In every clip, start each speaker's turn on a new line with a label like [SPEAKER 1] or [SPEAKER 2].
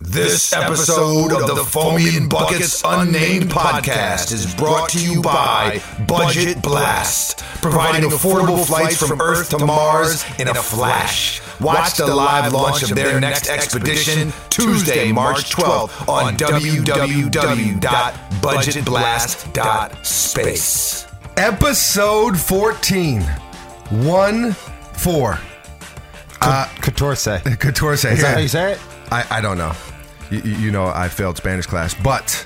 [SPEAKER 1] This episode of the Foamy and Buckets Unnamed Podcast is brought to you by Budget Blast, providing affordable flights from Earth to Mars in a flash. Watch the live launch of their next expedition Tuesday, March 12th on www.budgetblast.space.
[SPEAKER 2] Episode 14. 1 4.
[SPEAKER 3] Catorce.
[SPEAKER 2] Uh, Catorce.
[SPEAKER 3] Is that how you say it?
[SPEAKER 2] I, I don't know. You, you you know, I failed Spanish class, but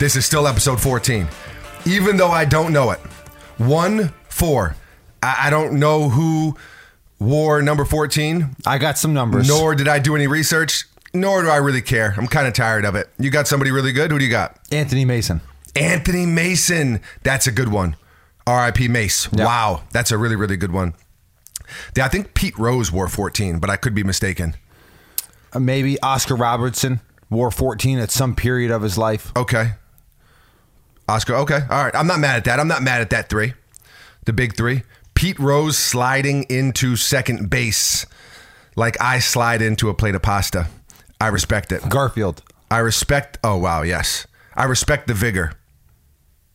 [SPEAKER 2] this is still episode 14. Even though I don't know it, one, four. I, I don't know who wore number 14,
[SPEAKER 3] I got some numbers.
[SPEAKER 2] nor did I do any research, nor do I really care. I'm kind of tired of it. You got somebody really good? Who do you got?
[SPEAKER 3] Anthony Mason.
[SPEAKER 2] Anthony Mason. That's a good one. R.I.P. Mace. Wow. That's a really, really good one. Yeah, I think Pete Rose wore 14, but I could be mistaken.
[SPEAKER 3] Uh, Maybe Oscar Robertson wore 14 at some period of his life.
[SPEAKER 2] Okay. Oscar, okay. All right. I'm not mad at that. I'm not mad at that three. The big three. Pete Rose sliding into second base like I slide into a plate of pasta. I respect it.
[SPEAKER 3] Garfield.
[SPEAKER 2] I respect. Oh, wow. Yes. I respect the vigor.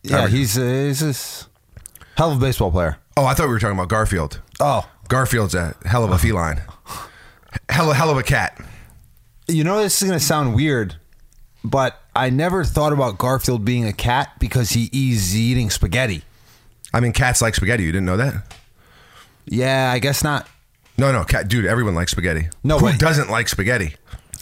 [SPEAKER 3] Yeah, he's a, he's a hell of a baseball player.
[SPEAKER 2] Oh, I thought we were talking about Garfield.
[SPEAKER 3] Oh.
[SPEAKER 2] Garfield's a hell
[SPEAKER 3] Uh-huh.
[SPEAKER 2] of a feline. Hell, hell of a cat.
[SPEAKER 3] You know, this is going to sound weird, but I never thought about Garfield being a cat because he is eating spaghetti.
[SPEAKER 2] I mean, cats like spaghetti. You didn't know that?
[SPEAKER 3] Yeah, I guess not.
[SPEAKER 2] No, no, cat, dude. Everyone likes spaghetti.
[SPEAKER 3] No,
[SPEAKER 2] who
[SPEAKER 3] but-
[SPEAKER 2] doesn't like spaghetti?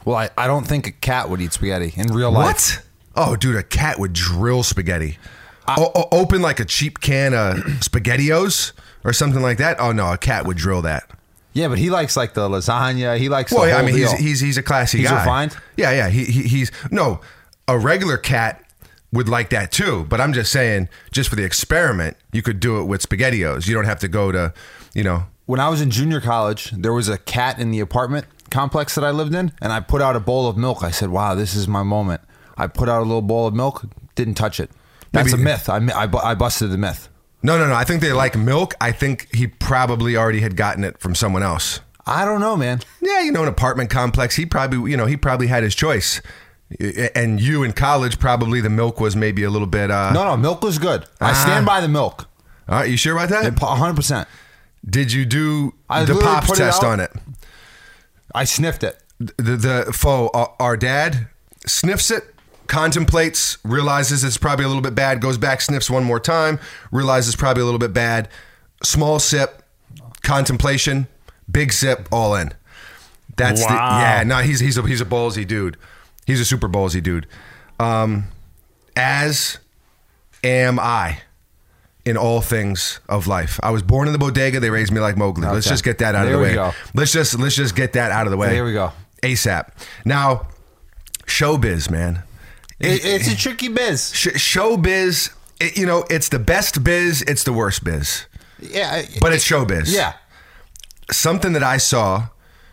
[SPEAKER 3] Well, I, I don't think a cat would eat spaghetti in real life.
[SPEAKER 2] What? Oh, dude, a cat would drill spaghetti. O- o- open like a cheap can of SpaghettiOs or something like that. Oh no, a cat would drill that.
[SPEAKER 3] Yeah, but he likes like the lasagna. He likes.
[SPEAKER 2] Well,
[SPEAKER 3] the
[SPEAKER 2] yeah, I
[SPEAKER 3] whole
[SPEAKER 2] mean,
[SPEAKER 3] deal.
[SPEAKER 2] he's he's he's a classy
[SPEAKER 3] He's
[SPEAKER 2] guy.
[SPEAKER 3] refined?
[SPEAKER 2] Yeah, yeah. He, he he's no a regular cat would like that too. But I'm just saying, just for the experiment, you could do it with SpaghettiOs. You don't have to go to, you know.
[SPEAKER 3] when I was in junior college, there was a cat in the apartment complex that I lived in, and I put out a bowl of milk. I said, "Wow, this is my moment." I put out a little bowl of milk, didn't touch it. That's
[SPEAKER 2] Maybe-
[SPEAKER 3] a myth. I, mi- I, bu- I busted the myth.
[SPEAKER 2] No, no, no. I think they like milk. I think he probably already had gotten it from someone else.
[SPEAKER 3] I don't know, man.
[SPEAKER 2] Yeah, you know, an apartment complex. He probably, you know, he probably had his choice. And you in college, probably the milk was maybe a little bit. Uh,
[SPEAKER 3] No, no, milk was good. I
[SPEAKER 2] Ah.
[SPEAKER 3] stand by the milk,
[SPEAKER 2] All right, you sure about that?
[SPEAKER 3] 100. percent
[SPEAKER 2] Did you do
[SPEAKER 3] I
[SPEAKER 2] the
[SPEAKER 3] literally
[SPEAKER 2] pop
[SPEAKER 3] put it
[SPEAKER 2] test
[SPEAKER 3] out.
[SPEAKER 2] on it?
[SPEAKER 3] I sniffed it.
[SPEAKER 2] The the foe, our, our dad, sniffs it, contemplates, realizes it's probably a little bit bad, goes back, sniffs one more time, realizes probably a little bit bad. Small sip, contemplation, big sip, all in. That's the
[SPEAKER 3] Wow.
[SPEAKER 2] yeah. No, he's he's a he's a ballsy dude. He's a super ballsy dude. Um, as am I in all things of life. I was born in the bodega. They raised me like Mowgli. Let's
[SPEAKER 3] Okay.
[SPEAKER 2] just get that out
[SPEAKER 3] There
[SPEAKER 2] of the
[SPEAKER 3] we
[SPEAKER 2] way.
[SPEAKER 3] go.
[SPEAKER 2] Let's just let's just get that out of the way.
[SPEAKER 3] There we go.
[SPEAKER 2] ASAP. Now, showbiz, man.
[SPEAKER 3] It- it's a tricky biz.
[SPEAKER 2] Sh- showbiz. It, you know, it's the best biz. It's the worst biz.
[SPEAKER 3] Yeah, I-
[SPEAKER 2] But it's showbiz.
[SPEAKER 3] yeah.
[SPEAKER 2] Something that I saw.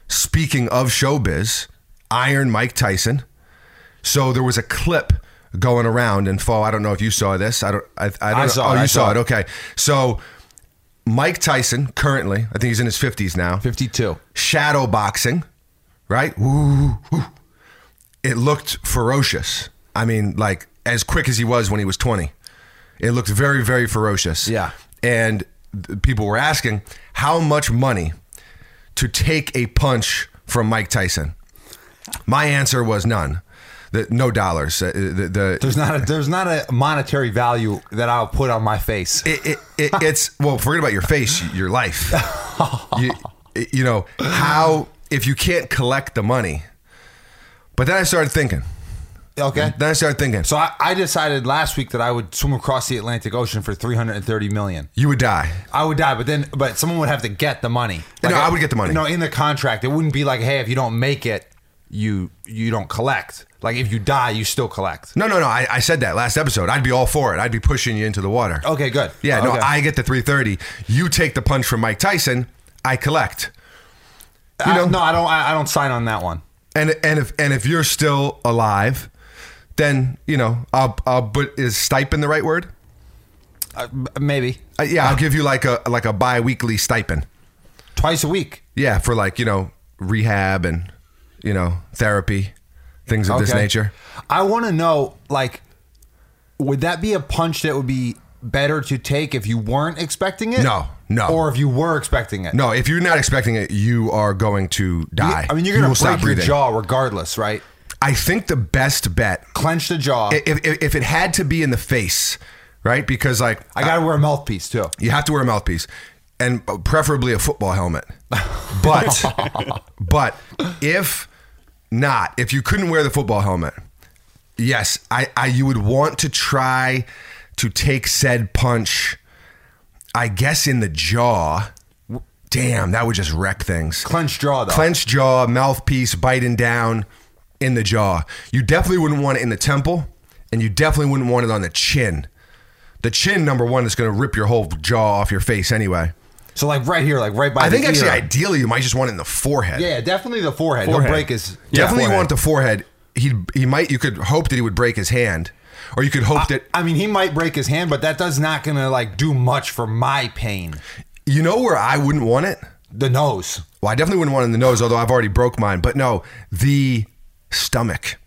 [SPEAKER 2] Speaking of showbiz, Iron Mike Tyson. So there was a clip going around and fall. I don't know if you saw this. I don't. I, I, don't
[SPEAKER 3] I
[SPEAKER 2] know.
[SPEAKER 3] saw
[SPEAKER 2] Oh,
[SPEAKER 3] it.
[SPEAKER 2] you
[SPEAKER 3] I
[SPEAKER 2] saw
[SPEAKER 3] saw
[SPEAKER 2] it.
[SPEAKER 3] it.
[SPEAKER 2] Okay. So Mike Tyson currently, I think he's in his fifties now.
[SPEAKER 3] 52.
[SPEAKER 2] shadow boxing, right? Ooh, ooh. It looked ferocious. I mean, like as quick as he was when he was 20. It looked very, very ferocious.
[SPEAKER 3] Yeah.
[SPEAKER 2] And th- people were asking how much money to take a punch from Mike Tyson. My answer was none. The, no dollars. Uh, the, the,
[SPEAKER 3] There's not a there's not a monetary value that I'll put on my face.
[SPEAKER 2] it, it, it, it's well forget about your face your life you, you know how if you can't collect the money but then i started thinking
[SPEAKER 3] Okay.
[SPEAKER 2] then i started thinking
[SPEAKER 3] So I, I decided last week that I would swim across the Atlantic Ocean for 330 million.
[SPEAKER 2] you would die
[SPEAKER 3] I would die, but then but someone would have to get the money.
[SPEAKER 2] No, I would get the money.
[SPEAKER 3] No, in the contract, it wouldn't be like, hey, if you don't make it, you you don't collect. Like if you die, you still collect.
[SPEAKER 2] no no no i, I said that last episode i'd be all for it i'd be pushing you into the water
[SPEAKER 3] Okay, good.
[SPEAKER 2] yeah no
[SPEAKER 3] Okay.
[SPEAKER 2] i get the 330 you take the punch from mike tyson i collect you
[SPEAKER 3] I-
[SPEAKER 2] know-
[SPEAKER 3] no, I don't. I, I don't sign on that one.
[SPEAKER 2] and and if and if you're still alive then you know i'll, I'll but is stipend the right word
[SPEAKER 3] Uh, m- maybe
[SPEAKER 2] Uh, yeah i'll give you like a like a bi-weekly stipend
[SPEAKER 3] twice a week.
[SPEAKER 2] Yeah, for like, you know, rehab and, you know, therapy things of this
[SPEAKER 3] Okay.
[SPEAKER 2] nature.
[SPEAKER 3] I want to know, like, would that be a punch that would be better to take if you weren't expecting it?
[SPEAKER 2] No, no.
[SPEAKER 3] Or if you were expecting it?
[SPEAKER 2] No, if you're not expecting it, you are going to die.
[SPEAKER 3] I mean, you're
[SPEAKER 2] You
[SPEAKER 3] going
[SPEAKER 2] will
[SPEAKER 3] to
[SPEAKER 2] stop
[SPEAKER 3] break your
[SPEAKER 2] breathing.
[SPEAKER 3] jaw regardless, right?
[SPEAKER 2] I think the best bet,
[SPEAKER 3] Clench the jaw.
[SPEAKER 2] if, if, if it had to be in the face, right? Because like
[SPEAKER 3] I got to wear a mouthpiece too.
[SPEAKER 2] You have to wear a mouthpiece and preferably a football helmet. But but if not, if you couldn't wear the football helmet, yes, I, I you would want to try to take said punch, I guess in the jaw. Damn, that would just wreck things.
[SPEAKER 3] Clench jaw though.
[SPEAKER 2] Clenched jaw, mouthpiece, biting down in the jaw. You definitely wouldn't want it in the temple, and you definitely wouldn't want it on the chin. The chin, number one, is going to rip your whole jaw off your face anyway.
[SPEAKER 3] so like right here, like right by.
[SPEAKER 2] I think
[SPEAKER 3] the
[SPEAKER 2] actually,
[SPEAKER 3] ear.
[SPEAKER 2] ideally, you might just want it in the forehead.
[SPEAKER 3] Yeah, definitely the forehead. He'll
[SPEAKER 4] Forehead.
[SPEAKER 3] break his.
[SPEAKER 2] definitely
[SPEAKER 4] forehead.
[SPEAKER 2] want the forehead. He he might. You could hope that he would break his hand, or you could hope that
[SPEAKER 3] I mean, he might break his hand, but that does not gonna like do much for my pain.
[SPEAKER 2] you know where I wouldn't want it.
[SPEAKER 3] The nose.
[SPEAKER 2] Well, I definitely wouldn't want it in the nose, although I've already broke mine. But no, the stomach,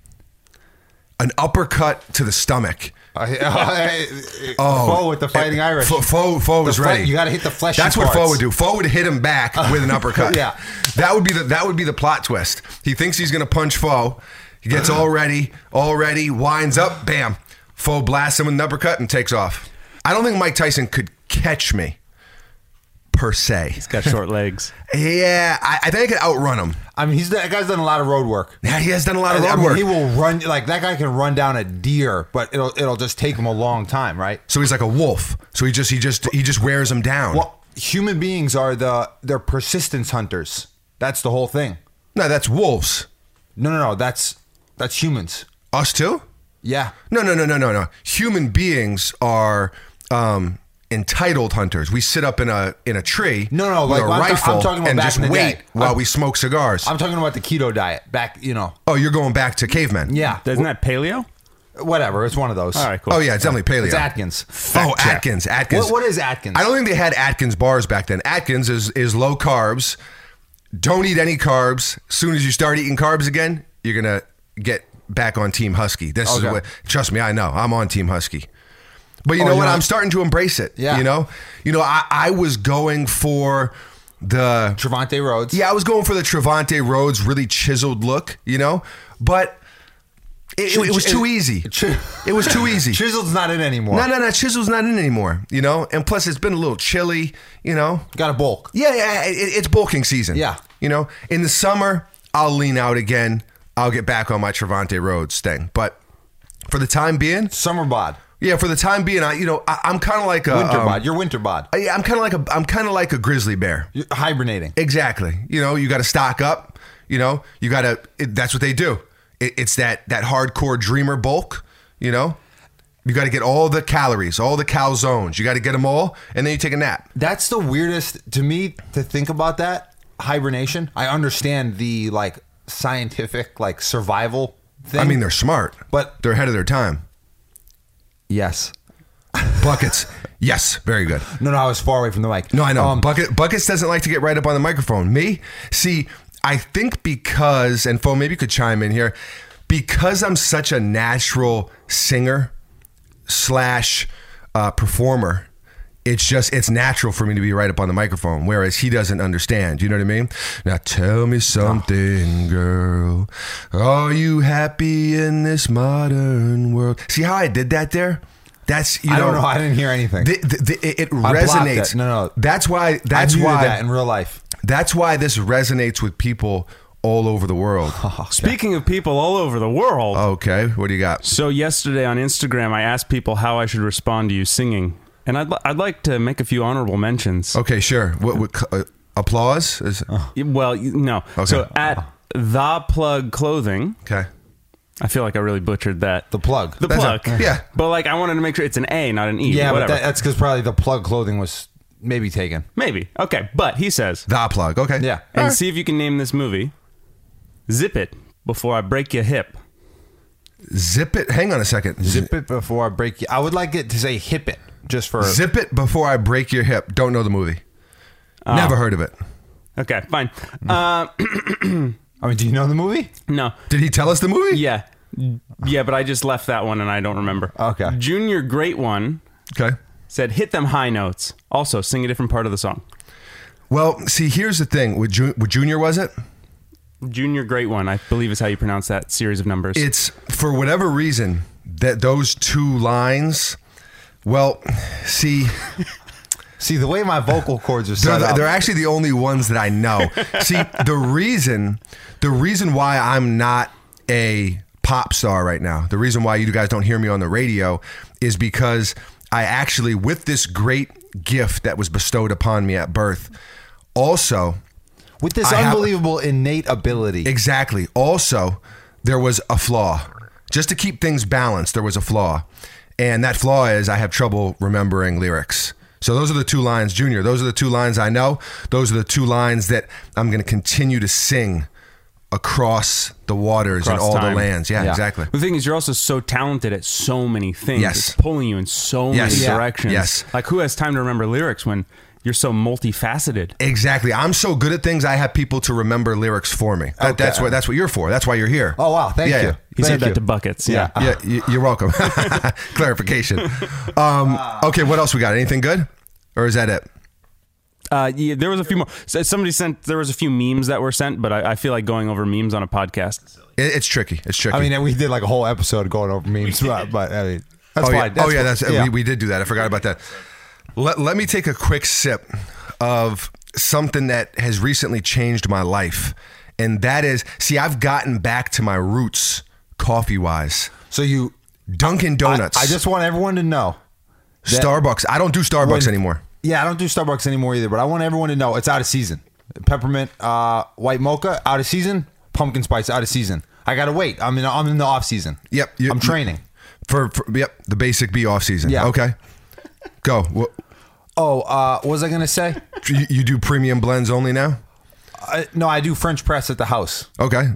[SPEAKER 2] an uppercut to the stomach. uh,
[SPEAKER 3] oh, Foe with the fighting Irish.
[SPEAKER 2] Fo, Fo, Fo
[SPEAKER 3] The
[SPEAKER 2] is
[SPEAKER 3] fle-
[SPEAKER 2] ready.
[SPEAKER 3] you gotta hit the fleshy
[SPEAKER 2] That's what Fo
[SPEAKER 3] parts. Uh,
[SPEAKER 2] would do. Fo would hit him back with an uppercut.
[SPEAKER 3] Yeah.
[SPEAKER 2] that would be the that would be the plot twist. He thinks he's gonna punch Fo. He gets
[SPEAKER 3] Uh-huh.
[SPEAKER 2] all ready, all ready, winds up, bam. Fo blasts him with an uppercut and takes off. I don't think Mike Tyson could catch me, per se.
[SPEAKER 4] Got short legs.
[SPEAKER 2] Yeah, I, I think I could outrun him.
[SPEAKER 3] I mean, he's that guy's done a lot of road work.
[SPEAKER 2] Yeah, he has done a lot
[SPEAKER 3] I
[SPEAKER 2] of road
[SPEAKER 3] mean,
[SPEAKER 2] work.
[SPEAKER 3] He will run like that guy can run down a deer, but it'll it'll just take him a long time, right?
[SPEAKER 2] So he's like a wolf. So he just he just he just wears them down.
[SPEAKER 3] Well, human beings are the they're persistence hunters. That's the whole thing.
[SPEAKER 2] no, that's wolves.
[SPEAKER 3] No, no, no. That's that's humans.
[SPEAKER 2] Us too?
[SPEAKER 3] Yeah.
[SPEAKER 2] No, no, no, no, no, no. Human beings are um, entitled hunters. We sit up in a in a tree.
[SPEAKER 3] No, no,
[SPEAKER 2] with
[SPEAKER 3] like,
[SPEAKER 2] a
[SPEAKER 3] I'm ta- I'm
[SPEAKER 2] rifle
[SPEAKER 3] talking about
[SPEAKER 2] and
[SPEAKER 3] back
[SPEAKER 2] just
[SPEAKER 3] in the
[SPEAKER 2] wait
[SPEAKER 3] day.
[SPEAKER 2] while
[SPEAKER 3] I'm-
[SPEAKER 2] we smoke cigars.
[SPEAKER 3] I'm talking about the keto diet. Back, you know.
[SPEAKER 2] oh, you're going back to cavemen.
[SPEAKER 3] Yeah.
[SPEAKER 4] Isn't that paleo?
[SPEAKER 3] Whatever. It's one of those.
[SPEAKER 4] All right, cool.
[SPEAKER 2] Oh yeah, it's definitely paleo.
[SPEAKER 3] It's Atkins.
[SPEAKER 2] Oh,
[SPEAKER 4] check.
[SPEAKER 2] Atkins. Atkins.
[SPEAKER 3] What, what is Atkins?
[SPEAKER 2] I don't think they had Atkins bars back then. Atkins is is low carbs. Don't eat any carbs. Soon as you start eating carbs again, you're gonna get back on Team Husky. This
[SPEAKER 3] Okay.
[SPEAKER 2] is what. Trust me, I know. I'm on Team Husky. But you
[SPEAKER 3] Oh,
[SPEAKER 2] know
[SPEAKER 3] you're
[SPEAKER 2] what?
[SPEAKER 3] on-
[SPEAKER 2] I'm starting to embrace it.
[SPEAKER 3] Yeah.
[SPEAKER 2] You know. You know. I I was going for the
[SPEAKER 3] Trevante Rhodes.
[SPEAKER 2] yeah, I was going for the Trevante Rhodes really chiseled look. You know, but it, it, it was too easy.
[SPEAKER 3] Chi-
[SPEAKER 2] It was too easy.
[SPEAKER 3] Chiseled's not in anymore.
[SPEAKER 2] No, no, no. Chisel's not in anymore. You know, and plus it's been a little chilly. You know.
[SPEAKER 3] Got a bulk.
[SPEAKER 2] Yeah, yeah. It, it's bulking season.
[SPEAKER 3] Yeah.
[SPEAKER 2] You know, in the summer I'll lean out again. I'll get back on my Trevante Rhodes thing, but for the time being,
[SPEAKER 3] Summer bod.
[SPEAKER 2] yeah, for the time being, I you know I, I'm kind of like a
[SPEAKER 3] Winter
[SPEAKER 2] um,
[SPEAKER 3] bod. Your winter bod.
[SPEAKER 2] I, I'm kind of like a I'm kind of like a grizzly bear.
[SPEAKER 3] You're hibernating.
[SPEAKER 2] Exactly. You know, you got to stock up. You know, you got to. That's what they do. It, it's that that hardcore dreamer bulk. You know, you got to get all the calories, all the calzones. You got to get them all, and then you take a nap.
[SPEAKER 3] That's the weirdest to me to think about that hibernation. I understand the like scientific like survival thing.
[SPEAKER 2] I mean, they're smart,
[SPEAKER 3] But-
[SPEAKER 2] they're ahead of their time.
[SPEAKER 3] yes.
[SPEAKER 2] Buckets. yes, very good.
[SPEAKER 3] No, no, I was far away from the mic.
[SPEAKER 2] No, I know.
[SPEAKER 3] Um,
[SPEAKER 2] Bucket Buckets doesn't like to get right up on the microphone. Me, see, I think because and Fo, maybe you could chime in here, because I'm such a natural singer slash uh, performer. It's just it's natural for me to be right up on the microphone, whereas he doesn't understand. You know what I mean? Now tell me something, girl. Are you happy in this modern world? See how I did that there? That's you
[SPEAKER 3] I don't know. I didn't hear anything.
[SPEAKER 2] the, the, the, it- it
[SPEAKER 3] blocked
[SPEAKER 2] resonates.
[SPEAKER 3] it. No, no.
[SPEAKER 2] That's why. That's
[SPEAKER 3] I muted
[SPEAKER 2] why.
[SPEAKER 3] that in real life.
[SPEAKER 2] that's why this resonates with people all over the world.
[SPEAKER 4] Speaking of people all over the world.
[SPEAKER 2] okay, what do you got?
[SPEAKER 4] So yesterday on Instagram, I asked people how I should respond to you singing, and I'd, li- I'd like to make a few honorable mentions.
[SPEAKER 2] Okay, sure. What, what uh, applause? Is,
[SPEAKER 3] Uh.
[SPEAKER 4] Well, you- no. So
[SPEAKER 2] Okay.
[SPEAKER 4] at the plug clothing,
[SPEAKER 2] okay.
[SPEAKER 4] I feel like I really butchered that.
[SPEAKER 3] The plug.
[SPEAKER 4] The
[SPEAKER 2] That's
[SPEAKER 4] plug,
[SPEAKER 2] a- yeah.
[SPEAKER 4] But like, I wanted to make sure it's an A, not an E.
[SPEAKER 3] yeah,
[SPEAKER 4] whatever.
[SPEAKER 3] but that, that's because probably the plug clothing was maybe taken.
[SPEAKER 4] Maybe okay. But he says,
[SPEAKER 2] The plug. Okay.
[SPEAKER 3] Yeah.
[SPEAKER 4] and see if you can name this movie. Zip it before I break your hip.
[SPEAKER 2] Zip it. Hang on a second.
[SPEAKER 3] Zip it before I break you. I would like it to say hip it just for
[SPEAKER 2] Zip it before I break your hip.
[SPEAKER 3] Oh.
[SPEAKER 2] Don't know the movie. Never heard of it.
[SPEAKER 4] Okay, fine. Uh,
[SPEAKER 3] I mean, do you know the movie?
[SPEAKER 4] No.
[SPEAKER 2] Did he tell us the movie?
[SPEAKER 4] Yeah. Yeah, but I just left that one and I don't remember.
[SPEAKER 3] Okay.
[SPEAKER 4] Junior Great One
[SPEAKER 2] Okay.
[SPEAKER 4] said, hit them high notes. Also, sing a different part of the song.
[SPEAKER 2] Well, see, here's the thing. With, Ju- with Junior, was it?
[SPEAKER 4] Junior Great One, I believe is how you pronounce that series of numbers.
[SPEAKER 2] It's for whatever reason that those two lines. Well, see,
[SPEAKER 3] See, the way my vocal cords are
[SPEAKER 2] they're,
[SPEAKER 3] set up,
[SPEAKER 2] they're actually the only ones that I know. see, the reason, the reason why I'm not a pop star right now, the reason why you guys don't hear me on the radio, is because I actually, with this great gift that was bestowed upon me at birth, also
[SPEAKER 3] with this
[SPEAKER 2] I have-
[SPEAKER 3] unbelievable innate ability.
[SPEAKER 2] Exactly. Also, there was a flaw. Just to keep things balanced, there was a flaw. And that flaw is I have trouble remembering lyrics. So those are the two lines, Junior. Those are the two lines I know. Those are the two lines that I'm going to continue to sing across the waters and
[SPEAKER 4] Across
[SPEAKER 2] all
[SPEAKER 4] time.
[SPEAKER 2] the lands. Yeah,
[SPEAKER 3] Yeah.
[SPEAKER 2] exactly.
[SPEAKER 4] the thing is, you're also so talented at so many things.
[SPEAKER 2] Yes.
[SPEAKER 4] It's pulling you in so
[SPEAKER 2] Yes.
[SPEAKER 4] many
[SPEAKER 2] Yeah.
[SPEAKER 4] directions.
[SPEAKER 2] Yes.
[SPEAKER 4] Like, who has time to remember lyrics when you're so multifaceted?
[SPEAKER 2] Exactly. I'm so good at things. I have people to remember lyrics for me. That,
[SPEAKER 3] Okay.
[SPEAKER 2] That's what that's what you're for. That's why you're here.
[SPEAKER 3] Oh wow, thank
[SPEAKER 2] Yeah,
[SPEAKER 3] you.
[SPEAKER 2] yeah.
[SPEAKER 4] He
[SPEAKER 3] Thank
[SPEAKER 4] said
[SPEAKER 3] you.
[SPEAKER 4] that to buckets.
[SPEAKER 3] Yeah.
[SPEAKER 2] yeah, y- you're welcome. Clarification. Um, okay, what else we got? Anything good, or is that it?
[SPEAKER 4] Uh, yeah, there was a few more. so Somebody sent. There was a few memes that were sent, but I, I feel like going over memes on a podcast.
[SPEAKER 2] It- it's tricky. It's tricky.
[SPEAKER 3] I mean, we did like a whole episode going over memes, but, but I mean, that's
[SPEAKER 2] oh
[SPEAKER 3] fine.
[SPEAKER 2] yeah, oh yeah, that's
[SPEAKER 3] fine.
[SPEAKER 2] We, we did do that. I forgot about that. Let Let me take a quick sip of something that has recently changed my life, and that is, see, I've gotten back to my roots coffee wise.
[SPEAKER 3] so you,
[SPEAKER 2] Dunkin' Donuts.
[SPEAKER 3] I just want everyone to know.
[SPEAKER 2] Starbucks. I don't do Starbucks
[SPEAKER 3] when-
[SPEAKER 2] anymore.
[SPEAKER 3] Yeah, I don't do Starbucks anymore either, but I want everyone to know it's out of season. Peppermint, uh, white mocha, out of season. Pumpkin spice, out of season. I gotta wait. I'm in. I'm in the off season.
[SPEAKER 2] Yep, you-
[SPEAKER 3] I'm training.
[SPEAKER 2] For, for yep, the basic B off season.
[SPEAKER 3] Yeah.
[SPEAKER 2] Okay. Go. What,
[SPEAKER 3] Oh, uh, what was I gonna say?
[SPEAKER 2] you, you do premium blends only now?
[SPEAKER 3] uh, no, I do French press at the house.
[SPEAKER 2] Okay.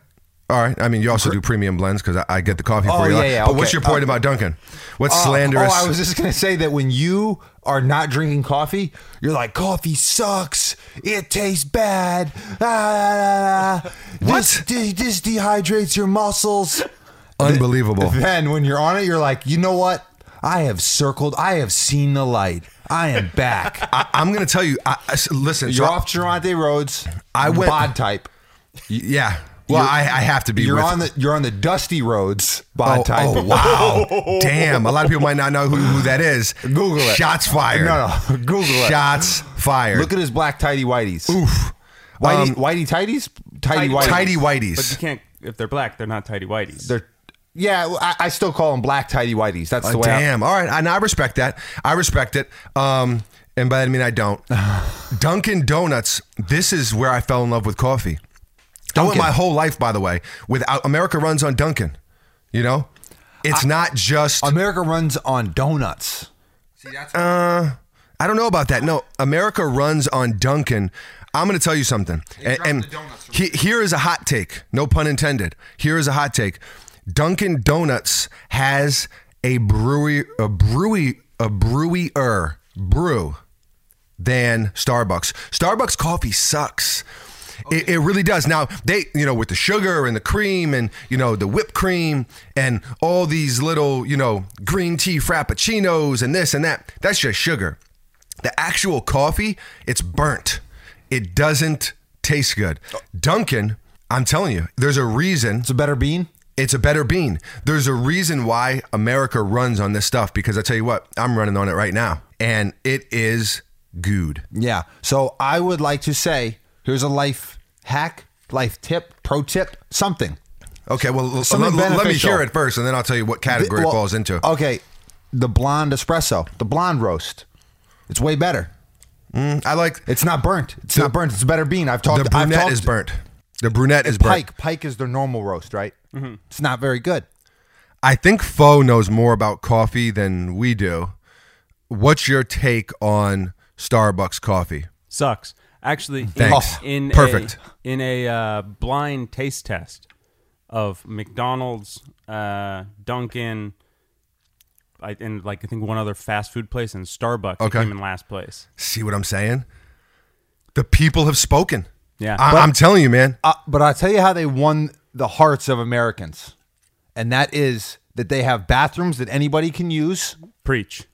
[SPEAKER 2] All right. I mean, you also do premium blends because I, I get the coffee
[SPEAKER 3] Oh,
[SPEAKER 2] for you.
[SPEAKER 3] yeah, yeah,
[SPEAKER 2] But what's
[SPEAKER 3] okay.
[SPEAKER 2] your point about Duncan? What's
[SPEAKER 3] Uh,
[SPEAKER 2] slanderous?
[SPEAKER 3] Oh, I was just gonna say that when you are not drinking coffee, you're like, coffee sucks. It tastes bad. Ah, This,
[SPEAKER 2] What?
[SPEAKER 3] de- this dehydrates your muscles.
[SPEAKER 2] Unbelievable.
[SPEAKER 3] Then when you're on it, you're like, you know what? I have circled. I have seen the light. I am back.
[SPEAKER 2] I, I'm going to tell you. I, I s- listen. so
[SPEAKER 3] you're
[SPEAKER 2] I-
[SPEAKER 3] off Geronte Roads.
[SPEAKER 2] I went-
[SPEAKER 3] bod type.
[SPEAKER 2] Yeah. Well, I, I have to be.
[SPEAKER 3] You're
[SPEAKER 2] with-
[SPEAKER 3] on the you're on the dusty roads. Bod
[SPEAKER 2] Oh,
[SPEAKER 3] type.
[SPEAKER 2] oh, wow! Damn, a lot of people might not know who, who that is.
[SPEAKER 3] Google it.
[SPEAKER 2] Shots fired.
[SPEAKER 3] No, no, Google it.
[SPEAKER 2] Shots fired.
[SPEAKER 3] Look at his black tidy whities.
[SPEAKER 2] Oof.
[SPEAKER 3] Whitey,
[SPEAKER 2] Um,
[SPEAKER 3] whitey tidies? Tidy
[SPEAKER 4] Tidy
[SPEAKER 3] whities.
[SPEAKER 2] tidy
[SPEAKER 4] But you
[SPEAKER 2] whiteys.
[SPEAKER 4] can't if they're black. They're not tidy whities.
[SPEAKER 3] They're, yeah, I, I still call them black tidy whities. That's the way I-
[SPEAKER 2] Oh, Damn. All right. And I respect that. I respect it. Um, and by that I mean I don't. Dunkin' Donuts. This is where I fell in love with coffee. I went
[SPEAKER 3] Dunkin'.
[SPEAKER 2] my whole life, by the way, without America runs on Dunkin'. You know, it's not just.
[SPEAKER 3] America runs on donuts.
[SPEAKER 2] I don't know about that. No, America runs on Dunkin'. I'm going to tell you something. And, and he- here is a hot take. No pun intended. Here is a hot take. Dunkin' Donuts has a brewery, a brewery, a brewer brew than Starbucks. Starbucks coffee sucks. It, it really does. Now they, you know, with the sugar and the cream and you know the whipped cream and all these little, you know, green tea frappuccinos and this and that. That's just sugar. The actual coffee, it's burnt. It doesn't taste good. Dunkin', I'm telling you, there's a reason
[SPEAKER 3] It's a better bean.
[SPEAKER 2] it's a better bean. There's a reason why America runs on this stuff because I tell you what, I'm running on it right now, and it is good.
[SPEAKER 3] Yeah. So I would like to say here's a life hack, life tip, pro tip, something.
[SPEAKER 2] Okay, well, l-
[SPEAKER 3] Something
[SPEAKER 2] let, let me
[SPEAKER 3] beneficial.
[SPEAKER 2] hear it first, and then I'll tell you what category
[SPEAKER 3] Well,
[SPEAKER 2] it falls into.
[SPEAKER 3] Okay. The blonde espresso, the blonde roast. It's way better. um,
[SPEAKER 2] I like
[SPEAKER 3] It's not burnt. It's not burnt. It's a better bean. I've
[SPEAKER 2] the
[SPEAKER 3] talked I've
[SPEAKER 2] brunette
[SPEAKER 3] talked-
[SPEAKER 2] is burnt. The brunette is burnt.
[SPEAKER 3] Pike. Pike is their normal roast, right? It's not very good.
[SPEAKER 2] I think Fo knows more about coffee than we do. What's your take on Starbucks coffee?
[SPEAKER 4] Sucks. Actually,
[SPEAKER 2] Thanks.
[SPEAKER 4] in, in
[SPEAKER 2] Perfect.
[SPEAKER 4] A, in a uh, blind taste test of McDonald's, uh, Dunkin', I, and like I think one other fast food place and Starbucks it
[SPEAKER 2] Okay.
[SPEAKER 4] came in last place.
[SPEAKER 2] See what I'm saying? The people have spoken.
[SPEAKER 4] Yeah.
[SPEAKER 2] I, I'm telling you, man.
[SPEAKER 3] Uh, but I'll tell you how they won the hearts of Americans, and that is that they have bathrooms that anybody can use.
[SPEAKER 4] Preach.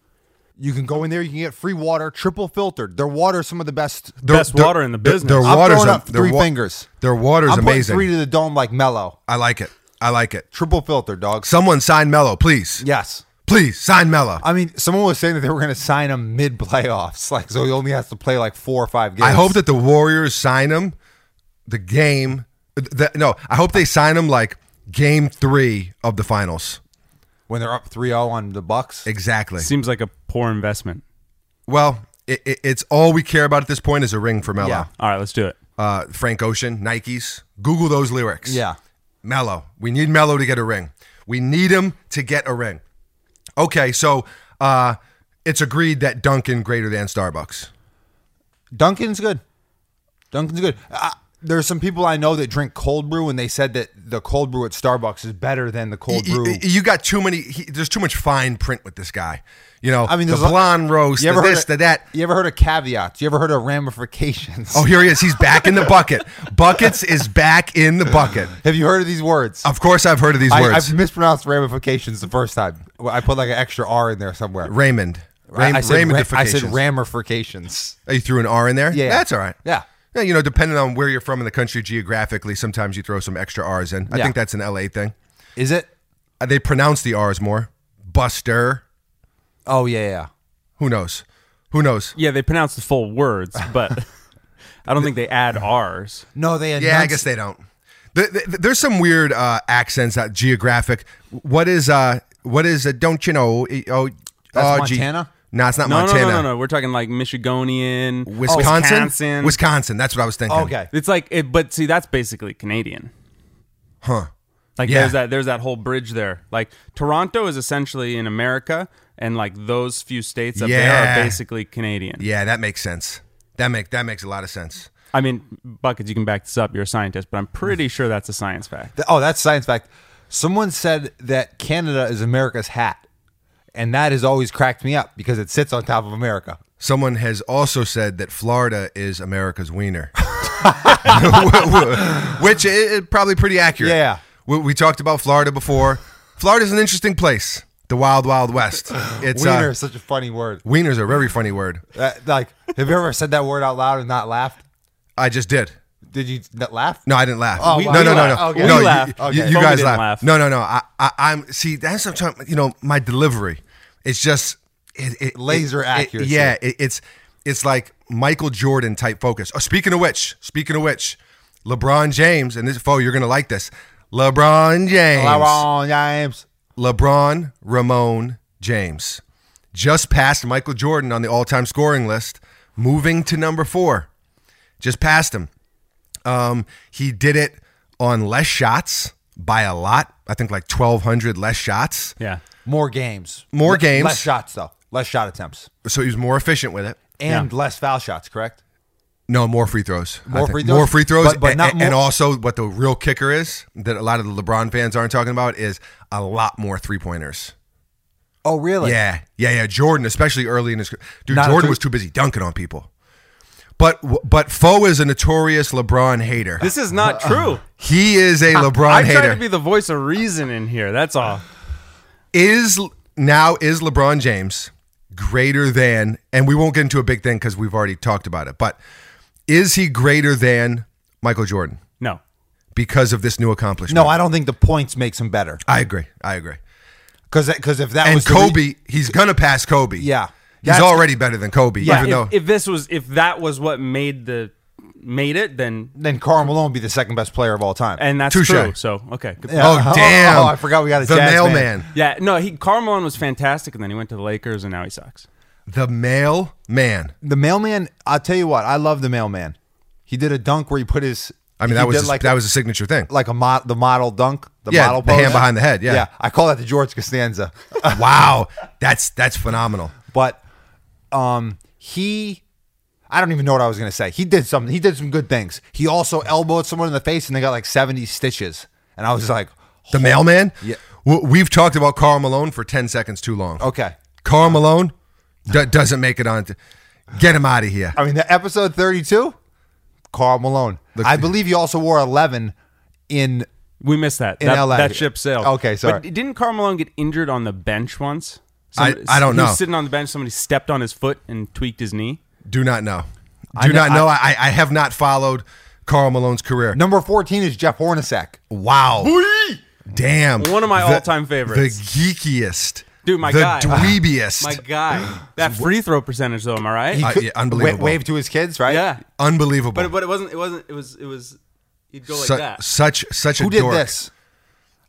[SPEAKER 3] You can go in there, you can get free water, triple filtered. Their water is some of the best.
[SPEAKER 4] Best water in the business.
[SPEAKER 2] Their
[SPEAKER 4] I'm
[SPEAKER 2] water's
[SPEAKER 3] throwing
[SPEAKER 2] am-
[SPEAKER 3] up
[SPEAKER 2] their
[SPEAKER 3] three fingers.
[SPEAKER 2] Their water's
[SPEAKER 3] I'm putting
[SPEAKER 2] amazing.
[SPEAKER 3] three to the dome like Mellow.
[SPEAKER 2] I like it. I like it.
[SPEAKER 3] Triple filtered, dog.
[SPEAKER 2] Someone sign Mello, please.
[SPEAKER 3] yes.
[SPEAKER 2] Please sign Mello.
[SPEAKER 3] I mean, someone was saying that they were going to sign him mid playoffs, like so he only has to play like four or five games.
[SPEAKER 2] I hope that the Warriors sign him. The game, the, no, I hope they sign him like game three of the finals.
[SPEAKER 3] when they're up 3-0 on the Bucks,
[SPEAKER 2] Exactly.
[SPEAKER 4] Seems like a poor investment.
[SPEAKER 2] Well, it, it, it's all we care about at this point is a ring for Mello.
[SPEAKER 3] Yeah.
[SPEAKER 4] All right, let's do it.
[SPEAKER 2] Uh, Frank Ocean, Nikes. Google those lyrics.
[SPEAKER 3] yeah,
[SPEAKER 2] Mello. We need Mello to get a ring. We need him to get a ring. Okay, so uh, it's agreed that Duncan greater than Starbucks.
[SPEAKER 3] Duncan's good. Duncan's good. Uh, there's some people I know that drink cold brew, and they said that the cold brew at Starbucks is better than the cold
[SPEAKER 2] Y-
[SPEAKER 3] brew.
[SPEAKER 2] y- You got too many. He, there's too much fine print with this guy. You know,
[SPEAKER 3] I mean,
[SPEAKER 2] the
[SPEAKER 3] there's a-
[SPEAKER 2] blonde roast, the
[SPEAKER 3] heard
[SPEAKER 2] this,
[SPEAKER 3] of,
[SPEAKER 2] the that.
[SPEAKER 3] You ever heard of caveats? You ever heard of ramifications?
[SPEAKER 2] Oh, here he is. He's back in the bucket. Buckets is back in the bucket.
[SPEAKER 3] have you heard of these words?
[SPEAKER 2] Of course, I've heard of these
[SPEAKER 3] I,
[SPEAKER 2] words.
[SPEAKER 3] I've mispronounced ramifications the first time. Well, I put like an extra R in there somewhere.
[SPEAKER 2] Raymond. Ray,
[SPEAKER 3] I, I said, ra- I said
[SPEAKER 2] Raymondifications.
[SPEAKER 3] ramifications.
[SPEAKER 2] Oh, you threw an R in there.
[SPEAKER 3] Yeah.
[SPEAKER 2] that's all right.
[SPEAKER 3] Yeah.
[SPEAKER 2] Yeah, you know, depending on where you're from in the country geographically, sometimes you throw some extra R's in. I
[SPEAKER 3] Yeah.
[SPEAKER 2] think that's an LA thing.
[SPEAKER 3] Is it?
[SPEAKER 2] Uh, They pronounce the R's more. Buster.
[SPEAKER 3] Oh yeah, yeah.
[SPEAKER 2] Who knows? Who knows?
[SPEAKER 4] Yeah, they pronounce the full words, but I don't think they add R's.
[SPEAKER 3] No, they announced.
[SPEAKER 2] Yeah, I guess they don't. Th- th- th- There's some weird uh, accents that geographic. What is uh? What is uh, Don't you know? eh, Oh,
[SPEAKER 3] That's
[SPEAKER 2] oh, gee.
[SPEAKER 3] Montana?
[SPEAKER 2] No, it's not
[SPEAKER 4] No, no,
[SPEAKER 2] Montana.
[SPEAKER 4] no, no, no. We're talking like Michiganian,
[SPEAKER 2] Wisconsin?
[SPEAKER 4] Wisconsin.
[SPEAKER 2] Wisconsin, That's what I was thinking.
[SPEAKER 3] Okay.
[SPEAKER 4] It's like it, but see, that's basically Canadian.
[SPEAKER 2] Huh.
[SPEAKER 4] Like
[SPEAKER 2] Yeah.
[SPEAKER 4] there's that there's that whole bridge there. Like Toronto is essentially in America, and like those few states up
[SPEAKER 2] Yeah.
[SPEAKER 4] there are basically Canadian.
[SPEAKER 2] Yeah, that makes sense. That make that makes a lot of sense.
[SPEAKER 4] I mean, buckets. You can back this up. You're a scientist, but I'm pretty sure that's a science fact.
[SPEAKER 3] Th- Oh, that's science fact. Someone said that Canada is America's hat, and that has always cracked me up because it sits on top of America.
[SPEAKER 2] Someone has also said that Florida is America's wiener, which is probably pretty accurate.
[SPEAKER 3] Yeah.
[SPEAKER 2] We, we talked about Florida before. Florida's an interesting place. The wild, wild west. It's uh,
[SPEAKER 3] Wiener is such a funny word.
[SPEAKER 2] Wiener's a very funny word.
[SPEAKER 3] That- like, have you ever said that word out loud and not laughed?
[SPEAKER 2] I just did.
[SPEAKER 3] Did you not laugh?
[SPEAKER 2] No, I didn't laugh.
[SPEAKER 3] Oh,
[SPEAKER 2] no,
[SPEAKER 3] We- wow.
[SPEAKER 2] no, no,
[SPEAKER 3] we
[SPEAKER 2] no,
[SPEAKER 3] laugh.
[SPEAKER 2] no.
[SPEAKER 3] Okay.
[SPEAKER 2] no
[SPEAKER 4] We
[SPEAKER 2] you-
[SPEAKER 4] laugh.
[SPEAKER 2] You,
[SPEAKER 4] Okay.
[SPEAKER 2] you
[SPEAKER 4] But we
[SPEAKER 2] guys
[SPEAKER 4] didn't
[SPEAKER 2] laugh.
[SPEAKER 4] laugh.
[SPEAKER 2] No, no, no. I, I, I'm see. That's what I'm talking. You know, my delivery. It's just it, it,
[SPEAKER 3] Laser
[SPEAKER 2] it- it-
[SPEAKER 3] accuracy.
[SPEAKER 2] yeah, it, it's it's like Michael Jordan type focus. Oh, speaking of which, speaking of which, LeBron James and this. Oh, you're gonna like this. LeBron James.
[SPEAKER 3] LeBron James.
[SPEAKER 2] LeBron Ramon James. Just passed Michael Jordan on the all time scoring list, moving to number four. Just passed him. Um, he did it on less shots by a lot. I think like 1,200 less shots.
[SPEAKER 4] Yeah.
[SPEAKER 3] More games.
[SPEAKER 2] More
[SPEAKER 3] Le-
[SPEAKER 2] games.
[SPEAKER 3] Less shots though. Less shot attempts
[SPEAKER 2] So he was more efficient with it.
[SPEAKER 3] and less foul shots. Correct.
[SPEAKER 2] No, more free throws. I
[SPEAKER 3] More
[SPEAKER 2] think.
[SPEAKER 3] free throws?
[SPEAKER 2] More free throws.
[SPEAKER 3] But- but
[SPEAKER 2] and,
[SPEAKER 3] not
[SPEAKER 2] and- and
[SPEAKER 3] more-
[SPEAKER 2] also, what the real kicker is that a lot of the LeBron fans aren't talking about is a lot more three pointers.
[SPEAKER 3] Oh really?
[SPEAKER 2] Yeah, yeah, yeah. Jordan, especially early in his career. dude,
[SPEAKER 3] Not a
[SPEAKER 2] Jordan
[SPEAKER 3] three-
[SPEAKER 2] was too busy dunking on people. But but Foe is a notorious LeBron hater.
[SPEAKER 4] This is not true.
[SPEAKER 2] He is a LeBron
[SPEAKER 4] I'm trying
[SPEAKER 2] hater.
[SPEAKER 4] to be the voice of reason in here. That's all.
[SPEAKER 2] is now is LeBron James greater than? And we won't get into a big thing because we've already talked about it. But is he greater than Michael Jordan
[SPEAKER 4] No.
[SPEAKER 2] because of this new accomplishment?
[SPEAKER 3] No, I don't think the points makes him better.
[SPEAKER 2] I agree. I agree.
[SPEAKER 3] Because because if that
[SPEAKER 2] And
[SPEAKER 3] was the re-
[SPEAKER 2] Kobe, he's gonna pass Kobe.
[SPEAKER 3] Yeah.
[SPEAKER 2] he's
[SPEAKER 3] That's-
[SPEAKER 2] already better than Kobe.
[SPEAKER 4] Yeah.
[SPEAKER 2] even
[SPEAKER 4] if,
[SPEAKER 2] though
[SPEAKER 4] if this was if that was what made the made it, then
[SPEAKER 3] then Karl Malone would be the second best player of all time.
[SPEAKER 4] and that's
[SPEAKER 2] Touche.
[SPEAKER 4] true. So okay. Good
[SPEAKER 3] Yeah.
[SPEAKER 2] oh damn!
[SPEAKER 3] Oh, I forgot we got a
[SPEAKER 2] the
[SPEAKER 3] jazz
[SPEAKER 2] mailman.
[SPEAKER 3] man.
[SPEAKER 4] Yeah, no, he Carmelo was fantastic, and then he went to the Lakers, and now he sucks.
[SPEAKER 2] The mailman.
[SPEAKER 3] The mailman, I'll tell you what, I love the mailman. He did a dunk where he put his.
[SPEAKER 2] I mean,
[SPEAKER 3] he
[SPEAKER 2] that was
[SPEAKER 3] did
[SPEAKER 2] his,
[SPEAKER 3] like
[SPEAKER 2] that
[SPEAKER 3] a,
[SPEAKER 2] was a signature thing.
[SPEAKER 3] like a mo- the model dunk, the
[SPEAKER 2] Yeah,
[SPEAKER 3] model
[SPEAKER 2] the hand
[SPEAKER 3] pose.
[SPEAKER 2] behind the head, yeah.
[SPEAKER 3] yeah. I call that the George Costanza,
[SPEAKER 2] wow, that's that's phenomenal.
[SPEAKER 3] but um, he, I don't even know what I was gonna say. He did something. He did some good things. He also elbowed someone in the face, and they got like seventy stitches. And I was like,
[SPEAKER 2] The mailman.
[SPEAKER 3] Yeah.
[SPEAKER 2] W- We've talked about Carl Malone for ten seconds too long.
[SPEAKER 3] okay.
[SPEAKER 2] Carl Malone d- doesn't make it on. t- Get him out of here.
[SPEAKER 3] I mean, the episode thirty-two, Carl Malone. I believe you also wore 11 in.
[SPEAKER 4] We missed that.
[SPEAKER 3] In
[SPEAKER 4] that,
[SPEAKER 3] LA.
[SPEAKER 4] that ship sailed.
[SPEAKER 3] Okay, sorry.
[SPEAKER 4] But didn't Carl Malone get injured on the bench once?
[SPEAKER 2] I- I don't
[SPEAKER 4] he was
[SPEAKER 2] know.
[SPEAKER 4] sitting on the bench, somebody stepped on his foot and tweaked his knee.
[SPEAKER 2] Do not know. Do
[SPEAKER 3] I know-
[SPEAKER 2] not know. I, I, I have not followed Carl Malone's career.
[SPEAKER 3] Number 14 is Jeff Hornacek.
[SPEAKER 2] Wow. Damn.
[SPEAKER 4] One of my all-time favorites.
[SPEAKER 2] The geekiest.
[SPEAKER 4] Dude, my
[SPEAKER 2] the
[SPEAKER 4] guy.
[SPEAKER 2] dweebiest.
[SPEAKER 4] My guy, that free throw percentage though, am I right?
[SPEAKER 2] Uh, yeah, unbelievable.
[SPEAKER 3] Wa- wave to his kids, right?
[SPEAKER 4] yeah,
[SPEAKER 2] Unbelievable.
[SPEAKER 4] but but it wasn't. It wasn't. It was. It was. He'd go like
[SPEAKER 2] Su-
[SPEAKER 4] that.
[SPEAKER 2] Such such
[SPEAKER 3] Who
[SPEAKER 2] a
[SPEAKER 3] did
[SPEAKER 2] dork.
[SPEAKER 3] this?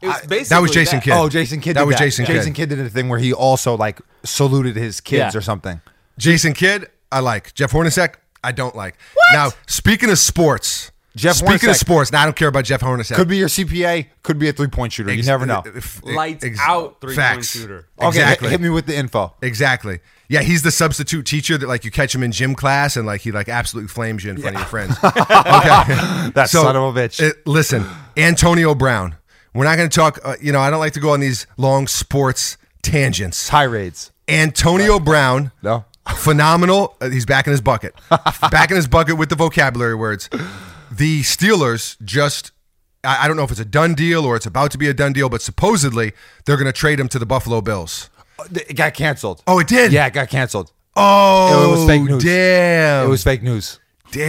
[SPEAKER 4] It was basically
[SPEAKER 2] that was Jason Kidd.
[SPEAKER 3] Oh, Jason Kidd.
[SPEAKER 2] That
[SPEAKER 3] did
[SPEAKER 2] was Jason Kidd.
[SPEAKER 3] Jason Kidd did a thing where he also like saluted his kids
[SPEAKER 4] Yeah.
[SPEAKER 3] or something.
[SPEAKER 2] Jason Kidd, I like. Jeff Hornacek, I don't like. Now, speaking of sports,
[SPEAKER 3] Jeff
[SPEAKER 2] Speaking of
[SPEAKER 3] Hornacek.
[SPEAKER 2] sports, now I don't care about Jeff Hornacek.
[SPEAKER 3] Could be your CPA, could be a three point shooter. You
[SPEAKER 2] Ex- e-
[SPEAKER 3] never know.
[SPEAKER 2] if-
[SPEAKER 4] Lights
[SPEAKER 2] ex-
[SPEAKER 4] out three-point
[SPEAKER 2] facts.
[SPEAKER 4] shooter.
[SPEAKER 3] Okay,
[SPEAKER 2] Exactly.
[SPEAKER 3] hit me with the info.
[SPEAKER 2] Exactly. Yeah, he's the substitute teacher that like you catch him in gym class and like he like absolutely flames you in front of your friends. Okay.
[SPEAKER 3] That son of a bitch.
[SPEAKER 2] it- eh, listen, Antonio Brown. We're not going to talk. Uh, you know, I don't like to go on these long sports tangents.
[SPEAKER 3] Tirades.
[SPEAKER 2] Antonio Brown.
[SPEAKER 3] No.
[SPEAKER 2] Phenomenal. Uh, he's back in his bucket. back in his bucket with the vocabulary words. The Steelers just. I I don't know if it's a done deal or it's about to be a done deal, but supposedly they're going to trade him to the Buffalo Bills.
[SPEAKER 3] It got canceled.
[SPEAKER 2] Oh, it did.
[SPEAKER 3] Yeah, it got canceled.
[SPEAKER 2] Oh,
[SPEAKER 3] It was fake news.
[SPEAKER 2] Damn.
[SPEAKER 3] It was fake news.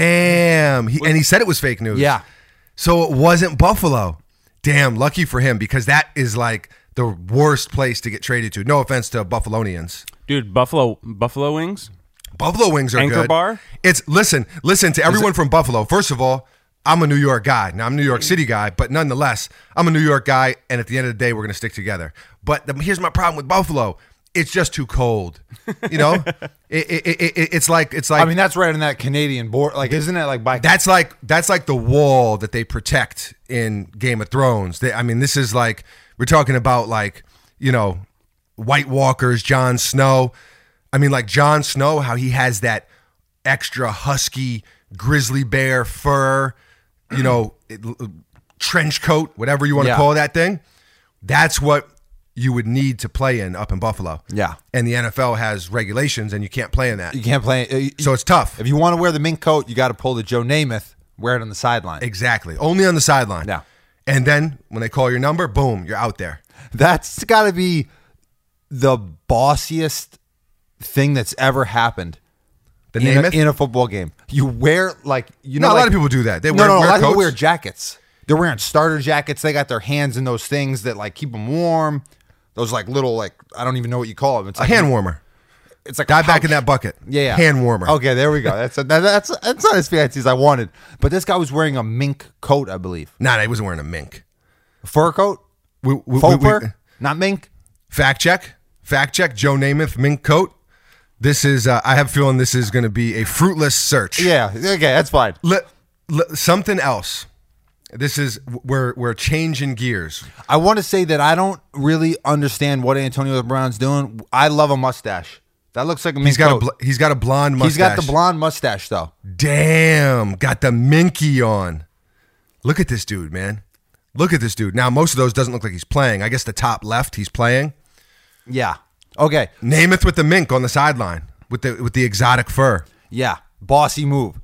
[SPEAKER 2] damn. He, and he said it was fake news.
[SPEAKER 3] Yeah.
[SPEAKER 2] So it wasn't Buffalo. Damn, lucky for him because that is like the worst place to get traded to. No offense to Buffalonians.
[SPEAKER 4] Dude, Buffalo Buffalo Wings.
[SPEAKER 2] Buffalo wings are
[SPEAKER 4] Anchor
[SPEAKER 2] good.
[SPEAKER 4] bar?
[SPEAKER 2] It's listen, listen to everyone from Buffalo. First of all, I'm a New York guy. Now I'm a New York City guy, but nonetheless, I'm a New York guy. And at the end of the day, we're gonna stick together. But the, here's my problem with Buffalo: it's just too cold. You know, it, it, it, it, it's like it's like
[SPEAKER 3] I mean, that's right in that Canadian board. Like, isn't it like by
[SPEAKER 2] That's like that's like the wall that they protect in Game of Thrones. They, I mean, this is like we're talking about like you know White Walkers, Jon Snow. I mean, like Jon Snow, how he has that extra husky grizzly bear fur, you know, it- trench coat, whatever you want to
[SPEAKER 3] Yeah.
[SPEAKER 2] call that thing. That's what you would need to play in up in Buffalo.
[SPEAKER 3] Yeah.
[SPEAKER 2] and the NFL has regulations, and you can't play in that.
[SPEAKER 3] you can't play? uh,
[SPEAKER 2] So it's tough.
[SPEAKER 3] If you want to wear the mink coat, you got to pull the Joe Namath, wear it on the sideline.
[SPEAKER 2] Exactly. Only on the sideline.
[SPEAKER 3] Yeah.
[SPEAKER 2] And then when they call your number, boom, you're out there.
[SPEAKER 3] That's got to be the bossiest thing that's ever happened
[SPEAKER 2] The
[SPEAKER 3] in a,
[SPEAKER 2] Namath?
[SPEAKER 3] in a football game. You wear like you
[SPEAKER 2] No,
[SPEAKER 3] know
[SPEAKER 2] a lot
[SPEAKER 3] like-
[SPEAKER 2] of people do that. They
[SPEAKER 3] no,
[SPEAKER 2] wear-
[SPEAKER 3] no, no,
[SPEAKER 2] wear
[SPEAKER 3] a lot of people
[SPEAKER 2] coats.
[SPEAKER 3] wear jackets. They're wearing starter jackets. They got their hands in those things that like keep them warm. Those like little like I don't even know what you call them. It's
[SPEAKER 2] a
[SPEAKER 3] like
[SPEAKER 2] hand warmer.
[SPEAKER 3] It's like a
[SPEAKER 2] Dive back in
[SPEAKER 3] pouch.
[SPEAKER 2] that bucket.
[SPEAKER 3] Yeah, yeah.
[SPEAKER 2] Hand warmer.
[SPEAKER 3] Okay, there we go. That's that, that's that's not as fancy as I wanted. But this guy was wearing a mink coat, I believe,
[SPEAKER 2] Nah, he wasn't wearing a mink.
[SPEAKER 3] fur coat,
[SPEAKER 2] We, we- we-
[SPEAKER 3] faux
[SPEAKER 2] we-
[SPEAKER 3] fur, not mink.
[SPEAKER 2] fact check. Fact check. Joe Namath, mink coat. This is, uh, I have a feeling this is going to be a fruitless search.
[SPEAKER 3] Yeah, okay, that's fine.
[SPEAKER 2] Le- le- something else. This is, we're, we're changing gears.
[SPEAKER 3] I want to say that I don't really understand what Antonio Brown's doing. I love a mustache. That looks like a mink
[SPEAKER 2] He's got, a
[SPEAKER 3] coat.
[SPEAKER 2] bl- he's got a blonde mustache.
[SPEAKER 3] He's got the blonde mustache though.
[SPEAKER 2] Damn, got the minky on. Look at this dude, man. Look at this dude. Now, most of those doesn't look like he's playing. I guess the top left, he's playing.
[SPEAKER 3] Yeah. Okay.
[SPEAKER 2] Namath with the mink on the sideline with the with the exotic fur.
[SPEAKER 3] Yeah. Bossy move.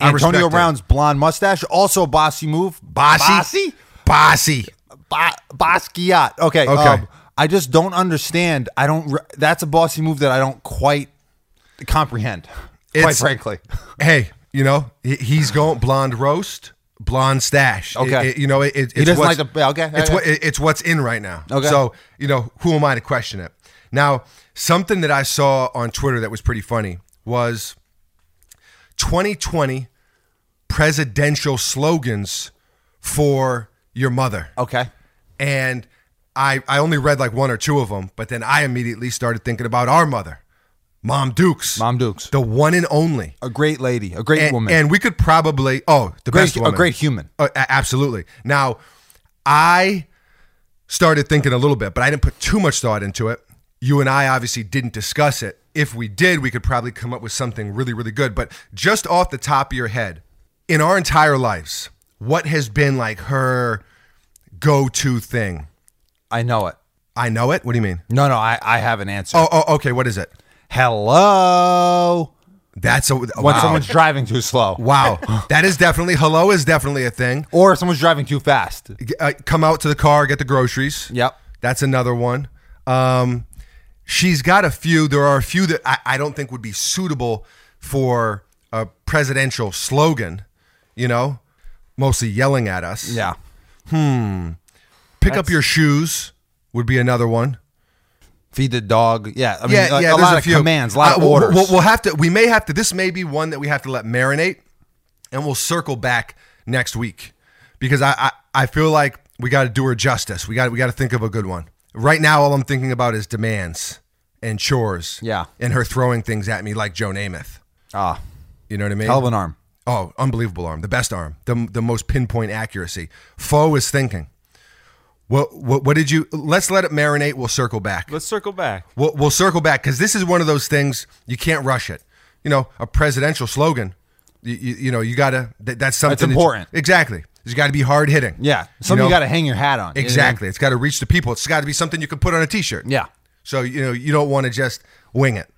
[SPEAKER 2] I respect
[SPEAKER 3] Antonio
[SPEAKER 2] it.
[SPEAKER 3] Brown's blonde mustache also a bossy move.
[SPEAKER 2] Bossy, bossy.
[SPEAKER 3] Ba- Basquiat. Okay.
[SPEAKER 2] Okay.
[SPEAKER 3] um, I just don't understand. I don't. Re- that's a bossy move that I don't quite comprehend. quite
[SPEAKER 2] It's-
[SPEAKER 3] frankly.
[SPEAKER 2] Hey, you know he- he's going blonde roast, blonde stash.
[SPEAKER 3] Okay.
[SPEAKER 2] It- it- you know it, it- it's
[SPEAKER 3] doesn't
[SPEAKER 2] what's-
[SPEAKER 3] like the- yeah, okay,
[SPEAKER 2] It's
[SPEAKER 3] okay.
[SPEAKER 2] what it- it's what's in right now.
[SPEAKER 3] Okay.
[SPEAKER 2] So you know who am I to question it? Now, something that I saw on Twitter that was pretty funny was 2020 presidential slogans for your mother.
[SPEAKER 3] Okay.
[SPEAKER 2] and I I only read like one or two of them, but then I immediately started thinking about our mother, Mom Dukes,
[SPEAKER 3] Mom Dukes.
[SPEAKER 2] the one and only.
[SPEAKER 3] A great lady. A great
[SPEAKER 2] And,
[SPEAKER 3] woman.
[SPEAKER 2] and we could probably oh the
[SPEAKER 3] Great-
[SPEAKER 2] best
[SPEAKER 3] a
[SPEAKER 2] woman,
[SPEAKER 3] great human.
[SPEAKER 2] Uh, a- absolutely. Now, I started thinking a little bit, but I didn't put too much thought into it. You and I obviously didn't discuss it. If we did, we could probably come up with something really, really good. But just off the top of your head, in our entire lives, what has been like her go-to thing?
[SPEAKER 3] I know it.
[SPEAKER 2] I know it. What do you mean?
[SPEAKER 3] No, no, I, I have an answer.
[SPEAKER 2] Oh, oh okay. What is it?
[SPEAKER 3] Hello.
[SPEAKER 2] That's a
[SPEAKER 3] When
[SPEAKER 2] wow.
[SPEAKER 3] someone's driving too slow,
[SPEAKER 2] Wow, that is definitely hello is definitely a thing.
[SPEAKER 3] or if someone's driving too fast.
[SPEAKER 2] uh, come out to the car, get the groceries.
[SPEAKER 3] Yep.
[SPEAKER 2] That's another one. Um, she's got a few. There are a few that I, I don't think would be suitable for a presidential slogan, you know, mostly yelling at us.
[SPEAKER 3] Yeah,
[SPEAKER 2] Pick up your shoes would be another one.
[SPEAKER 3] feed the dog. Yeah, I mean,
[SPEAKER 2] yeah,
[SPEAKER 3] like,
[SPEAKER 2] yeah,
[SPEAKER 3] a
[SPEAKER 2] there's
[SPEAKER 3] lot of
[SPEAKER 2] few.
[SPEAKER 3] commands, a lot
[SPEAKER 2] Uh,
[SPEAKER 3] of
[SPEAKER 2] we'll-
[SPEAKER 3] orders.
[SPEAKER 2] We'll, we'll have to, we may have to, this may be one that we have to let marinate and we'll circle back next week because I, I, I feel like we got to do her justice. We got, we got to think of a good one. Right now, all I'm thinking about is demands and chores.
[SPEAKER 3] Yeah.
[SPEAKER 2] And her throwing things at me like Joe Namath.
[SPEAKER 3] ah,
[SPEAKER 2] You know what I mean?
[SPEAKER 3] hell of an arm.
[SPEAKER 2] Oh, unbelievable arm. The best arm. The, the most pinpoint accuracy. Foe is thinking. What, what, what did you, let's let it marinate. We'll circle back.
[SPEAKER 4] Let's circle back.
[SPEAKER 2] We'll, we'll circle back because this is one of those things you can't rush it. You know, a presidential slogan. You, you, you know, you gotta. That, that's something that you-
[SPEAKER 3] important.
[SPEAKER 2] exactly. It's got to be hard hitting.
[SPEAKER 3] Yeah, something you,
[SPEAKER 2] know?
[SPEAKER 3] got to hang your hat on. you know what I mean?
[SPEAKER 2] Exactly. It's got to reach the people. It's got to be something you can put on a T-shirt.
[SPEAKER 3] Yeah.
[SPEAKER 2] So you know you don't want to just wing it.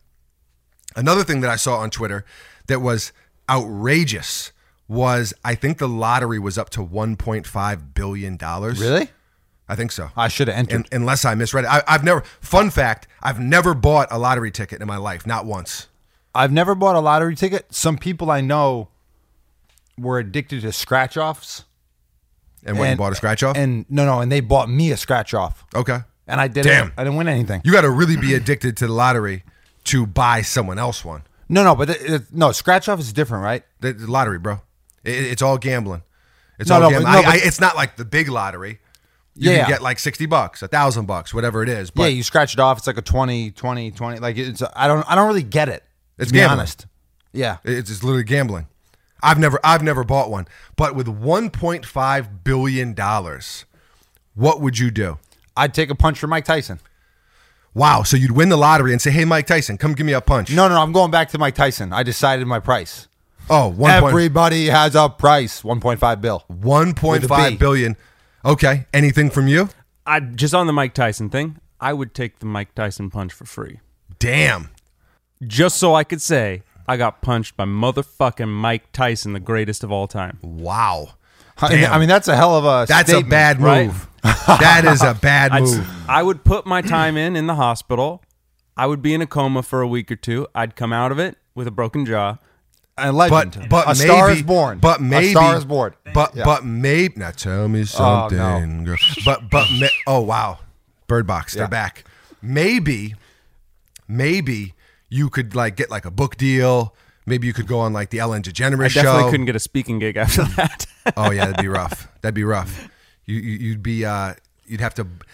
[SPEAKER 2] Another thing that I saw on Twitter that was outrageous was I think the lottery was up to 1.5 billion dollars.
[SPEAKER 3] Really?
[SPEAKER 2] I think so.
[SPEAKER 3] I should have entered.
[SPEAKER 2] Un- unless I misread it. I, I've never. Fun fact: I've never bought a lottery ticket in my life, not once.
[SPEAKER 3] I've never bought a lottery ticket. Some people I know were addicted to scratch offs.
[SPEAKER 2] And went and, bought a scratch off.
[SPEAKER 3] And no, no, and they bought me a scratch off.
[SPEAKER 2] okay,
[SPEAKER 3] And I didn't.
[SPEAKER 2] Damn.
[SPEAKER 3] I didn't win anything.
[SPEAKER 2] you got to really be addicted to the lottery to buy someone else one.
[SPEAKER 3] no, no, but it, it- no, scratch off is different, right?
[SPEAKER 2] The, the lottery, bro. It, it- it's all gambling. It's
[SPEAKER 3] No,
[SPEAKER 2] all
[SPEAKER 3] no,
[SPEAKER 2] gambling.
[SPEAKER 3] but- no,
[SPEAKER 2] I, I,
[SPEAKER 3] but-
[SPEAKER 2] it's not like the big lottery. You
[SPEAKER 3] Yeah.
[SPEAKER 2] can get like sixty bucks, a thousand bucks, whatever it is. But
[SPEAKER 3] yeah, you scratch it off. It's like a 20, 20, 20. Like it's. I don't. I don't really get it.
[SPEAKER 2] It's
[SPEAKER 3] to be
[SPEAKER 2] gambling.
[SPEAKER 3] honest. Yeah.
[SPEAKER 2] It's just literally gambling. I've never I've never bought one. But with 1.5 billion dollars, what would you do?
[SPEAKER 3] I'd take a punch from Mike Tyson.
[SPEAKER 2] Wow, so you'd win the lottery and say, "Hey Mike Tyson, come give me a punch."
[SPEAKER 3] No, no, no, I'm going back to Mike Tyson. I decided my price.
[SPEAKER 2] Oh, one point
[SPEAKER 3] Everybody has a price. One point five bill.
[SPEAKER 2] one point
[SPEAKER 3] With a B.
[SPEAKER 2] five billion. Okay, anything from you?
[SPEAKER 4] I just on the Mike Tyson thing. I would take the Mike Tyson punch for free,
[SPEAKER 2] Damn.
[SPEAKER 4] just so I could say I got punched by motherfucking Mike Tyson, the greatest of all time.
[SPEAKER 2] Wow.
[SPEAKER 3] I mean-
[SPEAKER 2] Damn.
[SPEAKER 3] I mean, that's a hell of a.
[SPEAKER 2] That's a
[SPEAKER 3] statement.
[SPEAKER 2] bad
[SPEAKER 4] right?
[SPEAKER 2] move. that is a bad
[SPEAKER 4] I'd,
[SPEAKER 2] move.
[SPEAKER 4] I would put my time in in the hospital. I would be in a coma for a week or two. I'd come out of it with a broken jaw.
[SPEAKER 3] a legend.
[SPEAKER 2] But but
[SPEAKER 3] a
[SPEAKER 2] maybe,
[SPEAKER 3] star is born.
[SPEAKER 2] But maybe
[SPEAKER 3] a star is born.
[SPEAKER 2] But
[SPEAKER 3] Yeah. Oh,
[SPEAKER 2] but maybe now tell me something. girl. But but ma- oh wow, Bird Box, they're
[SPEAKER 3] Yeah.
[SPEAKER 2] back. Maybe maybe you could like get like a book deal. Maybe you could go on like the Ellen DeGeneres
[SPEAKER 4] I definitely
[SPEAKER 2] show.
[SPEAKER 4] couldn't get a speaking gig after that.
[SPEAKER 2] oh yeah, that'd be rough. That'd be rough. You, you you'd be uh you'd have to bl-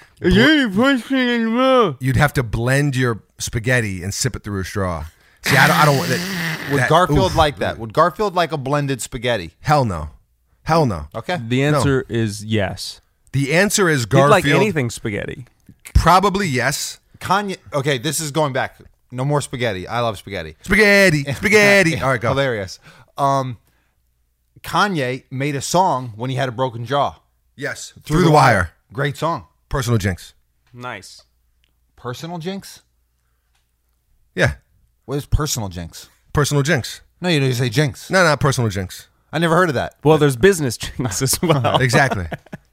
[SPEAKER 2] you'd have to blend your spaghetti and sip it through a straw. See, I don't, I don't want that.
[SPEAKER 3] Would
[SPEAKER 2] that-
[SPEAKER 3] Garfield
[SPEAKER 2] oof.
[SPEAKER 3] like that? Would Garfield like a blended spaghetti?
[SPEAKER 2] Hell no. Hell no.
[SPEAKER 3] Okay.
[SPEAKER 4] The answer is yes.
[SPEAKER 2] The answer is
[SPEAKER 4] You'd
[SPEAKER 2] Garfield.
[SPEAKER 4] like anything spaghetti.
[SPEAKER 2] Probably yes.
[SPEAKER 3] Kanye. Okay, this is going back. No more spaghetti. I love spaghetti.
[SPEAKER 2] Spaghetti, spaghetti. All right, go.
[SPEAKER 3] Hilarious. Um, Kanye made a song when he had a broken jaw.
[SPEAKER 2] Yes, through, the, wire.
[SPEAKER 3] Great song.
[SPEAKER 2] Personal jinx.
[SPEAKER 4] Nice.
[SPEAKER 3] Personal jinx.
[SPEAKER 2] Yeah,
[SPEAKER 3] What is personal jinx?
[SPEAKER 2] personal jinx.
[SPEAKER 3] No, you don't say jinx.
[SPEAKER 2] No, not personal jinx.
[SPEAKER 3] I never heard of that.
[SPEAKER 4] Well, there's business jinx as well.
[SPEAKER 2] Exactly.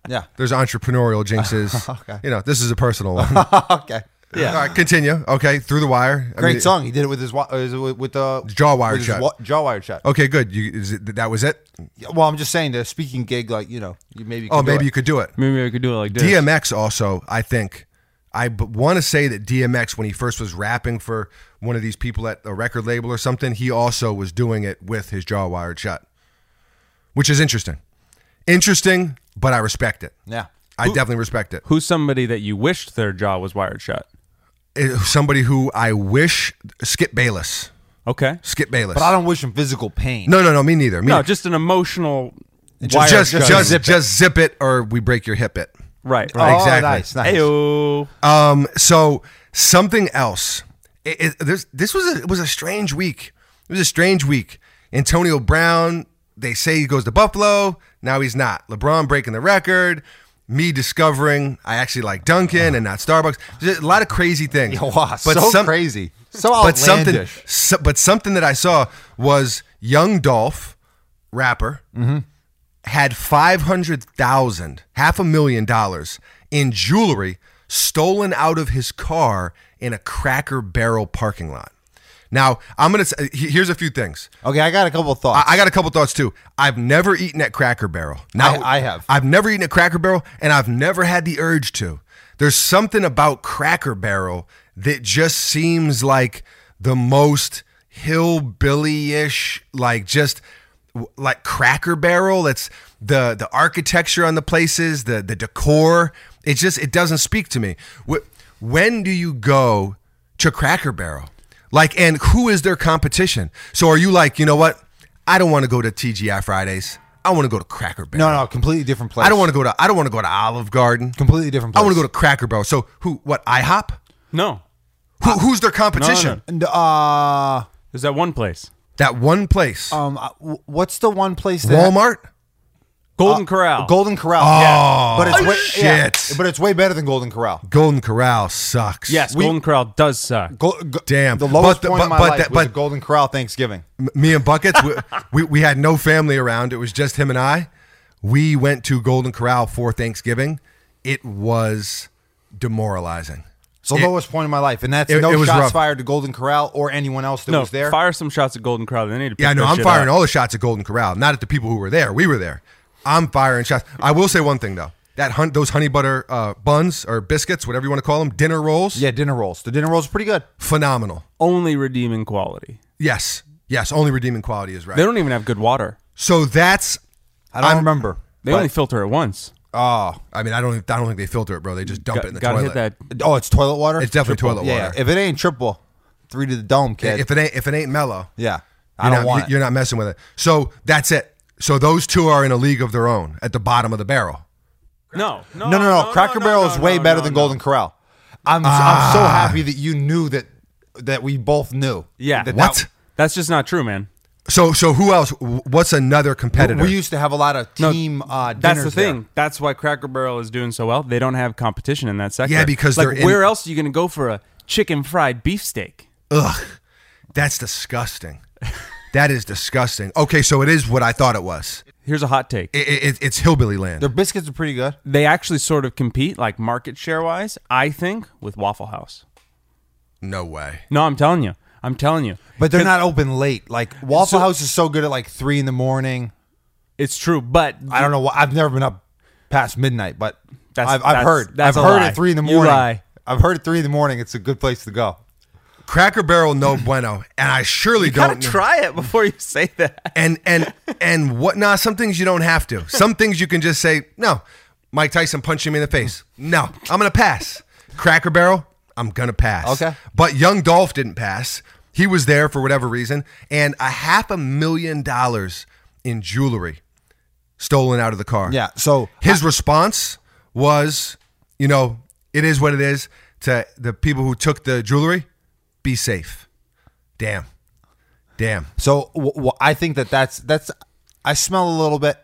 [SPEAKER 3] Yeah.
[SPEAKER 2] There's entrepreneurial jinxes. You know, this is a personal one. All
[SPEAKER 3] okay.
[SPEAKER 4] Yeah.
[SPEAKER 2] right, continue. Okay, through the wire. I
[SPEAKER 3] Great
[SPEAKER 2] mean,
[SPEAKER 3] song. He did it with his wa- uh, with with the
[SPEAKER 2] Jaw wired
[SPEAKER 3] with his
[SPEAKER 2] shut.
[SPEAKER 3] wa- jaw wired shut.
[SPEAKER 2] Okay, good. You, is it, that was it.
[SPEAKER 3] Yeah, Well, I'm just saying the speaking gig, like you know, you maybe.
[SPEAKER 2] Oh,
[SPEAKER 3] could do
[SPEAKER 2] maybe
[SPEAKER 3] it.
[SPEAKER 2] you could do it.
[SPEAKER 4] Maybe I could do it like this.
[SPEAKER 2] DMX also, I think, I want to say that DMX, when he first was rapping for one of these people at a record label or something, he also was doing it with his jaw wired shut, which is interesting. Interesting, but I respect it.
[SPEAKER 3] Yeah.
[SPEAKER 2] I definitely respect it.
[SPEAKER 4] Who's somebody that you wished their jaw was wired shut?
[SPEAKER 2] Eh, Somebody who I wish Skip Bayless,
[SPEAKER 4] Okay.
[SPEAKER 2] Skip Bayless.
[SPEAKER 3] But I don't wish him physical pain.
[SPEAKER 2] no, no, no, me neither. Me
[SPEAKER 4] No, just an emotional.
[SPEAKER 2] just, just,
[SPEAKER 3] just
[SPEAKER 2] just, just,
[SPEAKER 3] zip
[SPEAKER 2] zip it or we break your hip it.
[SPEAKER 4] Right.
[SPEAKER 3] Oh,
[SPEAKER 4] Right.
[SPEAKER 2] Exactly.
[SPEAKER 3] nice, nice.
[SPEAKER 4] Ayo.
[SPEAKER 2] Um, so something else. It, it, there's, this was a, it was a strange week. It was a strange week. Antonio Brown. They say he goes to Buffalo. Now he's not. LeBron breaking the record. me discovering I actually like Dunkin' and not Starbucks. There's a lot of crazy things.
[SPEAKER 3] Wow, so crazy. So
[SPEAKER 2] but
[SPEAKER 3] outlandish.
[SPEAKER 2] something, so, but something that I saw was Young Dolph, rapper, had five hundred thousand, half a million dollars in jewelry stolen out of his car in a Cracker Barrel parking lot. Now I'm gonna. s- he- Here's a few things.
[SPEAKER 3] Okay, I got a couple thoughts.
[SPEAKER 2] I, I got a couple thoughts too. I've never eaten at Cracker Barrel.
[SPEAKER 3] I have.
[SPEAKER 2] I've never eaten at Cracker Barrel, and I've never had the urge to. There's something about Cracker Barrel that just seems like the most hillbilly-ish, like just w- like Cracker Barrel. That's the the architecture on the places, the the decor. It just it doesn't speak to me. Wh- When do you go to Cracker Barrel? Like, and who is their competition? So are you like, you know what? I don't want to go to TGI Fridays. I want to go to Cracker Barrel.
[SPEAKER 3] no, no, completely different place.
[SPEAKER 2] I don't want to go to. I don't want to go to Olive Garden.
[SPEAKER 3] completely different.
[SPEAKER 2] I
[SPEAKER 3] Place.
[SPEAKER 2] want to go to Cracker Barrel. So who? What? IHOP?
[SPEAKER 4] No,
[SPEAKER 2] Who, who's their competition?
[SPEAKER 3] And, uh,
[SPEAKER 4] there's that one place,
[SPEAKER 2] That one place.
[SPEAKER 3] um, uh, w- what's the one place that
[SPEAKER 2] Walmart. Uh,
[SPEAKER 4] Golden Corral.
[SPEAKER 3] Golden Corral. Oh, yeah. but it's way,
[SPEAKER 2] shit.
[SPEAKER 3] Yeah, but it's way better than Golden Corral.
[SPEAKER 2] Golden Corral sucks.
[SPEAKER 4] yes, Golden Corral does suck.
[SPEAKER 3] Go, go,
[SPEAKER 2] Damn.
[SPEAKER 3] the lowest
[SPEAKER 2] But the-
[SPEAKER 3] point
[SPEAKER 2] but-
[SPEAKER 3] in my
[SPEAKER 2] but
[SPEAKER 3] life
[SPEAKER 2] that-
[SPEAKER 3] was
[SPEAKER 2] but-
[SPEAKER 3] the Golden Corral Thanksgiving.
[SPEAKER 2] M- me and buckets. we, we we had no family around. It was just him and I. We went to Golden Corral for Thanksgiving. It was demoralizing.
[SPEAKER 3] It's the
[SPEAKER 2] It-
[SPEAKER 3] lowest point in my life, and that's
[SPEAKER 2] it-
[SPEAKER 3] no
[SPEAKER 2] it was
[SPEAKER 3] shots
[SPEAKER 2] rough.
[SPEAKER 3] fired to Golden Corral or anyone else that
[SPEAKER 4] no,
[SPEAKER 3] was there.
[SPEAKER 4] fire some shots at Golden Corral. They need to. Pick
[SPEAKER 2] Yeah, I know.
[SPEAKER 4] their
[SPEAKER 2] I'm
[SPEAKER 4] shit
[SPEAKER 2] firing
[SPEAKER 4] up.
[SPEAKER 2] all the shots at Golden Corral, not at the people who were there. We were there. I'm firing shots. I will say one thing though. That hunt, those honey butter uh, buns or biscuits, whatever you want to call them, dinner rolls,
[SPEAKER 3] yeah, dinner rolls. The dinner rolls are pretty good.
[SPEAKER 2] phenomenal.
[SPEAKER 4] Only redeeming quality.
[SPEAKER 2] Yes, yes. Only redeeming quality is right.
[SPEAKER 4] They don't even have good water.
[SPEAKER 2] so that's.
[SPEAKER 3] I don't
[SPEAKER 2] I'm-
[SPEAKER 3] remember.
[SPEAKER 4] They only filter it once.
[SPEAKER 3] Oh,
[SPEAKER 2] I mean, I don't. I don't think they filter it, bro. They just dump it in the
[SPEAKER 4] Got to
[SPEAKER 2] toilet.
[SPEAKER 4] hit that.
[SPEAKER 3] oh, it's toilet water.
[SPEAKER 2] It's definitely
[SPEAKER 3] Triple.
[SPEAKER 2] toilet
[SPEAKER 3] Yeah,
[SPEAKER 2] water.
[SPEAKER 3] if it ain't triple, three to the dome, kid.
[SPEAKER 2] If it ain't, if it ain't mellow,
[SPEAKER 3] yeah, I
[SPEAKER 2] You're
[SPEAKER 3] don't
[SPEAKER 2] not,
[SPEAKER 3] want
[SPEAKER 2] You're
[SPEAKER 3] it.
[SPEAKER 2] not messing with it. So that's it. So those two are in a league of their own at the bottom of the barrel.
[SPEAKER 4] No, no,
[SPEAKER 3] No, no, no. Cracker
[SPEAKER 4] no,
[SPEAKER 3] Barrel
[SPEAKER 4] no,
[SPEAKER 3] is way
[SPEAKER 4] no,
[SPEAKER 3] better
[SPEAKER 4] no,
[SPEAKER 3] than
[SPEAKER 4] no. Ah.
[SPEAKER 3] Golden Corral. I'm I'm so happy that you knew that that we both knew.
[SPEAKER 4] Yeah.
[SPEAKER 3] That-
[SPEAKER 2] What?
[SPEAKER 4] That's just not true, man.
[SPEAKER 2] So so who else? What's another
[SPEAKER 3] that-
[SPEAKER 2] competitor?
[SPEAKER 3] we used to have a lot of team uh dinners
[SPEAKER 4] That's the
[SPEAKER 3] there.
[SPEAKER 4] thing. That's why Cracker Barrel is doing so well. They don't have competition in that sector.
[SPEAKER 2] Yeah, because
[SPEAKER 4] like,
[SPEAKER 2] they're in-
[SPEAKER 4] where else are you going to go for a chicken fried beefsteak?
[SPEAKER 2] Ugh, that's disgusting. that is disgusting. Okay, so it is what I thought it was.
[SPEAKER 4] Here's a hot take.
[SPEAKER 2] It, it, it's hillbilly land.
[SPEAKER 3] Their biscuits are pretty good.
[SPEAKER 4] they actually sort of compete, like market share wise, I think, with Waffle House.
[SPEAKER 2] no way.
[SPEAKER 4] No, I'm telling you. I'm telling you.
[SPEAKER 3] But they're
[SPEAKER 4] 'Cause
[SPEAKER 3] not open late. Like Waffle
[SPEAKER 4] So-
[SPEAKER 3] House is so good at like three in the morning.
[SPEAKER 4] It's true, but
[SPEAKER 3] I don't know. why I've never been up past midnight, but
[SPEAKER 4] That's-
[SPEAKER 3] I've, I've
[SPEAKER 4] that's-
[SPEAKER 3] heard.
[SPEAKER 4] that's
[SPEAKER 3] I've
[SPEAKER 4] a
[SPEAKER 3] heard
[SPEAKER 4] lie.
[SPEAKER 3] at three in the
[SPEAKER 4] You
[SPEAKER 3] morning.
[SPEAKER 4] lie.
[SPEAKER 3] I've heard at three in the morning. It's a good place to go.
[SPEAKER 2] Cracker Barrel, no bueno. And I surely
[SPEAKER 4] gotta
[SPEAKER 2] don't. know-
[SPEAKER 4] try it before you say that.
[SPEAKER 2] and and and what? Nah, some things you don't have to. Some things you can just say no. Mike Tyson punching me in the face. No, I'm gonna pass. Cracker Barrel, I'm gonna pass.
[SPEAKER 3] Okay.
[SPEAKER 2] But Young Dolph didn't pass. He was there for whatever reason, and a half a million dollars in jewelry stolen out of the car.
[SPEAKER 3] Yeah. So
[SPEAKER 2] His response was, you know, it is what it is to the people who took the jewelry, be safe. Damn. Damn.
[SPEAKER 3] so w- w- I think that that's that's. I smell a little bit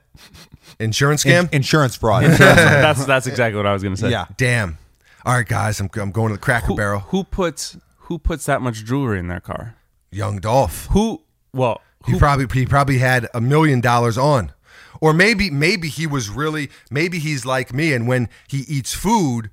[SPEAKER 2] Insurance
[SPEAKER 3] in-
[SPEAKER 2] scam?
[SPEAKER 3] insurance fraud.
[SPEAKER 4] that's that's exactly what I was going to say.
[SPEAKER 3] yeah.
[SPEAKER 2] Damn. All right, guys, I'm, I'm going to the Cracker Barrel.
[SPEAKER 4] Who puts who puts that much jewelry in their car?
[SPEAKER 2] Young Dolph.
[SPEAKER 4] Who? Well, who,
[SPEAKER 2] He probably he probably had a million dollars on. Or maybe maybe he was really maybe he's like me and when he eats food,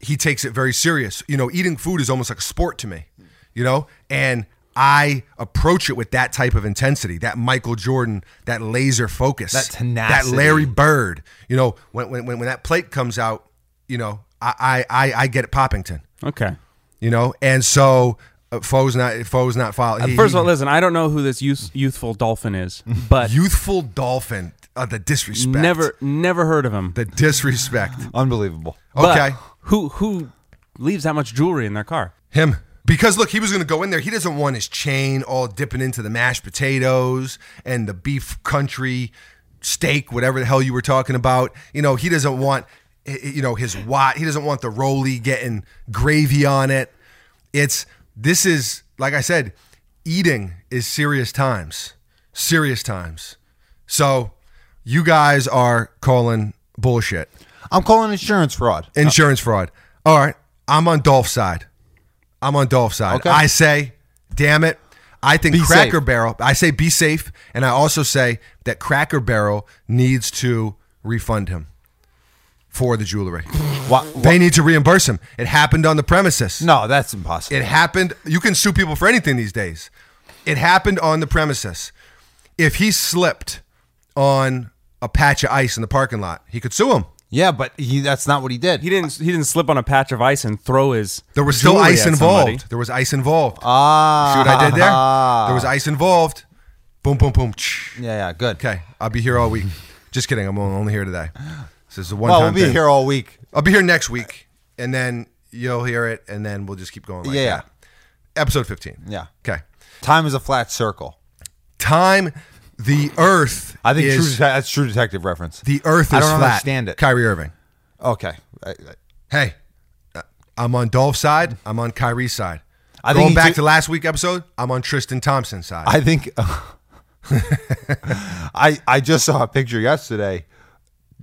[SPEAKER 2] he takes it very serious. You know, eating food is almost like a sport to me. You know? And I approach it with that type of intensity, that Michael Jordan, that laser focus,
[SPEAKER 3] That tenacity.
[SPEAKER 2] that Larry Bird. You know, when when when, when that plate comes out, you know, I I I, I get it Poppington.
[SPEAKER 4] okay.
[SPEAKER 2] you know. And so uh, foes not foes not follow. he-
[SPEAKER 4] Uh, First of all,
[SPEAKER 2] he-
[SPEAKER 4] listen. I don't know who this youth, youthful dolphin is, but
[SPEAKER 2] youthful dolphin, uh, the disrespect,
[SPEAKER 4] never never heard of him.
[SPEAKER 2] the disrespect.
[SPEAKER 3] Unbelievable.
[SPEAKER 4] But
[SPEAKER 2] Okay,
[SPEAKER 4] Who who leaves that much jewelry in their car?
[SPEAKER 2] him. Because look, he was going to go in there. He doesn't want his chain all dipping into the mashed potatoes and the beef country steak, whatever the hell you were talking about. You know, he doesn't want i- i- you know his wat. He doesn't want the roly getting gravy on it. It's this is like I said, eating is serious times. Serious times. So you guys are calling bullshit.
[SPEAKER 3] I'm calling insurance fraud.
[SPEAKER 2] Insurance fraud. All right. I'm on Dolph's side. I'm on Dolph's side.
[SPEAKER 3] Okay.
[SPEAKER 2] I say, damn it. I think
[SPEAKER 3] Be
[SPEAKER 2] Cracker
[SPEAKER 3] safe.
[SPEAKER 2] Barrel, I say be safe. And I also say that Cracker Barrel needs to refund him for the jewelry.
[SPEAKER 3] Wha- wha-
[SPEAKER 2] They need to reimburse him. It happened on the premises.
[SPEAKER 3] no, that's impossible.
[SPEAKER 2] It happened. You can sue people for anything these days. It happened on the premises. If he slipped on a patch of ice in the parking lot, he could sue him.
[SPEAKER 3] yeah, but he, that's not what he did.
[SPEAKER 4] He didn't. He didn't slip on a patch of ice and throw his.
[SPEAKER 2] There was still
[SPEAKER 4] jewelry
[SPEAKER 2] ice
[SPEAKER 4] at
[SPEAKER 2] involved.
[SPEAKER 4] somebody.
[SPEAKER 2] There was ice involved.
[SPEAKER 3] ah,
[SPEAKER 2] See what I did there? There was ice involved. Boom, boom, boom. Tsh.
[SPEAKER 3] Yeah, yeah, good.
[SPEAKER 2] Okay, I'll be here all week. Just kidding. I'm only here today. This is a one
[SPEAKER 3] Well,
[SPEAKER 2] time
[SPEAKER 3] we'll be
[SPEAKER 2] thing.
[SPEAKER 3] here all week.
[SPEAKER 2] I'll be here next week, and then you'll hear it, and then we'll just keep going. Like
[SPEAKER 3] Yeah.
[SPEAKER 2] that. Episode 15.
[SPEAKER 3] Yeah.
[SPEAKER 2] Okay.
[SPEAKER 3] Time is a flat circle.
[SPEAKER 2] Time, the Earth.
[SPEAKER 3] I think true
[SPEAKER 2] is,
[SPEAKER 3] Det- that's true detective reference.
[SPEAKER 2] the Earth is
[SPEAKER 3] I don't
[SPEAKER 2] flat.
[SPEAKER 3] understand it.
[SPEAKER 2] Kyrie Irving.
[SPEAKER 3] okay, I, I-
[SPEAKER 2] Hey, uh, I'm on Dolph's side. I'm on Kyrie's side.
[SPEAKER 3] I think
[SPEAKER 2] Going
[SPEAKER 3] he
[SPEAKER 2] back
[SPEAKER 3] ju-
[SPEAKER 2] to last week episode, I'm on Tristan Thompson's side.
[SPEAKER 3] I think I I just saw a picture yesterday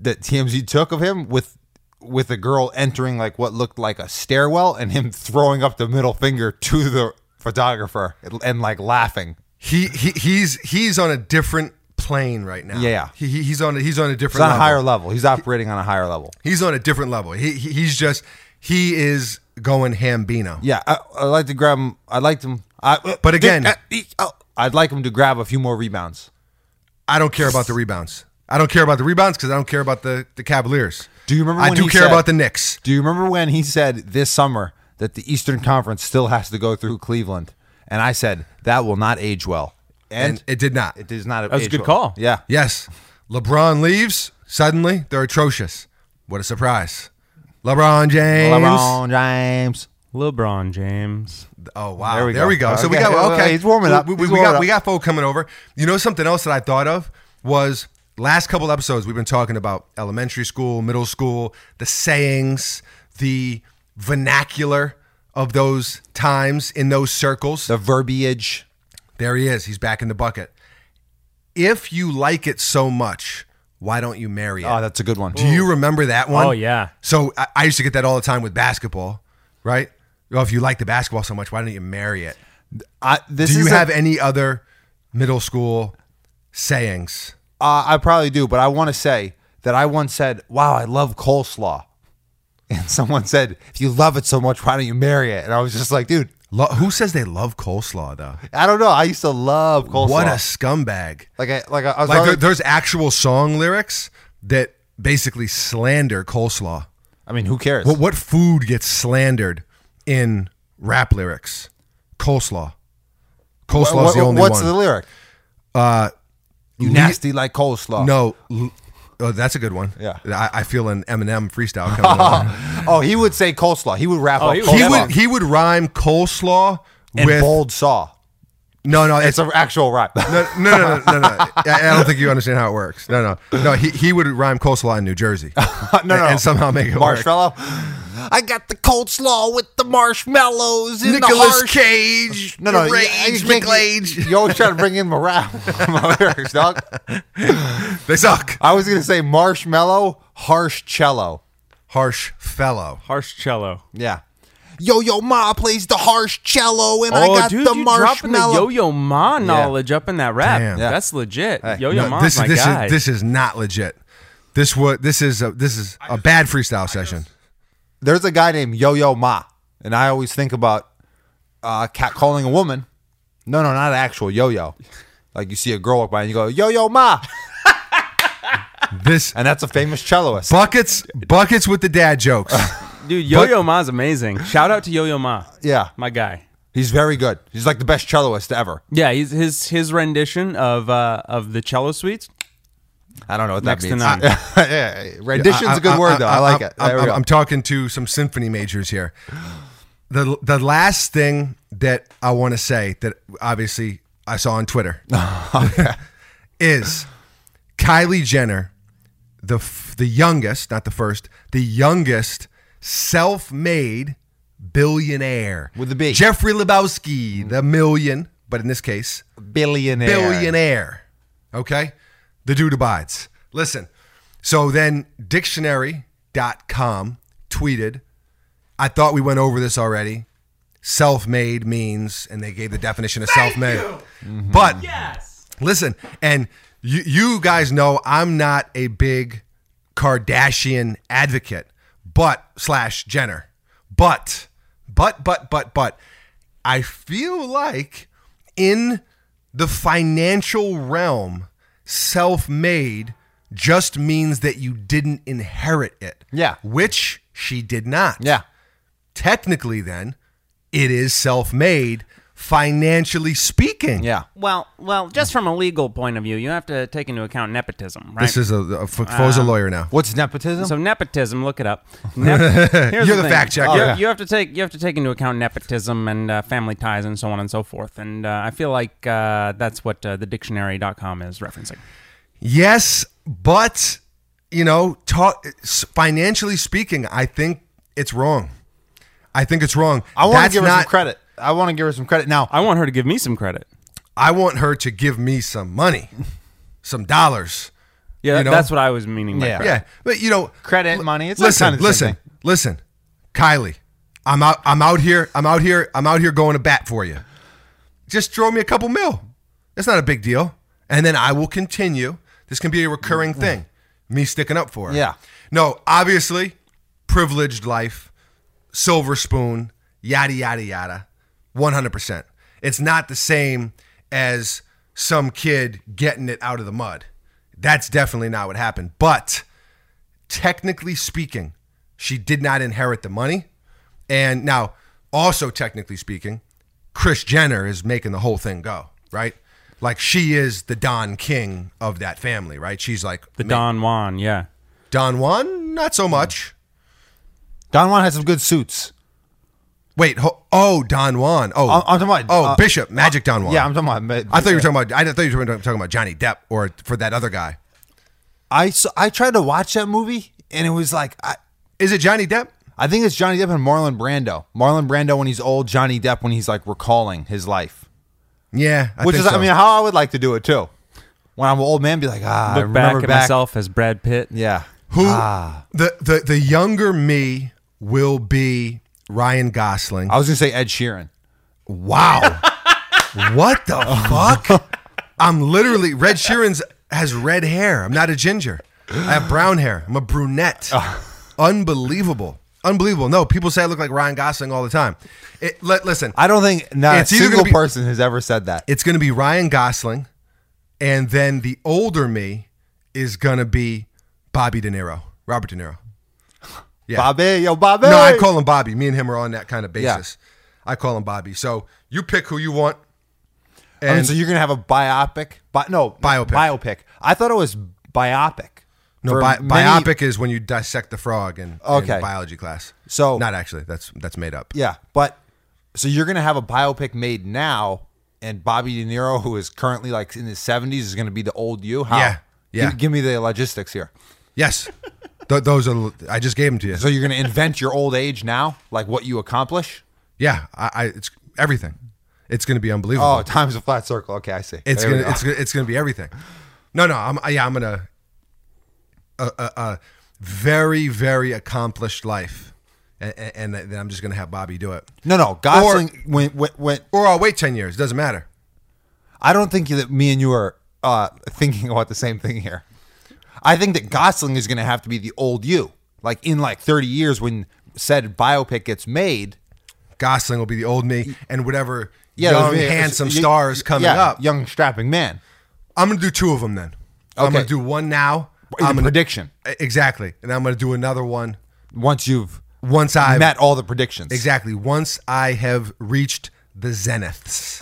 [SPEAKER 3] that TMZ took of him with with a girl entering like what looked like a stairwell and him throwing up the middle finger to the photographer and, and, like laughing.
[SPEAKER 2] he, he he's he's on a different plane right now.
[SPEAKER 3] Yeah.
[SPEAKER 2] He, he- he's on a, he's on a
[SPEAKER 3] It's
[SPEAKER 2] different
[SPEAKER 3] on a
[SPEAKER 2] level.
[SPEAKER 3] higher level. He's operating on a higher level.
[SPEAKER 2] He's on a different level. He, he he's just he is going hambino.
[SPEAKER 3] Yeah, I, I'd like to grab him. I'd like to. I, uh,
[SPEAKER 2] But again-
[SPEAKER 3] e, oh. I'd like him to grab a few more rebounds.
[SPEAKER 2] I don't care about the rebounds. I don't care about the rebounds because I don't care about the the Cavaliers.
[SPEAKER 3] Do you remember
[SPEAKER 2] I
[SPEAKER 3] when
[SPEAKER 2] do
[SPEAKER 3] he
[SPEAKER 2] care
[SPEAKER 3] said-
[SPEAKER 2] about the Knicks.
[SPEAKER 3] Do you remember when he said this summer that the Eastern Conference still has to go through Cleveland? And I said that will not age well. And,
[SPEAKER 2] And it did not.
[SPEAKER 3] it does not.
[SPEAKER 4] was a
[SPEAKER 3] age
[SPEAKER 4] good
[SPEAKER 3] well.
[SPEAKER 4] call.
[SPEAKER 3] Yeah.
[SPEAKER 2] Yes. LeBron leaves. Suddenly, they're atrocious. What a surprise. LeBron James.
[SPEAKER 3] LeBron James.
[SPEAKER 4] LeBron James.
[SPEAKER 2] Oh wow. There
[SPEAKER 3] There
[SPEAKER 2] we
[SPEAKER 3] we
[SPEAKER 2] go.
[SPEAKER 3] go.
[SPEAKER 2] So we
[SPEAKER 3] Okay.
[SPEAKER 2] got okay.
[SPEAKER 3] He's warming up.
[SPEAKER 2] We, we-
[SPEAKER 3] He's
[SPEAKER 2] we
[SPEAKER 3] warming
[SPEAKER 2] got
[SPEAKER 3] up.
[SPEAKER 2] we got folk coming over. You know something else that I thought of was last couple episodes we've been talking about elementary school, middle school, the sayings, the vernacular of those times in those circles.
[SPEAKER 3] The verbiage.
[SPEAKER 2] There he is. He's back in the bucket. If you like it so much, why don't you marry it?
[SPEAKER 3] Oh, that's a good one.
[SPEAKER 2] Do you remember that one?
[SPEAKER 4] Oh, yeah.
[SPEAKER 2] So I, I used to get that all the time with basketball, right? Well, if you like the basketball so much, why don't you marry it?
[SPEAKER 3] I, this
[SPEAKER 2] Do you
[SPEAKER 3] is a-
[SPEAKER 2] have any other middle school sayings?
[SPEAKER 3] uh, I probably do, but I want to say that I once said, "Wow, I love coleslaw," and someone said, "If you love it so much, why don't you marry it?" And I was just like, "Dude,
[SPEAKER 2] Lo- who says they love coleslaw though?
[SPEAKER 3] I don't know. I used to love coleslaw.
[SPEAKER 2] What a scumbag!
[SPEAKER 3] like, I, like I, I was
[SPEAKER 2] Like there,
[SPEAKER 3] already-
[SPEAKER 2] there's actual song lyrics that basically slander coleslaw.
[SPEAKER 3] I mean, who cares?
[SPEAKER 2] What what food gets slandered in rap lyrics? Coleslaw. Coleslaw's
[SPEAKER 3] What-
[SPEAKER 2] the
[SPEAKER 3] what-
[SPEAKER 2] only
[SPEAKER 3] what's
[SPEAKER 2] one.
[SPEAKER 3] the lyric? Uh, you
[SPEAKER 2] le-
[SPEAKER 3] nasty like coleslaw.
[SPEAKER 2] no, l- oh, that's a good one.
[SPEAKER 3] Yeah.
[SPEAKER 2] I, I feel an Eminem freestyle coming on.
[SPEAKER 3] Oh, he would say coleslaw. Oh, He would wrap up
[SPEAKER 4] he would-
[SPEAKER 3] coleslaw
[SPEAKER 2] He would he would rhyme coleslaw
[SPEAKER 3] and
[SPEAKER 2] with
[SPEAKER 3] bold saw.
[SPEAKER 2] no no
[SPEAKER 3] It's an actual rap.
[SPEAKER 2] No, no, no, no, no, no. I, I don't think you understand how it works. No, no, no. He, he would rhyme coleslaw in New Jersey. no,
[SPEAKER 3] no.
[SPEAKER 2] and somehow make it work.
[SPEAKER 3] marshmallow. I got the coleslaw with the marshmallows in the
[SPEAKER 2] Nicholas
[SPEAKER 3] harsh.
[SPEAKER 2] Cage,
[SPEAKER 3] no, no,
[SPEAKER 2] the
[SPEAKER 3] you-
[SPEAKER 2] rage,
[SPEAKER 3] you
[SPEAKER 2] Nick
[SPEAKER 3] can't-
[SPEAKER 2] Cage.
[SPEAKER 3] You always try to bring in my rap my lyrics, dog.
[SPEAKER 2] They suck.
[SPEAKER 3] I was gonna say marshmallow, harsh cello.
[SPEAKER 2] Harsh fellow.
[SPEAKER 4] Harsh cello.
[SPEAKER 3] Yeah. Yo yo ma plays the harsh cello, and I
[SPEAKER 4] oh,
[SPEAKER 3] got
[SPEAKER 4] dude,
[SPEAKER 3] the
[SPEAKER 4] you dropping the
[SPEAKER 3] marshmallow.
[SPEAKER 4] yo-yo ma knowledge up in that rap.
[SPEAKER 2] Damn.
[SPEAKER 3] Yeah.
[SPEAKER 4] That's legit. Yo-yo
[SPEAKER 2] No,
[SPEAKER 4] ma's
[SPEAKER 2] this
[SPEAKER 4] Oh, my
[SPEAKER 2] is this
[SPEAKER 4] guy.
[SPEAKER 2] is this is not legit. This what this is a, this is a bad freestyle session.
[SPEAKER 3] there's a guy named Yo Yo Ma, and I always think about uh, cat calling a woman. No, no, not an actual yo yo. Like you see a girl walk by and you go Yo Yo Ma,
[SPEAKER 2] This
[SPEAKER 3] and that's a famous celloist.
[SPEAKER 2] buckets buckets with the dad jokes.
[SPEAKER 4] Dude, Yo-Yo Ma's amazing. Shout out to Yo-Yo Ma.
[SPEAKER 3] Yeah,
[SPEAKER 4] My guy.
[SPEAKER 3] he's very good. He's like the best celloist ever.
[SPEAKER 4] Yeah, he's, his his rendition of uh, of the cello suites.
[SPEAKER 3] I don't know what
[SPEAKER 4] Next
[SPEAKER 3] that
[SPEAKER 4] to
[SPEAKER 3] means.
[SPEAKER 4] none.
[SPEAKER 3] yeah, rendition's a good word though. I, like it.
[SPEAKER 2] I'm,
[SPEAKER 3] There we
[SPEAKER 2] I'm-
[SPEAKER 3] go.
[SPEAKER 2] I'm talking to some symphony majors here. The the last thing that I want to say that obviously I saw on Twitter is Kylie Jenner, the f- the youngest, not the first, the youngest self-made billionaire
[SPEAKER 3] With a B.
[SPEAKER 2] Jeffrey Lebowski, the million, but in this case,
[SPEAKER 3] billionaire.
[SPEAKER 2] billionaire. Okay? The dude abides. Listen. So then dictionary selfmade.com tweeted, I thought we went over this already. Self made means, and they gave the definition of self made. But
[SPEAKER 4] Yes.
[SPEAKER 2] listen, and you, you guys know I'm not a big Kardashian advocate, but slash Jenner, but, but, but, but, but, I feel like in the financial realm, self made just means that you didn't inherit it.
[SPEAKER 3] Yeah.
[SPEAKER 2] Which she did not
[SPEAKER 3] Yeah.
[SPEAKER 2] technically then it is self-made financially speaking
[SPEAKER 3] Yeah.
[SPEAKER 4] Well, well, just from a legal point of view, you have to take into account nepotism, right?
[SPEAKER 2] this is a, a F- Fo's
[SPEAKER 3] Uh,
[SPEAKER 2] a lawyer now
[SPEAKER 3] What's nepotism?
[SPEAKER 4] so nepotism, look it up. Nep- here's
[SPEAKER 2] You're the
[SPEAKER 4] thing.
[SPEAKER 2] fact checker.
[SPEAKER 4] You,
[SPEAKER 3] yeah.
[SPEAKER 4] you have to take you have to take into account nepotism and uh, family ties and so on and so forth. And uh, I feel like uh, that's what uh, the dictionary.com is referencing.
[SPEAKER 2] yes but you know talk s- financially speaking i think it's wrong i think it's wrong
[SPEAKER 3] I want to
[SPEAKER 2] That's
[SPEAKER 3] give her
[SPEAKER 2] not,
[SPEAKER 3] some credit. I want to give her some credit. Now,
[SPEAKER 4] I want her to give me some credit.
[SPEAKER 2] i want her to give me some money some dollars
[SPEAKER 4] Yeah,
[SPEAKER 2] You know?
[SPEAKER 4] that's what I was meaning. By
[SPEAKER 3] Yeah.
[SPEAKER 4] credit.
[SPEAKER 2] yeah but you know
[SPEAKER 3] credit money. It's
[SPEAKER 2] listen,
[SPEAKER 3] kind of the
[SPEAKER 2] listen,
[SPEAKER 3] Same thing.
[SPEAKER 2] listen, Kylie. I'm out. I'm out here. I'm out here. I'm out here going to bat for you. Just throw me a couple mil. That's not a big deal. And then I will continue. This can be a recurring thing. Me sticking up for her.
[SPEAKER 3] Mm-hmm. Yeah.
[SPEAKER 2] No, obviously, privileged life, silver spoon, yada yada yada, one hundred percent. It's not the same as some kid getting it out of the mud. That's definitely not what happened. But technically speaking, she did not inherit the money. And now, also technically speaking, Chris Jenner is making the whole thing go, right? Like she is the Don King of that family, right? She's like
[SPEAKER 4] The Don Juan, yeah.
[SPEAKER 2] Don Juan, not so much.
[SPEAKER 3] Don Juan had some good suits.
[SPEAKER 2] Wait, ho- oh Don Juan. Oh,
[SPEAKER 3] I'm- I'm talking about,
[SPEAKER 2] oh
[SPEAKER 3] uh,
[SPEAKER 2] Bishop Magic Don Juan.
[SPEAKER 3] Yeah, I'm talking about.
[SPEAKER 2] I thought you were talking about. I thought you were talking about Johnny Depp or for that other guy.
[SPEAKER 3] I saw, I tried to watch that movie and it was like I
[SPEAKER 2] Is it Johnny Depp?
[SPEAKER 3] I think it's Johnny Depp and Marlon Brando. Marlon Brando when he's old, Johnny Depp when he's like recalling his life.
[SPEAKER 2] Yeah,
[SPEAKER 3] Which is
[SPEAKER 2] think
[SPEAKER 3] I
[SPEAKER 2] so.
[SPEAKER 3] mean how I would like to do it too. When I'm an old man be like, ah, I
[SPEAKER 4] Look back
[SPEAKER 3] remember
[SPEAKER 4] at myself as Brad Pitt.
[SPEAKER 3] Yeah.
[SPEAKER 2] Who the, the the younger me will be Ryan Gosling.
[SPEAKER 3] I was gonna say Ed Sheeran.
[SPEAKER 2] Wow. what the fuck? I'm literally Red Sheeran's has red hair. I'm not a ginger. I have brown hair. I'm a brunette. Unbelievable. Unbelievable. No, people say I look like Ryan Gosling all the time. It, li- listen,
[SPEAKER 3] I don't think not
[SPEAKER 2] It's
[SPEAKER 3] a
[SPEAKER 2] either gonna
[SPEAKER 3] single
[SPEAKER 2] be-
[SPEAKER 3] person has ever said that.
[SPEAKER 2] it's going to be Ryan Gosling, and then the older me is going to be Bobby De Niro, Robert De Niro. Yeah.
[SPEAKER 3] Bobby, yo, Bobby.
[SPEAKER 2] No, I call him Bobby. Me and him are on that kind of basis. I call him Bobby. So you pick who you want.
[SPEAKER 3] I mean,
[SPEAKER 2] And
[SPEAKER 3] so you're gonna have a biopic, bi- no
[SPEAKER 2] Biopic.
[SPEAKER 3] Biopic. I thought it was biopic.
[SPEAKER 2] no,
[SPEAKER 3] For
[SPEAKER 2] bi-
[SPEAKER 3] many-
[SPEAKER 2] biopic is when you dissect the frog in, in
[SPEAKER 3] Okay.
[SPEAKER 2] biology class.
[SPEAKER 3] So-
[SPEAKER 2] not actually. That's that's made up.
[SPEAKER 3] Yeah, but so you're gonna have a biopic made now, and Bobby De Niro, who is currently like in his 70s, is gonna be the old you. How?
[SPEAKER 2] Yeah, yeah.
[SPEAKER 3] Give, give me the logistics here.
[SPEAKER 2] Yes, Th- those are. I just gave them to you.
[SPEAKER 3] So you're gonna invent your old age now, like what you accomplish.
[SPEAKER 2] Yeah, I, I it's everything. It's going to be unbelievable.
[SPEAKER 3] Oh, time's a flat circle. Okay, I see.
[SPEAKER 2] It's
[SPEAKER 3] There we
[SPEAKER 2] gonna,
[SPEAKER 3] go.
[SPEAKER 2] it's gonna, it's gonna be everything. No, no, I'm, yeah, I'm gonna, a, a, a very, very accomplished life, and, and, and then I'm just gonna have Bobby do it.
[SPEAKER 3] no, no. Gosling. when, when, when
[SPEAKER 2] Or I'll wait ten years. Doesn't matter.
[SPEAKER 3] I don't think that me and you are uh, thinking about the same thing here. I think that Gosling is gonna have to be the old you, like in like 30 years when said biopic gets made.
[SPEAKER 2] Gosling will be the old me, and whatever
[SPEAKER 3] there's
[SPEAKER 2] young,
[SPEAKER 3] gonna be a-
[SPEAKER 2] handsome
[SPEAKER 3] y-
[SPEAKER 2] stars coming
[SPEAKER 3] yeah,
[SPEAKER 2] up.
[SPEAKER 3] Young strapping man.
[SPEAKER 2] I'm gonna do two of them then. I'm
[SPEAKER 3] Okay.
[SPEAKER 2] gonna do one now.
[SPEAKER 3] in
[SPEAKER 2] I'm
[SPEAKER 3] the
[SPEAKER 2] gonna, e,
[SPEAKER 3] prediction.
[SPEAKER 2] exactly, and I'm gonna do another one
[SPEAKER 3] Once you've
[SPEAKER 2] once I've
[SPEAKER 3] met all the predictions,
[SPEAKER 2] exactly once I have reached the zeniths.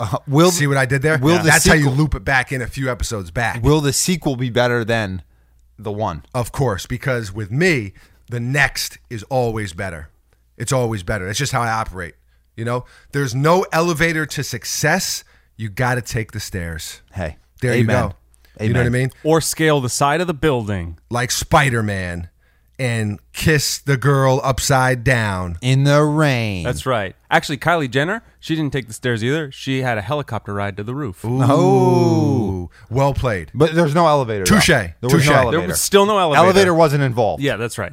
[SPEAKER 3] Uh-huh. will-
[SPEAKER 2] see what I did there?
[SPEAKER 3] will the
[SPEAKER 2] That's how you
[SPEAKER 3] sequel-
[SPEAKER 2] loop it back in a few episodes back.
[SPEAKER 3] will the sequel be better than the one?
[SPEAKER 2] Of course, because with me, the next is always better. It's always better. That's just how I operate. You know, there's no elevator to success. You got to take the stairs.
[SPEAKER 3] Hey,
[SPEAKER 2] there you
[SPEAKER 3] amen.
[SPEAKER 2] go. You know what I
[SPEAKER 3] Amen.
[SPEAKER 2] mean?
[SPEAKER 4] Or scale the side of the building.
[SPEAKER 2] Like Spider Man and kiss the girl upside down.
[SPEAKER 3] In the rain.
[SPEAKER 4] That's right. Actually, Kylie Jenner, she didn't take the stairs either. She had a helicopter ride to the roof.
[SPEAKER 2] Oh, well played.
[SPEAKER 3] but there's no elevator. though.
[SPEAKER 2] Touche.
[SPEAKER 3] There was
[SPEAKER 2] Touche.
[SPEAKER 3] no
[SPEAKER 2] There
[SPEAKER 3] elevator.
[SPEAKER 4] There was still no elevator.
[SPEAKER 3] elevator wasn't involved.
[SPEAKER 4] Yeah, that's right.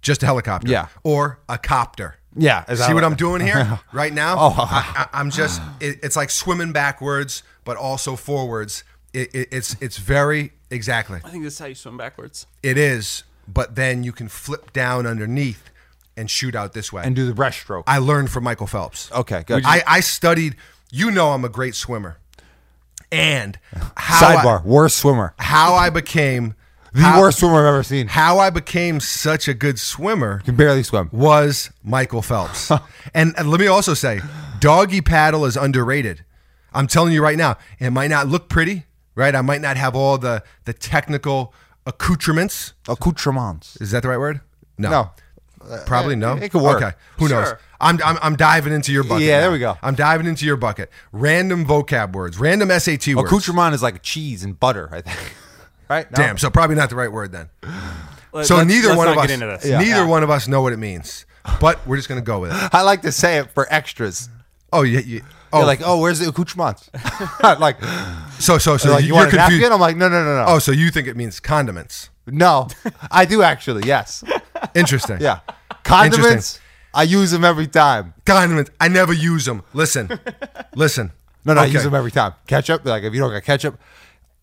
[SPEAKER 2] just a helicopter.
[SPEAKER 3] Yeah.
[SPEAKER 2] Or a copter.
[SPEAKER 3] Yeah, as I
[SPEAKER 2] See what
[SPEAKER 3] like-
[SPEAKER 2] I'm doing here right now?
[SPEAKER 3] Oh.
[SPEAKER 2] I, I, I'm just, it, it's like swimming backwards, but also forwards. It, it, it's, it's very, exactly.
[SPEAKER 5] I think this is how you swim backwards.
[SPEAKER 2] It is, but then you can flip down underneath and shoot out this way.
[SPEAKER 3] and Oh, do the breaststroke.
[SPEAKER 2] I learned from Michael Phelps.
[SPEAKER 3] Okay, good.
[SPEAKER 2] I, I studied, you know, I'm a great swimmer. And how I-
[SPEAKER 3] Sidebar: worst swimmer,
[SPEAKER 2] how I became
[SPEAKER 3] the
[SPEAKER 2] how-
[SPEAKER 3] worst swimmer I've ever seen.
[SPEAKER 2] How I became such a good swimmer
[SPEAKER 3] Can barely swim.
[SPEAKER 2] was Michael Phelps. and, and let me also say, doggy paddle is underrated. I'm telling you right now, it might not look pretty, right? I might not have all the the technical accoutrements.
[SPEAKER 3] Accoutrements.
[SPEAKER 2] Is that the right word? No.
[SPEAKER 3] No. Uh,
[SPEAKER 2] Probably no.
[SPEAKER 3] it could work.
[SPEAKER 2] Okay. Who knows?
[SPEAKER 5] Sure.
[SPEAKER 2] I'm, I'm I'm diving into your bucket.
[SPEAKER 3] Yeah,
[SPEAKER 2] now.
[SPEAKER 3] there we go.
[SPEAKER 2] I'm diving into your bucket. Random vocab words, random SAT words.
[SPEAKER 3] Accoutrement is like cheese and butter, I think. right? No?
[SPEAKER 2] Damn. So probably not the right word then.
[SPEAKER 5] Let-
[SPEAKER 2] So
[SPEAKER 5] let's-
[SPEAKER 2] neither
[SPEAKER 4] let's
[SPEAKER 2] one
[SPEAKER 4] not
[SPEAKER 2] of us,
[SPEAKER 4] get into this.
[SPEAKER 2] neither one of us know what it means, but we're just gonna go with it.
[SPEAKER 3] I like to say it for extras.
[SPEAKER 2] Oh yeah, yeah.
[SPEAKER 3] Oh.
[SPEAKER 2] oh
[SPEAKER 3] like, oh, where's the accoutrements? like,
[SPEAKER 2] so so so
[SPEAKER 3] they're like, you
[SPEAKER 2] you
[SPEAKER 3] want
[SPEAKER 2] are
[SPEAKER 3] a
[SPEAKER 2] confused.
[SPEAKER 3] napkin? I'm like, no, no, no, no.
[SPEAKER 2] Oh, so you think it means condiments?
[SPEAKER 3] No, I do actually. Yes.
[SPEAKER 2] Interesting.
[SPEAKER 3] Yeah. Condiments. I use them every time.
[SPEAKER 2] condiments. I never use them. Listen, listen.
[SPEAKER 3] No, no, I
[SPEAKER 2] Okay.
[SPEAKER 3] use them every time. Ketchup. Like if you don't got ketchup,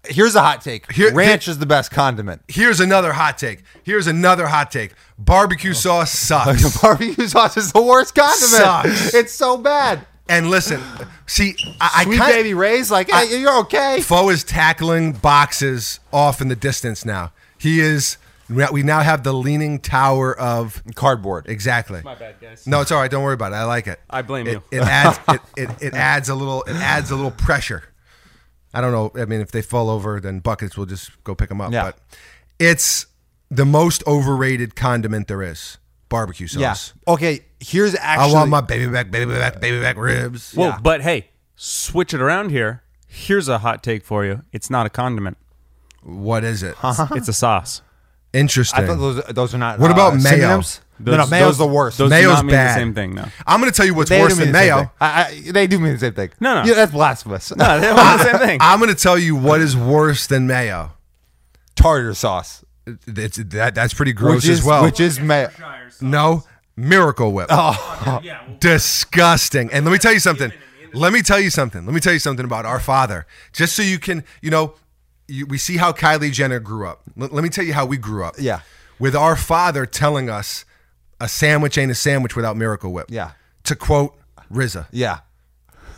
[SPEAKER 3] here's a hot take.
[SPEAKER 2] Here-
[SPEAKER 3] Ranch is the best condiment.
[SPEAKER 2] Here's another hot take. Here's another hot take.
[SPEAKER 3] Oh.
[SPEAKER 2] Barbecue sauce sucks.
[SPEAKER 3] Barbecue sauce is the worst condiment.
[SPEAKER 2] Sucks.
[SPEAKER 3] It's so bad.
[SPEAKER 2] and listen, see, I, I
[SPEAKER 3] Sweet
[SPEAKER 2] kind
[SPEAKER 3] baby Ray's like, hey, you're okay.
[SPEAKER 2] Foe is tackling boxes off in the distance now. He is. We now have the leaning tower of
[SPEAKER 3] Cardboard.
[SPEAKER 2] Exactly.
[SPEAKER 4] My bad, guys.
[SPEAKER 2] No, it's all right. Don't worry about it. I like it.
[SPEAKER 4] I blame
[SPEAKER 2] it,
[SPEAKER 4] you.
[SPEAKER 2] It adds it, it, it adds a little it adds a little pressure. I don't know. I mean, if they fall over, then buckets will just go pick them up.
[SPEAKER 3] Yeah.
[SPEAKER 2] But it's the most overrated condiment there is. Barbecue
[SPEAKER 3] Yeah.
[SPEAKER 2] sauce.
[SPEAKER 3] Okay. Here's actually.
[SPEAKER 2] I want my baby back, baby back, baby back ribs.
[SPEAKER 4] Whoa,
[SPEAKER 3] Yeah.
[SPEAKER 4] but hey, switch it around here. Here's a hot take for you. It's not a condiment.
[SPEAKER 2] What is it?
[SPEAKER 4] It's a sauce.
[SPEAKER 2] Interesting.
[SPEAKER 3] I thought those those are not.
[SPEAKER 2] What
[SPEAKER 3] uh,
[SPEAKER 2] about mayo?
[SPEAKER 3] synonyms? no, no,
[SPEAKER 4] Those-
[SPEAKER 3] mayo's
[SPEAKER 4] those-
[SPEAKER 3] the worst.
[SPEAKER 4] those-
[SPEAKER 2] Mayo's
[SPEAKER 4] not mean the
[SPEAKER 2] bad.
[SPEAKER 4] same thing, no.
[SPEAKER 2] I'm going to tell you what's
[SPEAKER 3] They do
[SPEAKER 2] worse
[SPEAKER 3] mean
[SPEAKER 2] than
[SPEAKER 3] the same
[SPEAKER 2] mayo.
[SPEAKER 3] thing. I, I, they do mean the same thing.
[SPEAKER 4] No, no.
[SPEAKER 3] yeah, that's blasphemous.
[SPEAKER 4] No, they're all the same thing.
[SPEAKER 2] I'm going to tell you what is worse than mayo.
[SPEAKER 3] Tartar sauce,
[SPEAKER 2] It's, that, that's pretty gross
[SPEAKER 3] which is
[SPEAKER 2] as well.
[SPEAKER 3] which is mayo.
[SPEAKER 2] No, Miracle Whip.
[SPEAKER 3] Oh.
[SPEAKER 2] Disgusting. And let me tell you something. Let me tell you something. Let me tell you something about our father. Just so you can, you know, you, we see how Kylie Jenner grew up. L- let me tell you how we grew up.
[SPEAKER 3] Yeah.
[SPEAKER 2] With our father telling us a sandwich ain't a sandwich without Miracle Whip.
[SPEAKER 3] Yeah.
[SPEAKER 2] To quote RZA,
[SPEAKER 3] Yeah,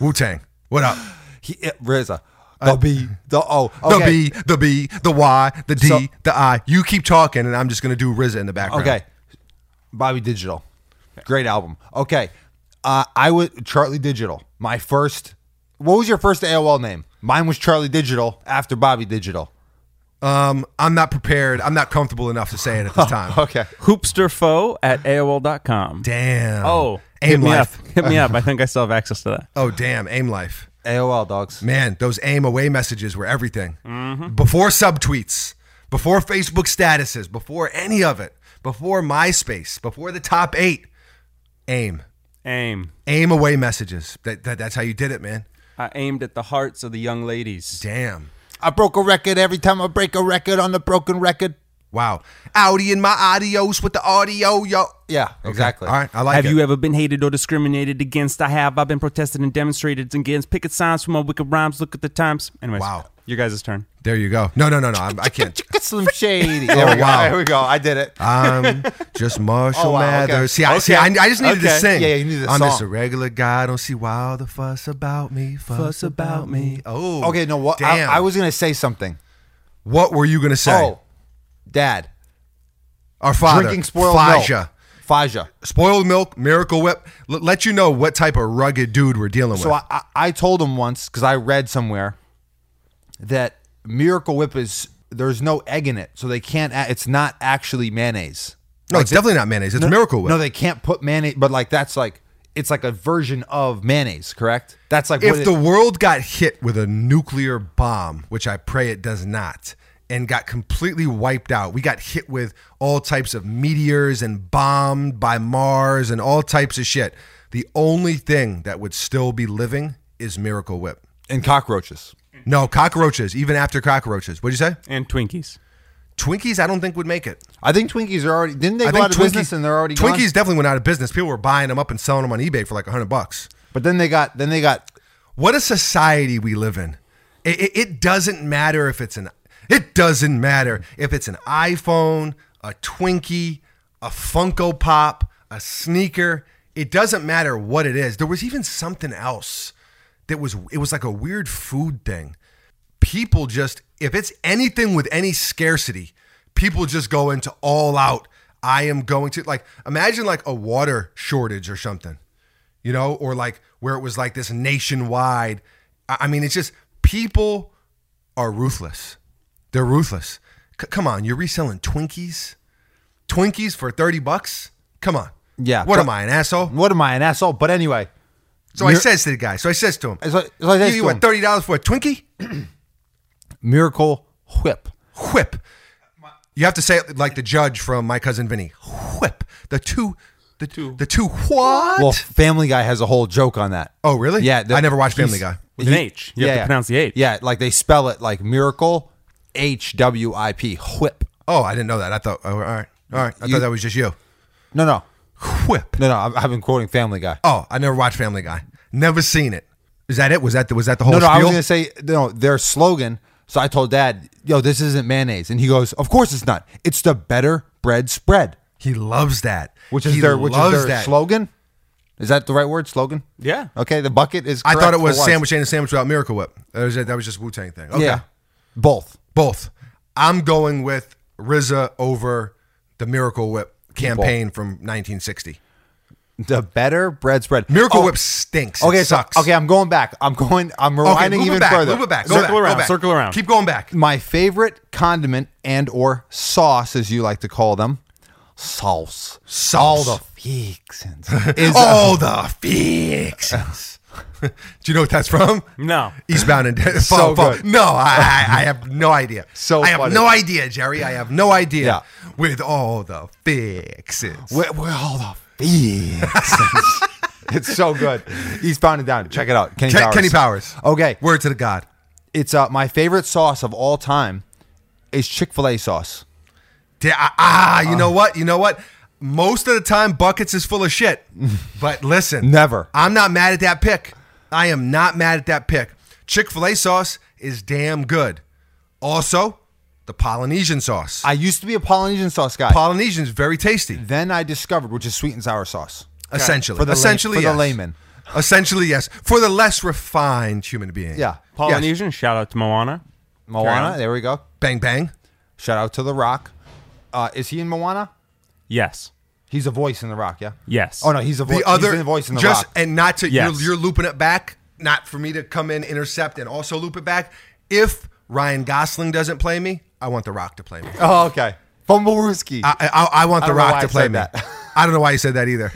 [SPEAKER 2] Wu Tang. What up?
[SPEAKER 3] he, uh, RZA. The B, the O,
[SPEAKER 2] The
[SPEAKER 3] okay.
[SPEAKER 2] B, the B, the Y, the D,
[SPEAKER 3] So-
[SPEAKER 2] the I. You keep talking, and I'm just gonna do RZA in the background.
[SPEAKER 3] Okay, Bobby Digital, great album. Okay, uh, I would Charlie Digital. My first. What was your first AOL name? Mine was Charlie Digital after Bobby Digital.
[SPEAKER 2] Um, I'm not prepared. I'm not comfortable enough to say it at this time.
[SPEAKER 3] Okay,
[SPEAKER 4] Hoopsterfoe at AOL.com.
[SPEAKER 2] Damn.
[SPEAKER 4] Oh, hit
[SPEAKER 2] aim
[SPEAKER 4] me
[SPEAKER 2] life.
[SPEAKER 4] up. Hit me up. I think I still have access to that.
[SPEAKER 2] Oh, damn, aim life.
[SPEAKER 3] AOL dogs.
[SPEAKER 2] Man, those aim away messages were everything.
[SPEAKER 4] Mm-hmm.
[SPEAKER 2] Before subtweets, before Facebook statuses, before any of it, before MySpace, before the top eight, aim.
[SPEAKER 4] Aim.
[SPEAKER 2] Aim away messages. That, that, that's how you did it, man.
[SPEAKER 4] I aimed at the hearts of the young ladies.
[SPEAKER 2] Damn.
[SPEAKER 3] I broke a record every time I break a record on the broken record.
[SPEAKER 2] Wow. Audi in my audios with the audio, yo.
[SPEAKER 3] Yeah, exactly.
[SPEAKER 2] All right, I like
[SPEAKER 4] have
[SPEAKER 2] it.
[SPEAKER 4] you ever been hated or discriminated against? I have. I've been protested and demonstrated against. Picket signs for my wicked rhymes. Look at the times. Anyways,
[SPEAKER 2] Wow.
[SPEAKER 4] Your guys' turn.
[SPEAKER 2] there you go. No, no, no, no. I'm, I can't.
[SPEAKER 3] Slim Shady. There we go.
[SPEAKER 2] wow.
[SPEAKER 3] There we go. I did it.
[SPEAKER 2] I'm just Marshall
[SPEAKER 3] Oh, wow, okay.
[SPEAKER 2] Mathers. See, I, see, I, I just needed
[SPEAKER 3] Okay.
[SPEAKER 2] to sing.
[SPEAKER 3] Yeah, yeah, you needed a
[SPEAKER 2] I'm just
[SPEAKER 3] song.
[SPEAKER 2] a regular guy. Don't see why all the fuss about me. Fuss, about me. Oh,
[SPEAKER 3] Okay, no, what? I,
[SPEAKER 2] Damn.
[SPEAKER 3] I was gonna say something.
[SPEAKER 2] What were you gonna say?
[SPEAKER 3] Oh, Dad,
[SPEAKER 2] Our father,
[SPEAKER 3] drinking spoiled
[SPEAKER 2] Faja.
[SPEAKER 3] milk. Faja.
[SPEAKER 2] spoiled milk, Miracle Whip. L- let you know what type of rugged dude we're dealing
[SPEAKER 3] So
[SPEAKER 2] with.
[SPEAKER 3] I, I, I told him once because I read somewhere that Miracle Whip is there's no egg in it, so they can't. a- It's not actually mayonnaise.
[SPEAKER 2] no, it's definitely not mayonnaise. It's
[SPEAKER 3] No,
[SPEAKER 2] Miracle Whip.
[SPEAKER 3] No, they can't put mayonnaise. But like that's like it's like a version of mayonnaise, correct? That's like what
[SPEAKER 2] if
[SPEAKER 3] it-
[SPEAKER 2] the world got hit with a nuclear bomb, which I pray it does not, and got completely wiped out, we got hit with all types of meteors and bombed by Mars and all types of shit. The only thing that would still be living is Miracle Whip.
[SPEAKER 3] and cockroaches.
[SPEAKER 2] No, cockroaches, even after cockroaches. What'd you say?
[SPEAKER 4] And Twinkies.
[SPEAKER 2] Twinkies, I don't think would make it.
[SPEAKER 3] I think Twinkies are already didn't they
[SPEAKER 2] I
[SPEAKER 3] go
[SPEAKER 2] think
[SPEAKER 3] out of business and they're already gone?
[SPEAKER 2] Twinkies definitely went out of business. People were buying them up and selling them on eBay for like hundred bucks.
[SPEAKER 3] But then they got then they got
[SPEAKER 2] What a society we live in. It, it, it doesn't matter if it's an it doesn't matter if it's an iPhone, a Twinkie, a Funko Pop, a sneaker. It doesn't matter what it is. There was even something else that was it was like a weird food thing. People just if it's anything with any scarcity, people just go into all out. I am going to like imagine like a water shortage or something you know, or like where it was like this nationwide. I I mean, it's just people are ruthless. They're ruthless. C- come on, you're reselling Twinkies, Twinkies for thirty bucks. Come on.
[SPEAKER 3] Yeah,
[SPEAKER 2] What
[SPEAKER 3] but-
[SPEAKER 2] am I, an asshole?
[SPEAKER 3] what am I an asshole? But anyway,
[SPEAKER 2] So I
[SPEAKER 3] You're-
[SPEAKER 2] says to the guy. So I says to him,
[SPEAKER 3] So- so I says
[SPEAKER 2] "You,
[SPEAKER 3] to
[SPEAKER 2] want
[SPEAKER 3] him-
[SPEAKER 2] thirty dollars for a Twinkie?
[SPEAKER 3] Miracle Whip.
[SPEAKER 2] Whip." You have to say it like the judge from My Cousin Vinny. Whip the two, the two, the two. What?
[SPEAKER 3] Well, Family Guy has a whole joke on that.
[SPEAKER 2] oh, really?
[SPEAKER 3] Yeah, the-
[SPEAKER 2] I never watched Family
[SPEAKER 3] he's-
[SPEAKER 2] Guy.
[SPEAKER 4] With an H. You have to pronounce the H.
[SPEAKER 3] Yeah, like they spell it like Miracle H W I P Whip.
[SPEAKER 2] Oh, I didn't know that. I thought, oh, all right, all right. I
[SPEAKER 3] You-
[SPEAKER 2] thought that was just you.
[SPEAKER 3] No, no,
[SPEAKER 2] Whip.
[SPEAKER 3] no, no. I've, I've been quoting Family Guy.
[SPEAKER 2] Oh, I never watched Family Guy. Never seen it. Is that it? Was that the, was that the whole
[SPEAKER 3] No, no, I was
[SPEAKER 2] spiel?
[SPEAKER 3] gonna say no. Their slogan. So I told Dad, "Yo, this isn't mayonnaise," and he goes, "Of course it's not. It's the better bread spread,
[SPEAKER 2] he loves that.
[SPEAKER 3] which is
[SPEAKER 2] He
[SPEAKER 3] their which is
[SPEAKER 2] loves
[SPEAKER 3] their slogan. Is that the right word? Slogan?
[SPEAKER 4] Yeah.
[SPEAKER 3] Okay. The bucket is.
[SPEAKER 2] I thought
[SPEAKER 3] correct
[SPEAKER 2] it was
[SPEAKER 3] for once.
[SPEAKER 2] sandwich and a sandwich without Miracle Whip. That was, that was just Wu Tang thing. Okay.
[SPEAKER 3] Yeah. Both.
[SPEAKER 2] Both. I'm going with RZA over the Miracle Whip campaign from 1960.
[SPEAKER 3] The better bread spread.
[SPEAKER 2] Miracle
[SPEAKER 3] Oh,
[SPEAKER 2] Whip stinks.
[SPEAKER 3] Okay,
[SPEAKER 2] it
[SPEAKER 3] so-
[SPEAKER 2] sucks.
[SPEAKER 3] okay, I'm going back. I'm going. I'm
[SPEAKER 2] Okay,
[SPEAKER 3] rewinding
[SPEAKER 2] move it
[SPEAKER 3] even
[SPEAKER 2] back,
[SPEAKER 3] further.
[SPEAKER 2] Move it back. Go
[SPEAKER 4] Circle
[SPEAKER 2] back, go
[SPEAKER 4] around,
[SPEAKER 2] back.
[SPEAKER 4] circle around.
[SPEAKER 2] Keep going back.
[SPEAKER 3] My favorite condiment and or sauce, as you like to call them, sauce.
[SPEAKER 2] Sauce.
[SPEAKER 3] All the fixins. Is
[SPEAKER 2] All the fixings. Do you know what that's from?
[SPEAKER 4] No.
[SPEAKER 2] Eastbound and Down.
[SPEAKER 3] So
[SPEAKER 2] Fall, fall.
[SPEAKER 3] good.
[SPEAKER 2] No, I, I, I have no idea.
[SPEAKER 3] So
[SPEAKER 2] I have
[SPEAKER 3] funny.
[SPEAKER 2] no idea, Jerry. I have no idea.
[SPEAKER 3] Yeah.
[SPEAKER 2] With all the fixes.
[SPEAKER 3] We're, we're all the fixins. it's so good. Eastbound and down. Check it out. Kenny
[SPEAKER 2] Ken-
[SPEAKER 3] Powers.
[SPEAKER 2] Kenny Powers.
[SPEAKER 3] Okay.
[SPEAKER 2] Word to the God.
[SPEAKER 3] It's uh, my favorite sauce of all time is Chick-fil-A sauce.
[SPEAKER 2] Da- ah, you know what? You know what? Most of the time, buckets is full of shit. but listen,
[SPEAKER 3] Never.
[SPEAKER 2] I'm not mad at that pick. I am not mad at that pick. Chick Fil A sauce is damn good. Also, the Polynesian sauce.
[SPEAKER 3] I used to be a Polynesian sauce guy.
[SPEAKER 2] Polynesian is very tasty.
[SPEAKER 3] then I discovered, which is sweet and sour sauce.
[SPEAKER 2] Essentially,
[SPEAKER 3] For the la-
[SPEAKER 2] essentially,
[SPEAKER 3] for the
[SPEAKER 2] yes.
[SPEAKER 3] layman.
[SPEAKER 2] Essentially, yes. For the less refined human being.
[SPEAKER 3] Yeah.
[SPEAKER 2] Yes.
[SPEAKER 4] Polynesian. Shout out to Moana.
[SPEAKER 3] Moana,
[SPEAKER 4] on.
[SPEAKER 3] there we go.
[SPEAKER 2] Bang bang.
[SPEAKER 3] Shout out to The Rock. Uh, is he in Moana?
[SPEAKER 4] Yes.
[SPEAKER 3] He's a voice in The Rock, yeah.
[SPEAKER 4] Yes.
[SPEAKER 3] Oh no, he's a
[SPEAKER 2] The
[SPEAKER 3] voice.
[SPEAKER 2] other
[SPEAKER 3] he's in voice in The
[SPEAKER 2] just
[SPEAKER 3] Rock.
[SPEAKER 2] and not to
[SPEAKER 4] Yes.
[SPEAKER 2] you're, you're looping it back. Not for me to come in, intercept, and also loop it back. If Ryan Gosling doesn't play me, I want The Rock to play me.
[SPEAKER 3] oh, okay. Fumble Rooski.
[SPEAKER 2] I, I, I want
[SPEAKER 3] I
[SPEAKER 2] The
[SPEAKER 3] don't know why
[SPEAKER 2] Rock
[SPEAKER 3] I
[SPEAKER 2] to play
[SPEAKER 3] said
[SPEAKER 2] me.
[SPEAKER 3] that.
[SPEAKER 2] I don't know why you said that either.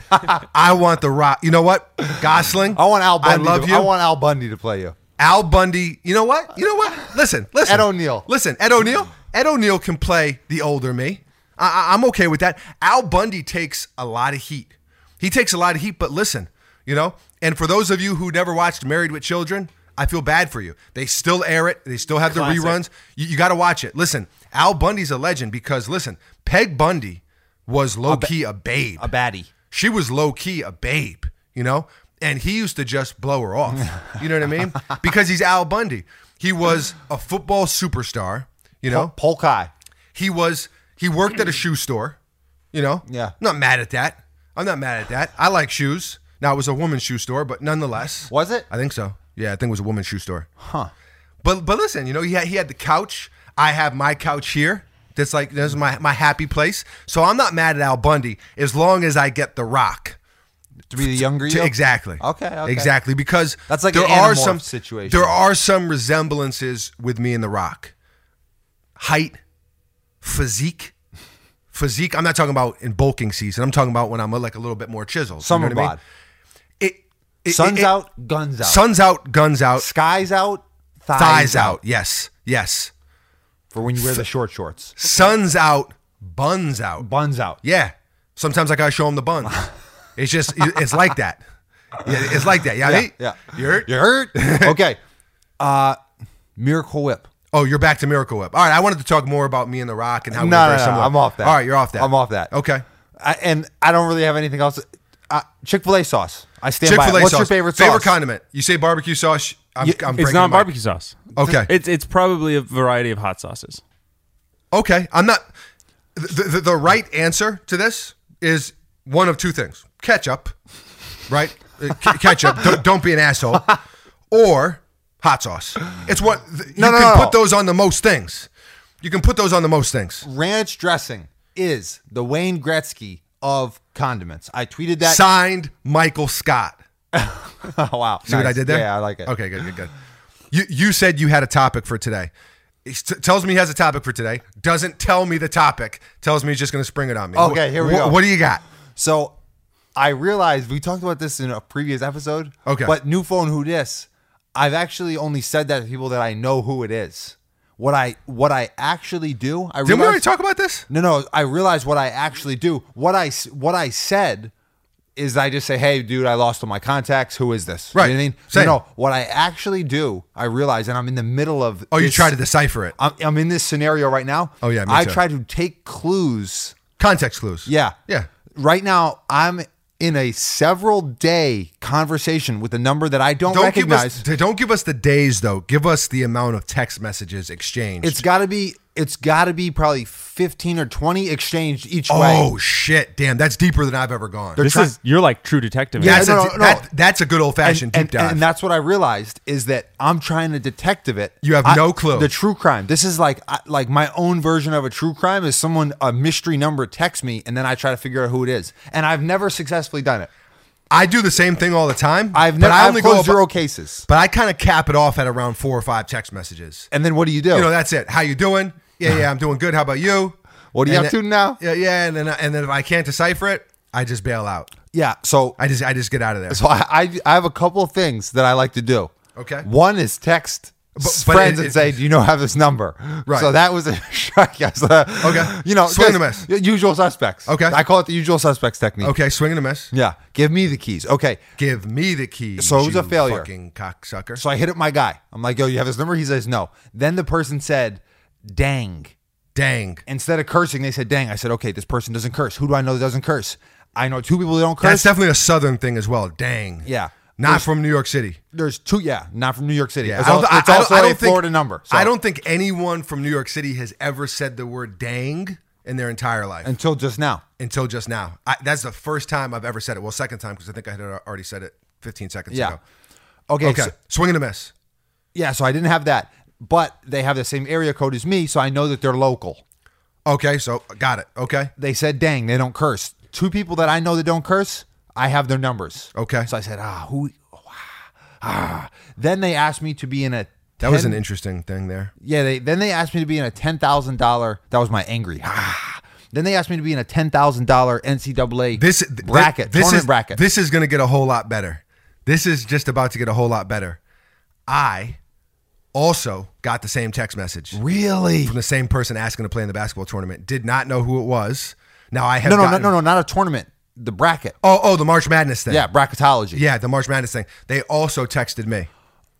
[SPEAKER 2] I want The Rock. You know what, Gosling?
[SPEAKER 3] I want Al Bundy.
[SPEAKER 2] I love
[SPEAKER 3] to,
[SPEAKER 2] you.
[SPEAKER 3] I want Al Bundy to play you.
[SPEAKER 2] Al Bundy. You know what? You know what? Listen, listen.
[SPEAKER 3] Ed O'Neill.
[SPEAKER 2] Listen, Ed O'Neill. Ed O'Neill can play the older me. I, I, I'm okay with that. Al Bundy takes a lot of heat. He takes a lot of heat, but listen, you know. And for those of you who never watched Married with Children, I feel bad for you. They still air it. They still have the reruns. You, you got to watch it. Listen, Al Bundy's a legend because listen, Peg Bundy was low key a babe
[SPEAKER 3] A baddie.
[SPEAKER 2] she was low key a babe, you know? And he used to just blow her off. You know what I mean? Because he's Al Bundy. He was a football superstar, you
[SPEAKER 3] Oh.
[SPEAKER 2] know?
[SPEAKER 3] Polkai.
[SPEAKER 2] He was he worked at a shoe store, you know?
[SPEAKER 3] Yeah.
[SPEAKER 2] I'm not mad at that. I'm not mad at that. I like shoes. Now it was a woman's shoe store, but nonetheless.
[SPEAKER 3] Was it?
[SPEAKER 2] I think so. Yeah, I think it was a woman's shoe store. Huh. But but listen, you know, he had he had the couch. I have my couch here. That's like this is my my happy place. So I'm not mad at Al Bundy as long as I get the rock.
[SPEAKER 3] To be the younger
[SPEAKER 2] To-
[SPEAKER 3] you.
[SPEAKER 2] Exactly.
[SPEAKER 3] Okay, okay.
[SPEAKER 2] Exactly because
[SPEAKER 3] That's like
[SPEAKER 2] there
[SPEAKER 3] an
[SPEAKER 2] are
[SPEAKER 3] Animorph
[SPEAKER 2] some
[SPEAKER 3] situation.
[SPEAKER 2] There are some resemblances with me and The Rock. Height, physique, physique. I'm not talking about in bulking season. I'm talking about when I'm like a little bit more chiseled. You
[SPEAKER 3] Summer
[SPEAKER 2] know what I mean?
[SPEAKER 3] bod.
[SPEAKER 2] It, it-
[SPEAKER 3] Sun's
[SPEAKER 2] it- it-
[SPEAKER 3] out, guns out.
[SPEAKER 2] Sun's out. Guns out.
[SPEAKER 3] Sky's out, thighs,
[SPEAKER 2] Thighs out. Yes. Yes.
[SPEAKER 3] For when you wear the short shorts.
[SPEAKER 2] Sun's out. Buns out.
[SPEAKER 3] Buns out.
[SPEAKER 2] Yeah. Sometimes I gotta show them the buns. it's just. It's like that. Yeah, it's like that. Yeah. I mean?
[SPEAKER 3] yeah.
[SPEAKER 2] You heard?
[SPEAKER 3] You hurt? okay. Uh, Miracle Whip.
[SPEAKER 2] Oh, you're back to Miracle Whip. All right, I wanted to talk more about me and The Rock and how we
[SPEAKER 3] no, no,
[SPEAKER 2] embrace
[SPEAKER 3] no,
[SPEAKER 2] someone.
[SPEAKER 3] I'm off that.
[SPEAKER 2] All right, you're off that.
[SPEAKER 3] I'm off that.
[SPEAKER 2] Okay.
[SPEAKER 3] I, and I don't really have anything else. Uh, Chick Fil A sauce. I stand
[SPEAKER 2] Chick
[SPEAKER 3] by.
[SPEAKER 2] Fil
[SPEAKER 3] It.
[SPEAKER 2] A
[SPEAKER 3] What's
[SPEAKER 2] sauce.
[SPEAKER 3] your favorite sauce?
[SPEAKER 2] Favorite condiment. You say barbecue sauce. I'm, I'm
[SPEAKER 4] it's
[SPEAKER 2] breaking
[SPEAKER 4] not
[SPEAKER 2] my-
[SPEAKER 4] barbecue sauce.
[SPEAKER 2] Okay.
[SPEAKER 5] It's it's probably a variety of hot sauces.
[SPEAKER 2] Okay, I'm not. The, the, the right answer to this is one of two things: ketchup, right? Uh, ke- ketchup. Don't, don't be an asshole. Or hot sauce. It's what th- you
[SPEAKER 3] No, no,
[SPEAKER 2] can
[SPEAKER 3] no.
[SPEAKER 2] put those on the most things. You can put those on the most things.
[SPEAKER 3] Ranch dressing is the Wayne Gretzky of condiments. I tweeted that.
[SPEAKER 2] Signed, Michael Scott.
[SPEAKER 3] oh, wow.
[SPEAKER 2] See what I
[SPEAKER 3] Nice.
[SPEAKER 2] did there?
[SPEAKER 3] Yeah, I like it.
[SPEAKER 2] Okay, good, good, good. You you said you had a topic for today. He t- tells me he has a topic for today. Doesn't tell me the topic. Tells me he's just going to spring it on me.
[SPEAKER 3] Okay, here we
[SPEAKER 2] Wh-
[SPEAKER 3] go.
[SPEAKER 2] What do you got?
[SPEAKER 3] So I realized we talked about this in a previous episode.
[SPEAKER 2] Okay.
[SPEAKER 3] But new phone who dis? I've actually only said that to people that I know who it is. What I what I actually do, I
[SPEAKER 2] Didn't we already
[SPEAKER 3] realized-
[SPEAKER 2] talk about this?
[SPEAKER 3] No, no. I realized what I actually do. What I s- what I said is I just say, "Hey, dude, I lost all my contacts. Who is this?"
[SPEAKER 2] Right.
[SPEAKER 3] You know what I mean?
[SPEAKER 2] Same.
[SPEAKER 3] No, no. What I actually do, I realize, and I'm in the middle of.
[SPEAKER 2] Oh, you
[SPEAKER 3] this-
[SPEAKER 2] try to decipher it.
[SPEAKER 3] I'm, I'm in this scenario right now.
[SPEAKER 2] Oh, yeah, me
[SPEAKER 3] I
[SPEAKER 2] too.
[SPEAKER 3] try to take clues.
[SPEAKER 2] Context clues.
[SPEAKER 3] Yeah.
[SPEAKER 2] Yeah.
[SPEAKER 3] Right now, I'm in a several day conversation with a number that I don't,
[SPEAKER 2] Don't give
[SPEAKER 3] recognize.
[SPEAKER 2] us t- don't give us the days though. Give us the amount of text messages exchanged.
[SPEAKER 3] it's got to be. It's got to be probably 15 or 20 exchanged each way.
[SPEAKER 2] oh shit, damn, that's deeper than I've ever gone.
[SPEAKER 4] This is you're like true detective.
[SPEAKER 3] Yeah,
[SPEAKER 2] that's,
[SPEAKER 3] no,
[SPEAKER 2] a,
[SPEAKER 3] no, no.
[SPEAKER 2] that- that's a good old fashioned deep dive.
[SPEAKER 3] and that's what I realized is that I'm trying to detective it.
[SPEAKER 2] You have
[SPEAKER 3] I-
[SPEAKER 2] no clue.
[SPEAKER 3] The true crime. This is like I- like my own version of a true crime is someone a mystery number texts me and then I try to figure out who it is. And I've never successfully done it.
[SPEAKER 2] I do the same thing all the time.
[SPEAKER 3] I've
[SPEAKER 2] but
[SPEAKER 3] never
[SPEAKER 2] I
[SPEAKER 3] I've
[SPEAKER 2] only go
[SPEAKER 3] closed
[SPEAKER 2] about-
[SPEAKER 3] zero cases.
[SPEAKER 2] But I kind of cap it off at around four or five text messages.
[SPEAKER 3] And then what do you do?
[SPEAKER 2] You know, that's it. How you doing? Yeah, yeah, I'm doing good. How about you?
[SPEAKER 3] What are you
[SPEAKER 2] And
[SPEAKER 3] up
[SPEAKER 2] then-
[SPEAKER 3] to now?
[SPEAKER 2] Yeah, yeah, and then and then if I can't decipher it, I just bail out.
[SPEAKER 3] yeah. So
[SPEAKER 2] I just I just get out of there.
[SPEAKER 3] so I, I I have a couple of things that I like to do.
[SPEAKER 2] Okay.
[SPEAKER 3] One is text
[SPEAKER 2] but
[SPEAKER 3] friends
[SPEAKER 2] it-
[SPEAKER 3] and
[SPEAKER 2] it-
[SPEAKER 3] say, "Do you know have this number?"
[SPEAKER 2] Right.
[SPEAKER 3] So that was a shock. Yes.
[SPEAKER 2] Okay.
[SPEAKER 3] You know,
[SPEAKER 2] Swing and
[SPEAKER 3] just Usual suspects.
[SPEAKER 2] Okay.
[SPEAKER 3] I call it the usual suspects technique.
[SPEAKER 2] Okay, swing and a miss.
[SPEAKER 3] Yeah, give me the keys. Okay,
[SPEAKER 2] Give me the key.
[SPEAKER 3] So it was a failure.
[SPEAKER 2] Fucking cocksucker.
[SPEAKER 3] so I hit up my guy. I'm like, "Yo, you have his number?" He says, "No." Then the person said, "Dang."
[SPEAKER 2] Dang.
[SPEAKER 3] Instead of cursing, they said, "Dang." I said, "Okay, this person doesn't curse. Who do I know that doesn't curse? I know two people that don't
[SPEAKER 2] That's
[SPEAKER 3] curse.
[SPEAKER 2] definitely a southern thing as well. Dang.
[SPEAKER 3] Yeah.
[SPEAKER 2] Not
[SPEAKER 3] There's-
[SPEAKER 2] from New York City.
[SPEAKER 3] There's two. Yeah, not from New York City.
[SPEAKER 2] Yeah.
[SPEAKER 3] It's
[SPEAKER 2] I don't-
[SPEAKER 3] also,
[SPEAKER 2] I-
[SPEAKER 3] it's
[SPEAKER 2] I don't-
[SPEAKER 3] also
[SPEAKER 2] I
[SPEAKER 3] a
[SPEAKER 2] don't think-
[SPEAKER 3] Florida number. so-
[SPEAKER 2] I don't think anyone from New York City has ever said the word dang in their entire life
[SPEAKER 3] until just now.
[SPEAKER 2] until just now. I, that's the first time I've ever said it. Well, second time because I think I had already said it 15 seconds
[SPEAKER 3] Yeah.
[SPEAKER 2] ago.
[SPEAKER 3] Okay.
[SPEAKER 2] Okay.
[SPEAKER 3] so-
[SPEAKER 2] swing and a miss.
[SPEAKER 3] yeah. So I didn't have that, but they have the same area code as me, so I know that they're local.
[SPEAKER 2] Okay. So got it. Okay.
[SPEAKER 3] They said, "Dang," they don't curse. Two people that I know that don't curse, I have their numbers.
[SPEAKER 2] Okay.
[SPEAKER 3] So I said, ah, who? ah, ah." Then they asked me to be in a.
[SPEAKER 2] That was
[SPEAKER 3] 10
[SPEAKER 2] an interesting thing there.
[SPEAKER 3] Yeah. They then they asked me to be in a ten thousand dollar. That was my angry. ah. Then they asked me to be in a ten thousand dollar NCAA
[SPEAKER 2] This th-
[SPEAKER 3] bracket.
[SPEAKER 2] This
[SPEAKER 3] tournament
[SPEAKER 2] is
[SPEAKER 3] bracket.
[SPEAKER 2] This is going to get a whole lot better. This is just about to get a whole lot better. I also got the same text message from
[SPEAKER 3] really?
[SPEAKER 2] the same person asking to play in the basketball tournament. Did not know who it was. Now I have
[SPEAKER 3] No, no, no,
[SPEAKER 2] gotten-
[SPEAKER 3] no, no, not a tournament. The bracket.
[SPEAKER 2] Oh, oh, the March Madness thing.
[SPEAKER 3] Yeah, bracketology.
[SPEAKER 2] yeah, the March Madness thing. They also texted me.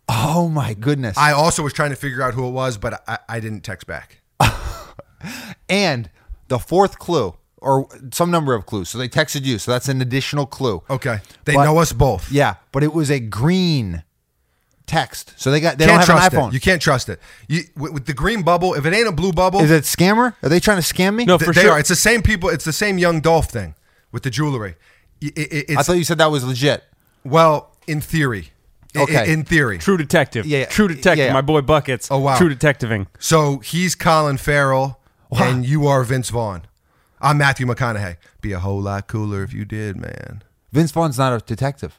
[SPEAKER 3] Oh my goodness.
[SPEAKER 2] I also was trying to figure out who it was, but I, I didn't text back.
[SPEAKER 3] And the fourth clue, or some number of clues. So they texted you. So that's an additional clue.
[SPEAKER 2] Okay, they
[SPEAKER 3] But-
[SPEAKER 2] know us both.
[SPEAKER 3] Yeah, but it was a green text. So they got they
[SPEAKER 2] can't
[SPEAKER 3] don't have
[SPEAKER 2] trust
[SPEAKER 3] an iPhone.
[SPEAKER 2] it. You can't trust it. You, with, with the green bubble, if it ain't a blue bubble,
[SPEAKER 3] Is it scammer? Are they trying to scam me?
[SPEAKER 4] No,
[SPEAKER 2] Th-
[SPEAKER 4] for
[SPEAKER 2] they
[SPEAKER 4] sure.
[SPEAKER 2] are. It's the same people. It's the same young Dolph thing with the jewelry. I- I- I-
[SPEAKER 3] I
[SPEAKER 2] it's
[SPEAKER 3] thought you said that was legit.
[SPEAKER 2] well, in theory. I- I-
[SPEAKER 3] Okay.
[SPEAKER 2] in theory.
[SPEAKER 4] True detective.
[SPEAKER 3] Yeah, yeah.
[SPEAKER 4] True detective.
[SPEAKER 3] Yeah.
[SPEAKER 4] My boy buckets.
[SPEAKER 2] Oh, wow.
[SPEAKER 4] True detectiving.
[SPEAKER 2] So he's Colin Farrell, and you are Vince Vaughn. I'm Matthew McConaughey. Be a whole lot cooler if you did, man.
[SPEAKER 3] Vince Vaughn's not a detective.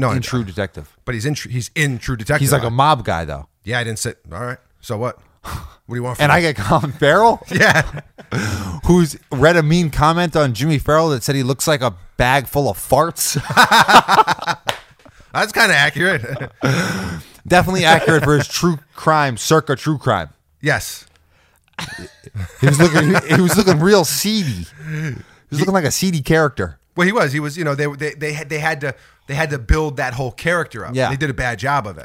[SPEAKER 2] No,
[SPEAKER 3] In
[SPEAKER 2] I-
[SPEAKER 3] True Detective.
[SPEAKER 2] but he's in. Tr- He's in True Detective.
[SPEAKER 3] He's like a
[SPEAKER 2] I-
[SPEAKER 3] mob guy though.
[SPEAKER 2] yeah. I didn't sit. All right. So what? What do you want? From
[SPEAKER 3] And I
[SPEAKER 2] me?
[SPEAKER 3] get Colin Farrell,
[SPEAKER 2] yeah.
[SPEAKER 3] who's read a mean comment on Jimmy Farrell that said he looks like a bag full of farts.
[SPEAKER 2] That's kind of accurate.
[SPEAKER 3] Definitely accurate for his true crime, circa true crime.
[SPEAKER 2] yes.
[SPEAKER 3] He was looking. he was looking real seedy. He was looking like a seedy character.
[SPEAKER 2] Well, he was. He was. You know, they they they had they had to They had to build that whole character up.
[SPEAKER 3] Yeah.
[SPEAKER 2] They did a bad job of it.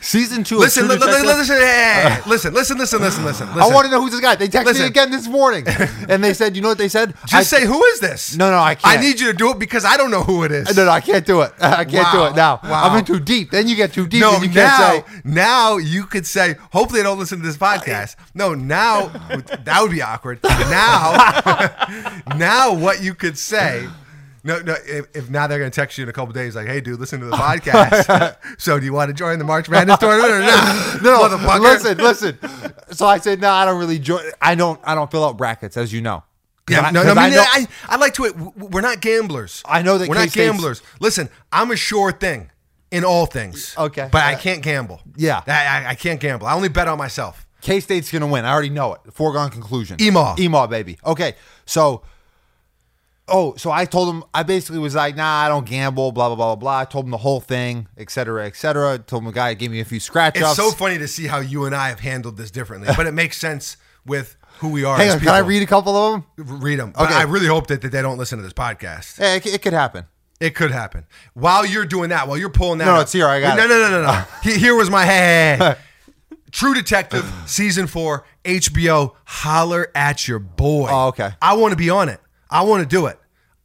[SPEAKER 3] Season two.
[SPEAKER 2] listen,
[SPEAKER 3] of
[SPEAKER 2] li-
[SPEAKER 3] True
[SPEAKER 2] li-
[SPEAKER 3] Detective-
[SPEAKER 2] listen, listen, hey, listen, listen, listen, listen, listen.
[SPEAKER 3] I want to know who's this guy. They texted
[SPEAKER 2] Listen.
[SPEAKER 3] me again this morning, and they said, "You know what they said?
[SPEAKER 2] Just
[SPEAKER 3] I-
[SPEAKER 2] say who is this?
[SPEAKER 3] No, no, I
[SPEAKER 2] I
[SPEAKER 3] can't.
[SPEAKER 2] need you to do it because I don't know who it is.
[SPEAKER 3] No, no, I can't do it. I can't do
[SPEAKER 2] Wow.
[SPEAKER 3] it now.
[SPEAKER 2] Wow.
[SPEAKER 3] I'm in too deep. Then you get too deep,
[SPEAKER 2] No,
[SPEAKER 3] and you
[SPEAKER 2] now,
[SPEAKER 3] can't say.
[SPEAKER 2] now you could say. Hopefully, they don't listen to this podcast. No, now that would be awkward. Now, now what you could say. No, no. If, if now they're going to text you in a couple days, like, "Hey, dude, listen
[SPEAKER 3] Oh,
[SPEAKER 2] to the podcast. so, do you want to join the March Madness tournament or not?"
[SPEAKER 3] No,
[SPEAKER 2] motherfucker.
[SPEAKER 3] listen, listen. So I said, no, I don't really join. I don't. I don't fill out brackets, as you know. 'Cause
[SPEAKER 2] Yeah,
[SPEAKER 3] I-
[SPEAKER 2] no, no,
[SPEAKER 3] 'cause
[SPEAKER 2] I mean,
[SPEAKER 3] know-
[SPEAKER 2] I, I like to. w- w- We're not gamblers.
[SPEAKER 3] I know that
[SPEAKER 2] we're not
[SPEAKER 3] K-State's-
[SPEAKER 2] gamblers. Listen, I'm a sure thing in all things.
[SPEAKER 3] Okay.
[SPEAKER 2] but I
[SPEAKER 3] Yeah.
[SPEAKER 2] can't gamble.
[SPEAKER 3] Yeah.
[SPEAKER 2] I, I, I can't gamble. I only bet on myself.
[SPEAKER 3] K State's gonna win. I already know it. Foregone conclusion.
[SPEAKER 2] Emaw.
[SPEAKER 3] Emaw, baby. Okay. So oh, so I told him I basically was like, nah, I don't gamble, blah blah blah blah blah. I told him the whole thing, et cetera, et cetera. Told him the guy gave me a few scratch
[SPEAKER 2] It's
[SPEAKER 3] offs.
[SPEAKER 2] so funny to see how you and I have handled this differently, but it makes sense with who we are.
[SPEAKER 3] Hang
[SPEAKER 2] as
[SPEAKER 3] on, can I
[SPEAKER 2] people.
[SPEAKER 3] read a couple of them?
[SPEAKER 2] Read them. But
[SPEAKER 3] Okay.
[SPEAKER 2] I really hope that, that they don't listen to this podcast.
[SPEAKER 3] Hey, it, it could happen.
[SPEAKER 2] It could happen. While you're doing that, while you're pulling that,
[SPEAKER 3] No, no,
[SPEAKER 2] up-
[SPEAKER 3] it's here. I got
[SPEAKER 2] no,
[SPEAKER 3] it.
[SPEAKER 2] No, no, no, no, He- here was my hey, hey, hey. True Detective season four HBO. Holler at your boy.
[SPEAKER 3] Oh, okay.
[SPEAKER 2] I want to be on it. I want to do it.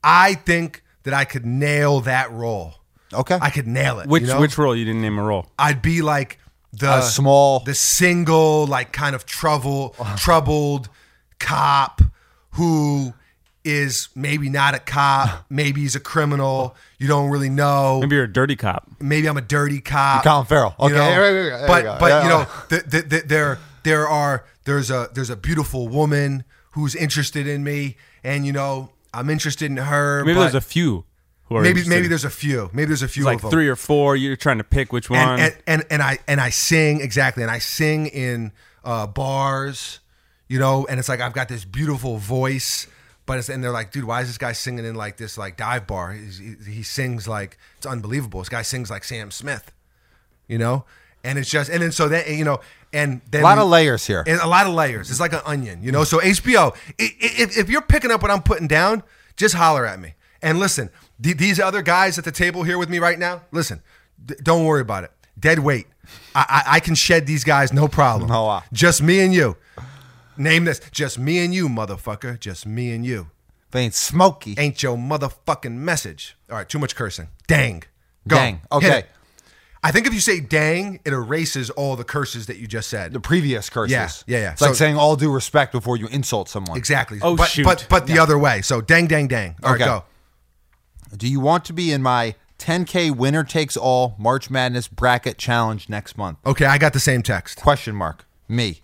[SPEAKER 2] I think that I could nail that role.
[SPEAKER 3] Okay.
[SPEAKER 2] I could nail it.
[SPEAKER 4] Which
[SPEAKER 2] you know?
[SPEAKER 4] which role you didn't name a role?
[SPEAKER 2] I'd be like the
[SPEAKER 3] A small-
[SPEAKER 2] the single, like kind of trouble, troubled cop who is maybe not a cop, maybe he's a criminal. You don't really know. Maybe,
[SPEAKER 4] Maybe you're a dirty cop.
[SPEAKER 2] I'm a dirty cop.
[SPEAKER 3] Colin Farrell.
[SPEAKER 2] you
[SPEAKER 3] Okay.
[SPEAKER 2] know?
[SPEAKER 3] There we go, there we
[SPEAKER 2] but
[SPEAKER 3] go.
[SPEAKER 2] but
[SPEAKER 3] Yeah.
[SPEAKER 2] you know th- th- th- there there are there's a there's a beautiful woman who's interested in me, and you know I'm interested in her.
[SPEAKER 4] Maybe
[SPEAKER 2] but
[SPEAKER 4] there's a few. Who are
[SPEAKER 2] maybe
[SPEAKER 4] interested.
[SPEAKER 2] maybe there's a few. Maybe there's a few
[SPEAKER 4] like
[SPEAKER 2] of them
[SPEAKER 4] three or four. You're trying to pick which one.
[SPEAKER 2] and, and, and and I and I sing exactly, and I sing in uh, bars, you know, and it's like I've got this beautiful voice, but it's and they're like, dude, why is this guy singing in like this like dive bar? He's, he, he sings like it's unbelievable. This guy sings like Sam Smith, you know, and it's just and then so then you know and then
[SPEAKER 3] A lot of layers here.
[SPEAKER 2] and a lot of layers. It's like an onion, you know. So HBO, i- i- if, if you're picking up what I'm putting down, just holler at me. And listen, th- these other guys at the table here with me right now, listen, d- don't worry about it. Dead weight. I, I, I can shed these guys, no problem.
[SPEAKER 3] No, uh.
[SPEAKER 2] Just me and you. Name this. Just me and you, motherfucker. Just me and you.
[SPEAKER 3] They ain't smoky.
[SPEAKER 2] Ain't your motherfucking message. All right, too much cursing. Dang. Go.
[SPEAKER 3] Dang.
[SPEAKER 2] Hit
[SPEAKER 3] Okay.
[SPEAKER 2] it. I think if you say dang, it erases all the curses that you just said.
[SPEAKER 3] The previous curses.
[SPEAKER 2] Yeah, yeah, yeah.
[SPEAKER 3] It's
[SPEAKER 2] So-
[SPEAKER 3] like saying all due respect before you insult someone.
[SPEAKER 2] Exactly.
[SPEAKER 4] Oh,
[SPEAKER 2] but,
[SPEAKER 4] shoot.
[SPEAKER 2] But but the other way. So dang, dang, dang. All right,
[SPEAKER 3] Okay.
[SPEAKER 2] go.
[SPEAKER 3] Do you want to be in my 10K winner takes all March Madness bracket challenge next month?
[SPEAKER 2] Okay, I got the same text.
[SPEAKER 3] Question mark. Me.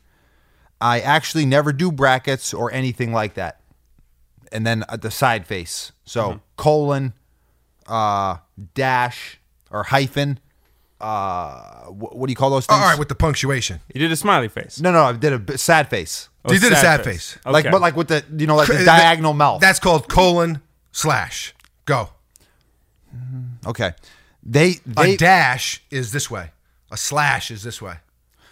[SPEAKER 3] I actually never do brackets or anything like that. And then uh, the side face. So
[SPEAKER 2] Mm-hmm.
[SPEAKER 3] colon, uh, dash, or hyphen. Uh, wh- what do you call those
[SPEAKER 2] All
[SPEAKER 3] things?
[SPEAKER 2] right, with the punctuation.
[SPEAKER 4] you did a smiley face.
[SPEAKER 3] no, no, I did a b- sad face.
[SPEAKER 4] Oh,
[SPEAKER 2] you did a sad face.
[SPEAKER 4] Okay.
[SPEAKER 3] Like, but like with the you know like the
[SPEAKER 2] Uh,
[SPEAKER 3] diagonal
[SPEAKER 2] that-
[SPEAKER 3] mouth.
[SPEAKER 2] That's called colon slash. Go.
[SPEAKER 3] okay. They
[SPEAKER 2] A
[SPEAKER 3] they
[SPEAKER 2] dash is this way. A slash is this way.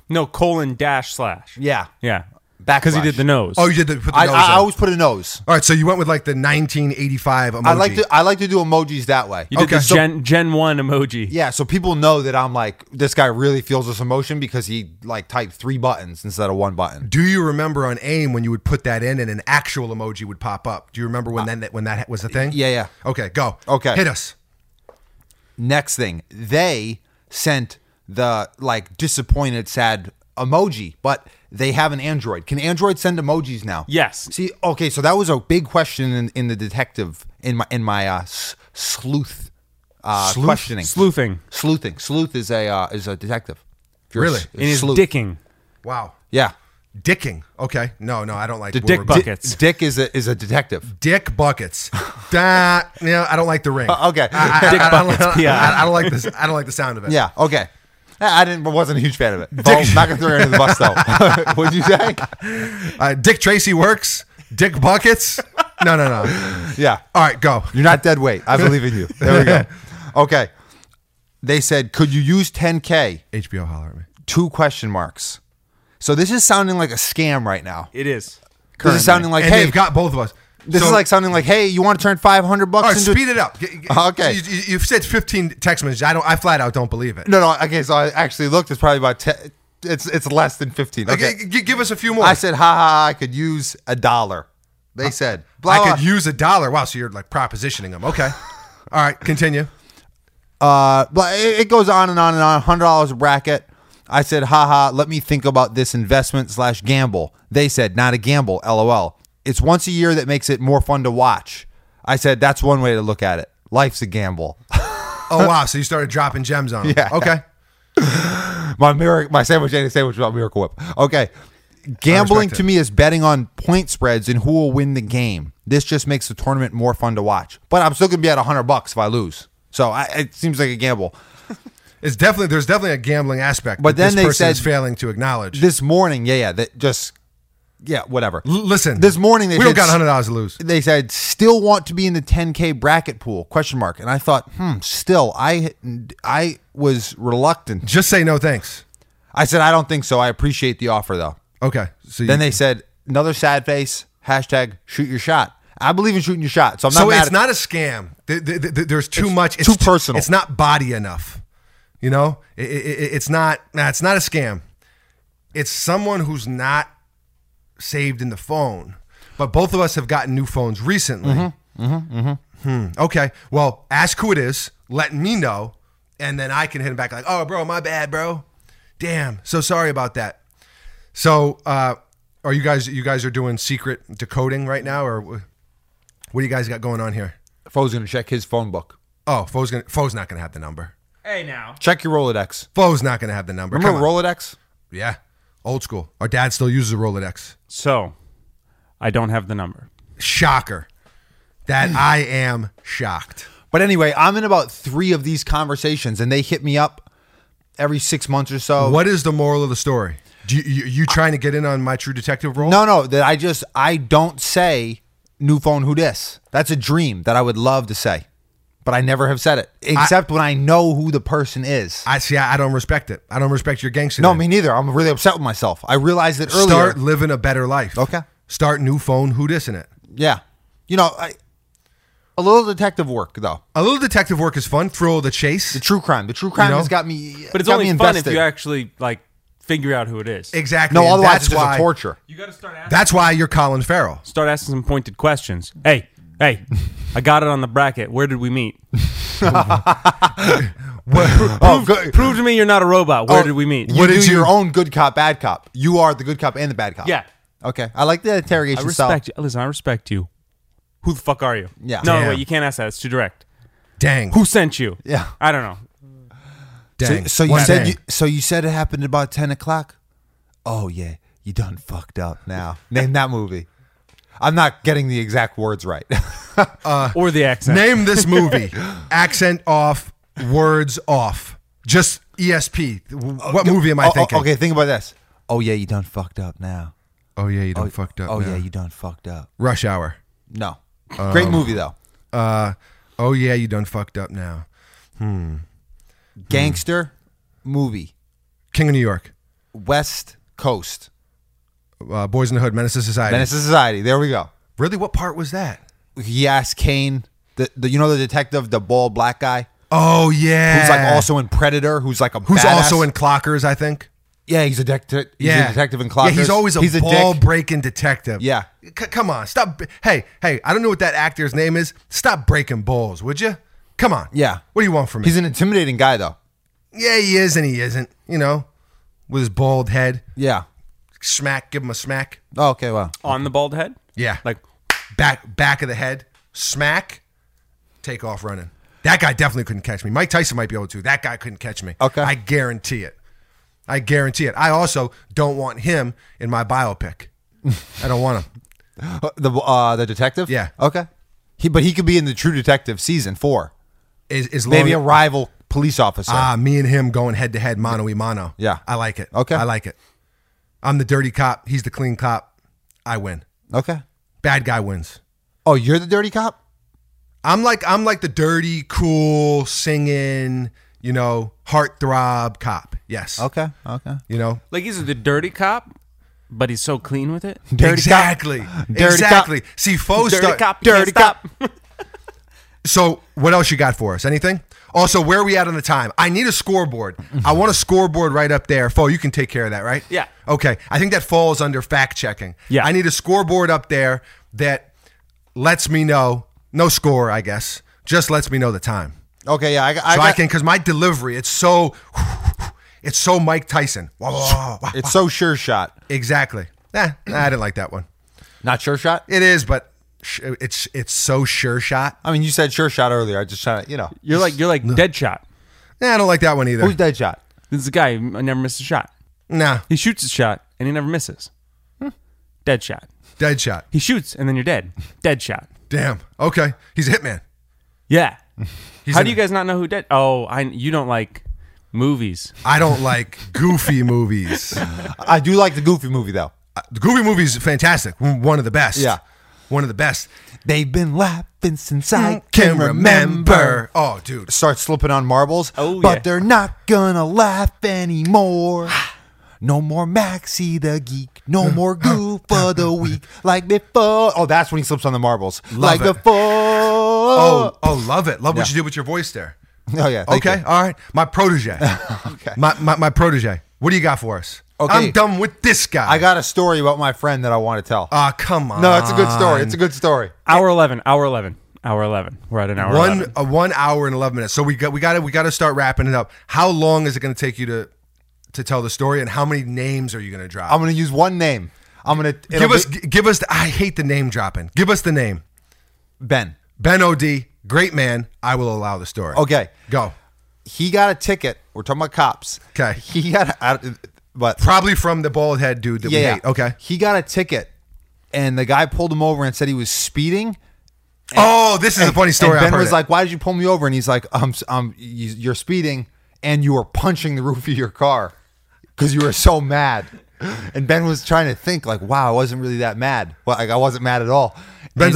[SPEAKER 4] no colon dash slash.
[SPEAKER 3] yeah
[SPEAKER 4] Yeah.
[SPEAKER 3] back
[SPEAKER 4] Because he did the nose.
[SPEAKER 2] Oh, you did the, put the
[SPEAKER 3] I,
[SPEAKER 2] nose
[SPEAKER 3] I, I
[SPEAKER 2] in.
[SPEAKER 3] always put a nose.
[SPEAKER 2] All right, so you went with like the 1985 emoji.
[SPEAKER 3] I like to I like to do emojis that way. Oh,
[SPEAKER 4] you did
[SPEAKER 2] okay,
[SPEAKER 4] the
[SPEAKER 2] so-
[SPEAKER 4] Gen Gen One emoji.
[SPEAKER 3] Yeah, so people know that I'm like this guy really feels this emotion because he like typed three buttons instead of one button.
[SPEAKER 2] Do you remember on AIM when you would put that in and an actual emoji would pop up? Do you remember when then that when that was a thing?
[SPEAKER 3] Uh, yeah, yeah.
[SPEAKER 2] Okay, go.
[SPEAKER 3] Okay.
[SPEAKER 2] hit us.
[SPEAKER 3] Next thing, they sent the like disappointed sad emoji, but they have an Android. Can Android send emojis now?
[SPEAKER 4] Yes.
[SPEAKER 3] See, okay, so that was a big question in, in the detective in my in my uh, s- sleuth uh,
[SPEAKER 2] Sleuth?
[SPEAKER 3] questioning.
[SPEAKER 4] Sleuthing.
[SPEAKER 3] Sleuthing. Sleuth is a uh, is a detective. If you're a
[SPEAKER 2] Really?
[SPEAKER 3] s-
[SPEAKER 4] And his
[SPEAKER 3] sleuth.
[SPEAKER 4] dicking.
[SPEAKER 2] Wow,
[SPEAKER 3] Yeah.
[SPEAKER 2] dicking. Okay, no, no, I don't like
[SPEAKER 4] The
[SPEAKER 2] where
[SPEAKER 4] dick
[SPEAKER 2] we're-
[SPEAKER 4] bucket.
[SPEAKER 3] Di-
[SPEAKER 4] Buckets.
[SPEAKER 3] Dick is a is a detective.
[SPEAKER 2] dick buckets. that yeah, I don't like the ring.
[SPEAKER 3] Uh, okay.
[SPEAKER 2] I, I-
[SPEAKER 4] Dick
[SPEAKER 2] I don't-
[SPEAKER 4] buckets, yeah.
[SPEAKER 2] I, I don't like this. I don't like the sound of it.
[SPEAKER 3] Yeah. Okay. I I didn't. wasn't a huge fan of it. But I'm not gonna throw her under the bus though. What'd you say?
[SPEAKER 2] Uh, Dick Tracy works. Dick buckets. No, no, no.
[SPEAKER 3] Yeah.
[SPEAKER 2] All right, go.
[SPEAKER 3] You're not dead weight. I believe in you. There we go. Okay. They said, could you use 10k?
[SPEAKER 2] HBO, holler at me.
[SPEAKER 3] Two question marks. So this is sounding like a scam right now.
[SPEAKER 4] It is.
[SPEAKER 3] This is sounding like,
[SPEAKER 2] and
[SPEAKER 3] hey,
[SPEAKER 2] they've got both of us.
[SPEAKER 3] This
[SPEAKER 2] So- Oh,
[SPEAKER 3] is like something like, "Hey, you want to turn five hundred bucks
[SPEAKER 2] All right,
[SPEAKER 3] into
[SPEAKER 2] speed it up. Get- get-
[SPEAKER 3] Okay.
[SPEAKER 2] you, you- you've said 15 text messages. I don't. I flat out don't believe it.
[SPEAKER 3] No, no. Okay, so I actually looked. It's probably about ten. It's it's less than fifteen.
[SPEAKER 2] Like,
[SPEAKER 3] Okay,
[SPEAKER 2] g- g- give us a few more.
[SPEAKER 3] I said, ha ha, ha, I could use a dollar. They said, blah,
[SPEAKER 2] I
[SPEAKER 3] blah.
[SPEAKER 2] could use a dollar. Wow, so you're like propositioning them. Okay. All right, continue.
[SPEAKER 3] uh, blah. It, it goes on and on and on. Hundred dollars a bracket. I said, ha ha, let me think about this investment slash gamble. They said, not a gamble. LOL. It's once a year that makes it more fun to watch. I said, that's one way to look at it. Life's a gamble.
[SPEAKER 2] Oh wow, so you started dropping gems on them.
[SPEAKER 3] Yeah.
[SPEAKER 2] Okay.
[SPEAKER 3] my mir- my sandwich ain't a sandwich without Miracle Whip. Okay. Gambling to
[SPEAKER 2] it.
[SPEAKER 3] me is betting on point spreads and who will win the game. This just makes the tournament more fun to watch. But I'm still gonna be at hundred bucks if I lose. So I, it seems like a gamble.
[SPEAKER 2] It's definitely there's definitely a gambling aspect.
[SPEAKER 3] But
[SPEAKER 2] that
[SPEAKER 3] then
[SPEAKER 2] this
[SPEAKER 3] they
[SPEAKER 2] person is
[SPEAKER 3] said-
[SPEAKER 2] failing to acknowledge.
[SPEAKER 3] This morning, yeah, yeah, that just yeah, whatever.
[SPEAKER 2] L- listen,
[SPEAKER 3] this morning they
[SPEAKER 2] we don't
[SPEAKER 3] said-
[SPEAKER 2] got hundred dollars to lose.
[SPEAKER 3] They said still want to be in the 10k bracket pool? Question mark. And I thought, hmm, still, I I was reluctant.
[SPEAKER 2] Just say no thanks.
[SPEAKER 3] I said I don't think so. I appreciate the offer though.
[SPEAKER 2] Okay. So you,
[SPEAKER 3] Then they said another sad face hashtag shoot your shot. I believe in shooting your shot, so I'm not
[SPEAKER 2] so
[SPEAKER 3] mad.
[SPEAKER 2] it's
[SPEAKER 3] at-
[SPEAKER 2] not a scam. There- there- there- There's too much. It's
[SPEAKER 3] too personal.
[SPEAKER 2] It's not body enough. You know, It- it- it- it's not. Nah, it's not a scam. It's someone who's not saved in the phone. But both of us have gotten new phones recently.
[SPEAKER 3] Mm-hmm,
[SPEAKER 2] Hmm, Okay. Well, ask who it is. Let me know, and then I can hit him back like, "Oh, bro, my bad, bro. Damn, so sorry about that." So, uh, are you guys? You guys are doing secret decoding right now, or wh- what do you guys got going on here?
[SPEAKER 3] Foe's gonna check his phone book.
[SPEAKER 2] Oh, Foe's gonna Foe's not gonna have the number.
[SPEAKER 5] Hey now.
[SPEAKER 3] Check your Rolodex.
[SPEAKER 2] Foe's not gonna have the number.
[SPEAKER 3] Remember
[SPEAKER 2] Come on.
[SPEAKER 3] Rolodex?
[SPEAKER 2] Yeah, old school. Our dad still uses a Rolodex.
[SPEAKER 4] So,
[SPEAKER 5] I don't have the number.
[SPEAKER 2] Shocker. That
[SPEAKER 3] Hmm.
[SPEAKER 2] I am shocked.
[SPEAKER 3] But anyway, I'm in about three of these conversations, and they hit me up every six months or so.
[SPEAKER 2] What is the moral of the story? Do you, you, you trying to get in on my True Detective role?
[SPEAKER 3] No, no, that I just I don't say new phone who dis. That's a dream that I would love to say, but I never have said it except when I know who the person is.
[SPEAKER 2] I see. I, I don't respect it. I don't respect your gangster.
[SPEAKER 3] no,
[SPEAKER 2] then.
[SPEAKER 3] me neither. I'm really upset with myself. I realized it earlier.
[SPEAKER 2] Start living a better life.
[SPEAKER 3] Okay.
[SPEAKER 2] Start new phone. Who dis in it?
[SPEAKER 3] Yeah. You know, I, a little detective work though.
[SPEAKER 2] A little detective work is fun. Thrill of the chase.
[SPEAKER 3] The true crime. The true crime
[SPEAKER 2] know?
[SPEAKER 3] has got me.
[SPEAKER 5] But it's
[SPEAKER 3] got
[SPEAKER 5] only
[SPEAKER 3] me
[SPEAKER 5] fun
[SPEAKER 3] invested.
[SPEAKER 5] if you actually like figure out who it is.
[SPEAKER 2] Exactly.
[SPEAKER 3] No,
[SPEAKER 2] and
[SPEAKER 3] otherwise
[SPEAKER 2] that's
[SPEAKER 3] it's just
[SPEAKER 2] why,
[SPEAKER 3] a torture.
[SPEAKER 5] You got to start asking.
[SPEAKER 2] That's why you're Colin Farrell.
[SPEAKER 5] start asking some pointed questions. Hey, hey, I got it on the bracket. Where did we meet?
[SPEAKER 3] Oh, good.
[SPEAKER 5] Prove to me you're not a robot.
[SPEAKER 3] Oh,
[SPEAKER 5] Where did we meet?
[SPEAKER 3] You
[SPEAKER 2] What
[SPEAKER 3] do
[SPEAKER 2] did you-
[SPEAKER 3] your own good cop, bad cop. You are the good cop and the bad cop.
[SPEAKER 5] Yeah.
[SPEAKER 3] Okay. I like the
[SPEAKER 5] I
[SPEAKER 3] interrogation style.
[SPEAKER 5] respect you. Listen, I respect you. Who the fuck are you?
[SPEAKER 3] Yeah.
[SPEAKER 5] No,
[SPEAKER 2] Damn.
[SPEAKER 5] wait, you can't ask that. It's too direct.
[SPEAKER 2] Dang.
[SPEAKER 5] Who sent you?
[SPEAKER 3] Yeah.
[SPEAKER 5] I don't know.
[SPEAKER 2] Dang.
[SPEAKER 3] So, so you
[SPEAKER 2] One
[SPEAKER 3] said
[SPEAKER 2] dang.
[SPEAKER 3] you, so you said it happened about ten o'clock. Oh yeah, you done fucked up now. Name that movie. I'm not getting the exact words right.
[SPEAKER 5] Or the accent.
[SPEAKER 2] Name this movie. Accent off. Words off. Just ESP. What movie am I
[SPEAKER 3] Oh, oh,
[SPEAKER 2] thinking?
[SPEAKER 3] okay, think about this. Oh yeah, you done fucked up now.
[SPEAKER 2] Oh yeah, you done fucked up.
[SPEAKER 3] Oh
[SPEAKER 2] now.
[SPEAKER 3] yeah, you done fucked up.
[SPEAKER 2] Rush Hour.
[SPEAKER 3] No.
[SPEAKER 2] Um,
[SPEAKER 3] Great movie though.
[SPEAKER 2] Uh, oh yeah, you done fucked up now.
[SPEAKER 3] Gangster movie.
[SPEAKER 2] King of New York.
[SPEAKER 3] West Coast.
[SPEAKER 2] Uh, Boys in the Hood. Menace to Society.
[SPEAKER 3] Menace to Society. There we go.
[SPEAKER 2] Really? What part was that?
[SPEAKER 3] He asked Kane, the, the you know the detective, the bald black guy,
[SPEAKER 2] Oh yeah.
[SPEAKER 3] who's like also in Predator, who's like a
[SPEAKER 2] Who's
[SPEAKER 3] badass-
[SPEAKER 2] also in Clockers, I think.
[SPEAKER 3] yeah, he's a detective. He's
[SPEAKER 2] yeah,
[SPEAKER 3] a detective in Clockers.
[SPEAKER 2] Yeah, he's always a
[SPEAKER 3] he's
[SPEAKER 2] ball
[SPEAKER 3] dick.
[SPEAKER 2] breaking detective.
[SPEAKER 3] Yeah.
[SPEAKER 2] C- come on, stop. b- Hey, hey, I don't know what that actor's name is. Stop breaking balls, would you? Come on.
[SPEAKER 3] Yeah.
[SPEAKER 2] What do you want from me?
[SPEAKER 3] He's an intimidating guy though.
[SPEAKER 2] yeah, he is, and he isn't. You know, with his bald head,
[SPEAKER 3] Yeah.
[SPEAKER 2] smack. Give him a smack.
[SPEAKER 3] Oh, okay. Well.
[SPEAKER 5] on the bald head?
[SPEAKER 2] Yeah.
[SPEAKER 5] Like,
[SPEAKER 2] back back of the head, smack, take off running. That guy definitely couldn't catch me. Mike Tyson might be able to. That guy couldn't catch me.
[SPEAKER 3] Okay.
[SPEAKER 2] I guarantee it. I guarantee it. I also don't want him in my biopic. I don't want him.
[SPEAKER 3] Uh, The uh the detective.
[SPEAKER 2] Yeah.
[SPEAKER 3] Okay. He but he could be in the True Detective season four.
[SPEAKER 2] As, as
[SPEAKER 3] Maybe a
[SPEAKER 2] long,
[SPEAKER 3] rival police officer.
[SPEAKER 2] ah, me and him going head to head, mano y mano.
[SPEAKER 3] Yeah.
[SPEAKER 2] I like it.
[SPEAKER 3] Okay.
[SPEAKER 2] I like it. I'm the dirty cop. He's the clean cop. I win.
[SPEAKER 3] okay.
[SPEAKER 2] Bad guy wins.
[SPEAKER 3] Oh, you're the dirty cop.
[SPEAKER 2] I'm like I'm like the dirty, cool, singing, you know, heartthrob cop. Yes.
[SPEAKER 3] Okay. Okay.
[SPEAKER 2] You know,
[SPEAKER 5] like he's the dirty cop, but he's so clean with it.
[SPEAKER 2] exactly.
[SPEAKER 3] Dirty cop.
[SPEAKER 2] exactly. See, foes
[SPEAKER 5] Dirty
[SPEAKER 2] start-
[SPEAKER 5] cop.
[SPEAKER 3] Dirty
[SPEAKER 5] Can't stop.
[SPEAKER 3] cop.
[SPEAKER 2] So, what else you got for us? Anything? Also, where are we at on the time? I need a scoreboard. I want a scoreboard right up there. Fo, you can take care of that, right?
[SPEAKER 5] Yeah.
[SPEAKER 2] Okay. I think that falls under fact checking.
[SPEAKER 5] Yeah.
[SPEAKER 2] I need a scoreboard up there that lets me know, no score, I guess, just lets me know the time.
[SPEAKER 3] Okay, yeah, I, got- I,
[SPEAKER 2] So I,
[SPEAKER 3] got,
[SPEAKER 2] can, because my delivery, it's so, it's so Mike Tyson. Wah, wah, wah, wah.
[SPEAKER 3] It's so sure shot.
[SPEAKER 2] Exactly. Eh, I didn't like that one.
[SPEAKER 3] Not sure shot.
[SPEAKER 2] It is, but sh- it's it's so sure shot.
[SPEAKER 3] I mean, you said sure shot earlier. I just trying to, you know,
[SPEAKER 5] You're like you're like dead shot.
[SPEAKER 2] Nah, I don't like that one either.
[SPEAKER 3] who's dead shot?
[SPEAKER 5] This is a guy who never misses a shot.
[SPEAKER 2] Nah,
[SPEAKER 5] He shoots a shot and he never misses. Dead shot.
[SPEAKER 2] dead shot.
[SPEAKER 5] He shoots and then you're dead. Dead shot.
[SPEAKER 2] Damn. Okay. He's a hitman.
[SPEAKER 5] Yeah.
[SPEAKER 2] He's
[SPEAKER 5] How
[SPEAKER 2] in
[SPEAKER 5] do you
[SPEAKER 2] it.
[SPEAKER 5] guys not know who dead? Oh, I you don't like movies.
[SPEAKER 2] I don't like goofy movies.
[SPEAKER 3] I do like the Goofy movie though.
[SPEAKER 2] The goofy movies fantastic. One of the best.
[SPEAKER 3] Yeah.
[SPEAKER 2] One of the best.
[SPEAKER 3] They've been laughing since I
[SPEAKER 2] Can remember. Oh, dude.
[SPEAKER 3] Mm, Start slipping on marbles.
[SPEAKER 5] Oh,
[SPEAKER 3] but
[SPEAKER 5] yeah.
[SPEAKER 3] they're not gonna laugh anymore. No more Maxie the geek. No more Goof of the week. Like before. Oh, that's when he slips on the marbles. like
[SPEAKER 2] it.
[SPEAKER 3] before.
[SPEAKER 2] Oh,
[SPEAKER 3] Oh,
[SPEAKER 2] oh, love it. Love what
[SPEAKER 3] Yeah.
[SPEAKER 2] you did with your voice there.
[SPEAKER 3] Oh, yeah. thank
[SPEAKER 2] Okay.
[SPEAKER 3] you.
[SPEAKER 2] All right. My protege. okay. My, my my protege. What do you got for us?
[SPEAKER 3] Okay.
[SPEAKER 2] I'm done with this guy.
[SPEAKER 3] I got a story about my friend that I want to tell.
[SPEAKER 2] Ah, come on.
[SPEAKER 3] no, it's a good story. It's a good story.
[SPEAKER 5] Hour eleven. Hour eleven. Hour eleven. We're at an hour.
[SPEAKER 2] one
[SPEAKER 5] 11.
[SPEAKER 2] uh, one hour and eleven minutes. So we got we got to we got to start wrapping it up. How long is it going to take you to to tell the story, and how many names are you going to drop?
[SPEAKER 3] I'm gonna use one name. I'm gonna it'll
[SPEAKER 2] give us
[SPEAKER 3] be
[SPEAKER 2] gi- give us. The, I hate the name dropping. Give us the name.
[SPEAKER 3] Ben.
[SPEAKER 2] Ben Od, great man. I will allow the story.
[SPEAKER 3] Okay.
[SPEAKER 2] go.
[SPEAKER 3] He got a ticket. We're talking about cops.
[SPEAKER 2] 'Kay.
[SPEAKER 3] He got a, I- but
[SPEAKER 2] Probably from the bald head dude that we
[SPEAKER 3] yeah,
[SPEAKER 2] hate. Okay.
[SPEAKER 3] He got a ticket, and the guy pulled him over and said he was speeding.
[SPEAKER 2] oh, this is a funny story.
[SPEAKER 3] And
[SPEAKER 2] I've
[SPEAKER 3] ben
[SPEAKER 2] heard
[SPEAKER 3] was
[SPEAKER 2] it.
[SPEAKER 3] like, "Why did you pull me over?" And he's like, "Um, s- um, you- you're speeding, and you were punching the roof of your car because you were so mad." And Ben was trying to think, like, "Wow, I wasn't really that mad. Well, like, I wasn't mad at all."
[SPEAKER 2] Ben's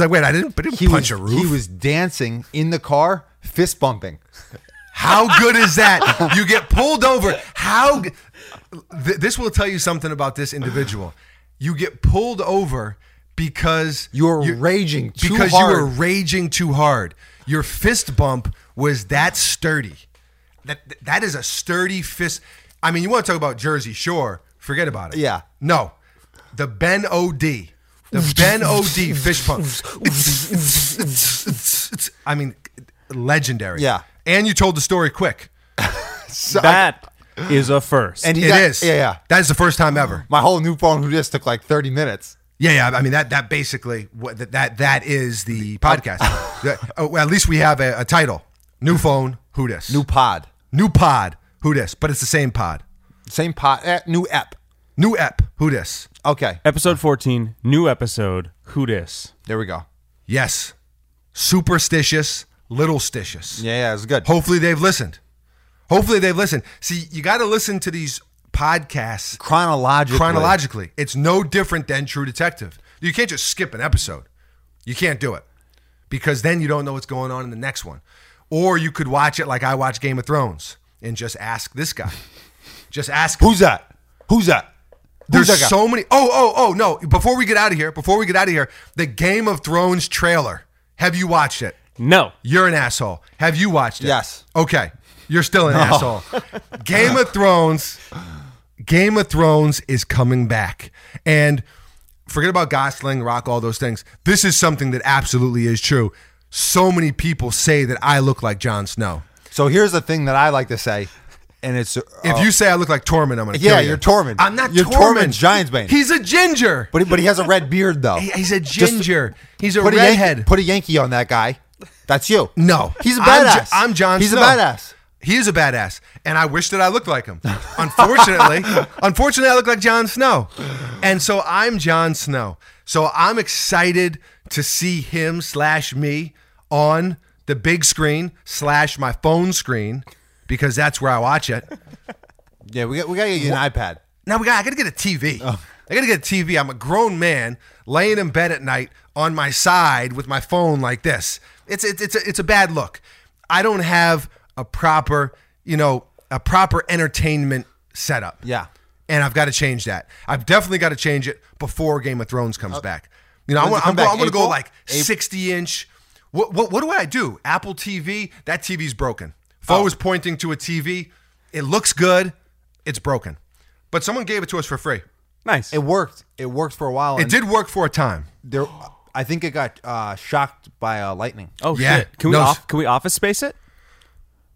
[SPEAKER 3] And
[SPEAKER 2] like, wait, I didn't, I didn't
[SPEAKER 3] he
[SPEAKER 2] punch
[SPEAKER 3] was,
[SPEAKER 2] a roof.
[SPEAKER 3] He was dancing in the car, fist bumping.
[SPEAKER 2] How good is that? You get pulled over. How? g- Th- this will tell you something about this individual. You get pulled over because
[SPEAKER 3] You were raging too
[SPEAKER 2] because
[SPEAKER 3] hard.
[SPEAKER 2] you were raging too hard. Your fist bump was that sturdy. That that is a sturdy fist. I mean, you want to talk about Jersey Shore? Forget about it.
[SPEAKER 3] Yeah.
[SPEAKER 2] No, the Ben Od, the Ben Od fish pump. I mean, legendary.
[SPEAKER 3] Yeah.
[SPEAKER 2] And you told the story quick.
[SPEAKER 5] That is a first.
[SPEAKER 3] And
[SPEAKER 2] It
[SPEAKER 3] he
[SPEAKER 2] is.
[SPEAKER 3] got- Yeah, yeah.
[SPEAKER 2] That is the first time ever.
[SPEAKER 3] My whole new phone who just took like 30 minutes.
[SPEAKER 2] Yeah, yeah. I mean that that basically what that that, that is the podcast. That- oh, well, at least we have a, a title. New phone, who dis?
[SPEAKER 3] New pod.
[SPEAKER 2] New pod, who dis? But it's the same pod.
[SPEAKER 3] Same pod. Eh, new app.
[SPEAKER 2] New ep, who dis?
[SPEAKER 3] Okay.
[SPEAKER 5] episode fourteen. New episode. Who dis?
[SPEAKER 3] There we go.
[SPEAKER 2] Yes. Superstitious, little stitious.
[SPEAKER 3] Yeah, yeah, it's good.
[SPEAKER 2] Hopefully they've listened. Hopefully they've listened. See, you got to listen to these podcasts
[SPEAKER 3] Chronologically.
[SPEAKER 2] chronologically. It's no different than True Detective. You can't just skip an episode. You can't do it because then you don't know what's going on in the next one. Or you could watch it like I watch Game of Thrones and just ask this guy. Just ask.
[SPEAKER 3] Who's that? Who's that? Who's
[SPEAKER 2] There's
[SPEAKER 3] that guy?
[SPEAKER 2] so many. Oh, oh, oh, no. Before we get out of here, before we get out of here, the Game of Thrones trailer. Have you watched it?
[SPEAKER 5] No.
[SPEAKER 2] You're an asshole. Have you watched it?
[SPEAKER 3] Yes.
[SPEAKER 2] Okay. You're still an asshole. Game of Thrones. Game of Thrones is coming back. And forget about Gosling, Rock, all those things. This is something that absolutely is true. So many people say that I look like Jon Snow.
[SPEAKER 3] So here's the thing that I like to say, and it's uh,
[SPEAKER 2] If you say I look like Tormund, I'm gonna
[SPEAKER 3] Yeah,
[SPEAKER 2] kill you.
[SPEAKER 3] you're Tormund.
[SPEAKER 2] I'm not
[SPEAKER 3] You're
[SPEAKER 2] Tormund.
[SPEAKER 3] Tormund Giantsbane.
[SPEAKER 2] He's a ginger.
[SPEAKER 3] but he, but he has a red beard though.
[SPEAKER 2] He- He's a
[SPEAKER 3] Just
[SPEAKER 2] ginger. He's a
[SPEAKER 3] put a Yankee,
[SPEAKER 2] redhead.
[SPEAKER 3] put a Yankee on that guy. That's you.
[SPEAKER 2] No,
[SPEAKER 3] he's a
[SPEAKER 2] I'm
[SPEAKER 3] badass.
[SPEAKER 2] Jo- I'm, John.
[SPEAKER 3] He's
[SPEAKER 2] Snow.
[SPEAKER 3] a badass.
[SPEAKER 2] He is a badass, and I wish that I looked like him. Unfortunately, unfortunately, I look like Jon Snow, and so I'm Jon Snow. So I'm excited to see him slash me on the big screen slash my phone screen because that's where I watch it.
[SPEAKER 3] Yeah, we got we got to get you an iPad.
[SPEAKER 2] Now we got. I got to get a TV. I got to get a TV. I'm a grown man laying in bed at night on my side with my phone like this. It's it's it's a, it's a bad look. I don't have a proper you know a proper entertainment setup.
[SPEAKER 3] Yeah.
[SPEAKER 2] and I've got to change that. I've definitely got to change it before Game of Thrones comes back. You know, I
[SPEAKER 3] When's
[SPEAKER 2] want,
[SPEAKER 3] it come
[SPEAKER 2] I'm, go-
[SPEAKER 3] back?
[SPEAKER 2] I'm going to go
[SPEAKER 3] April?
[SPEAKER 2] like
[SPEAKER 3] April?
[SPEAKER 2] sixty inch. What, what what do I do? Apple TV? That TV's broken. Foe was pointing to a TV. It looks good. It's broken, but someone gave it to us for free.
[SPEAKER 5] Nice.
[SPEAKER 3] It worked. It worked for a while.
[SPEAKER 2] It
[SPEAKER 3] and
[SPEAKER 2] did work for a time.
[SPEAKER 3] There, I think it got uh, shocked by uh, lightning.
[SPEAKER 5] oh
[SPEAKER 2] yeah.
[SPEAKER 5] shit! Can we
[SPEAKER 2] No,
[SPEAKER 5] off, can we office space it?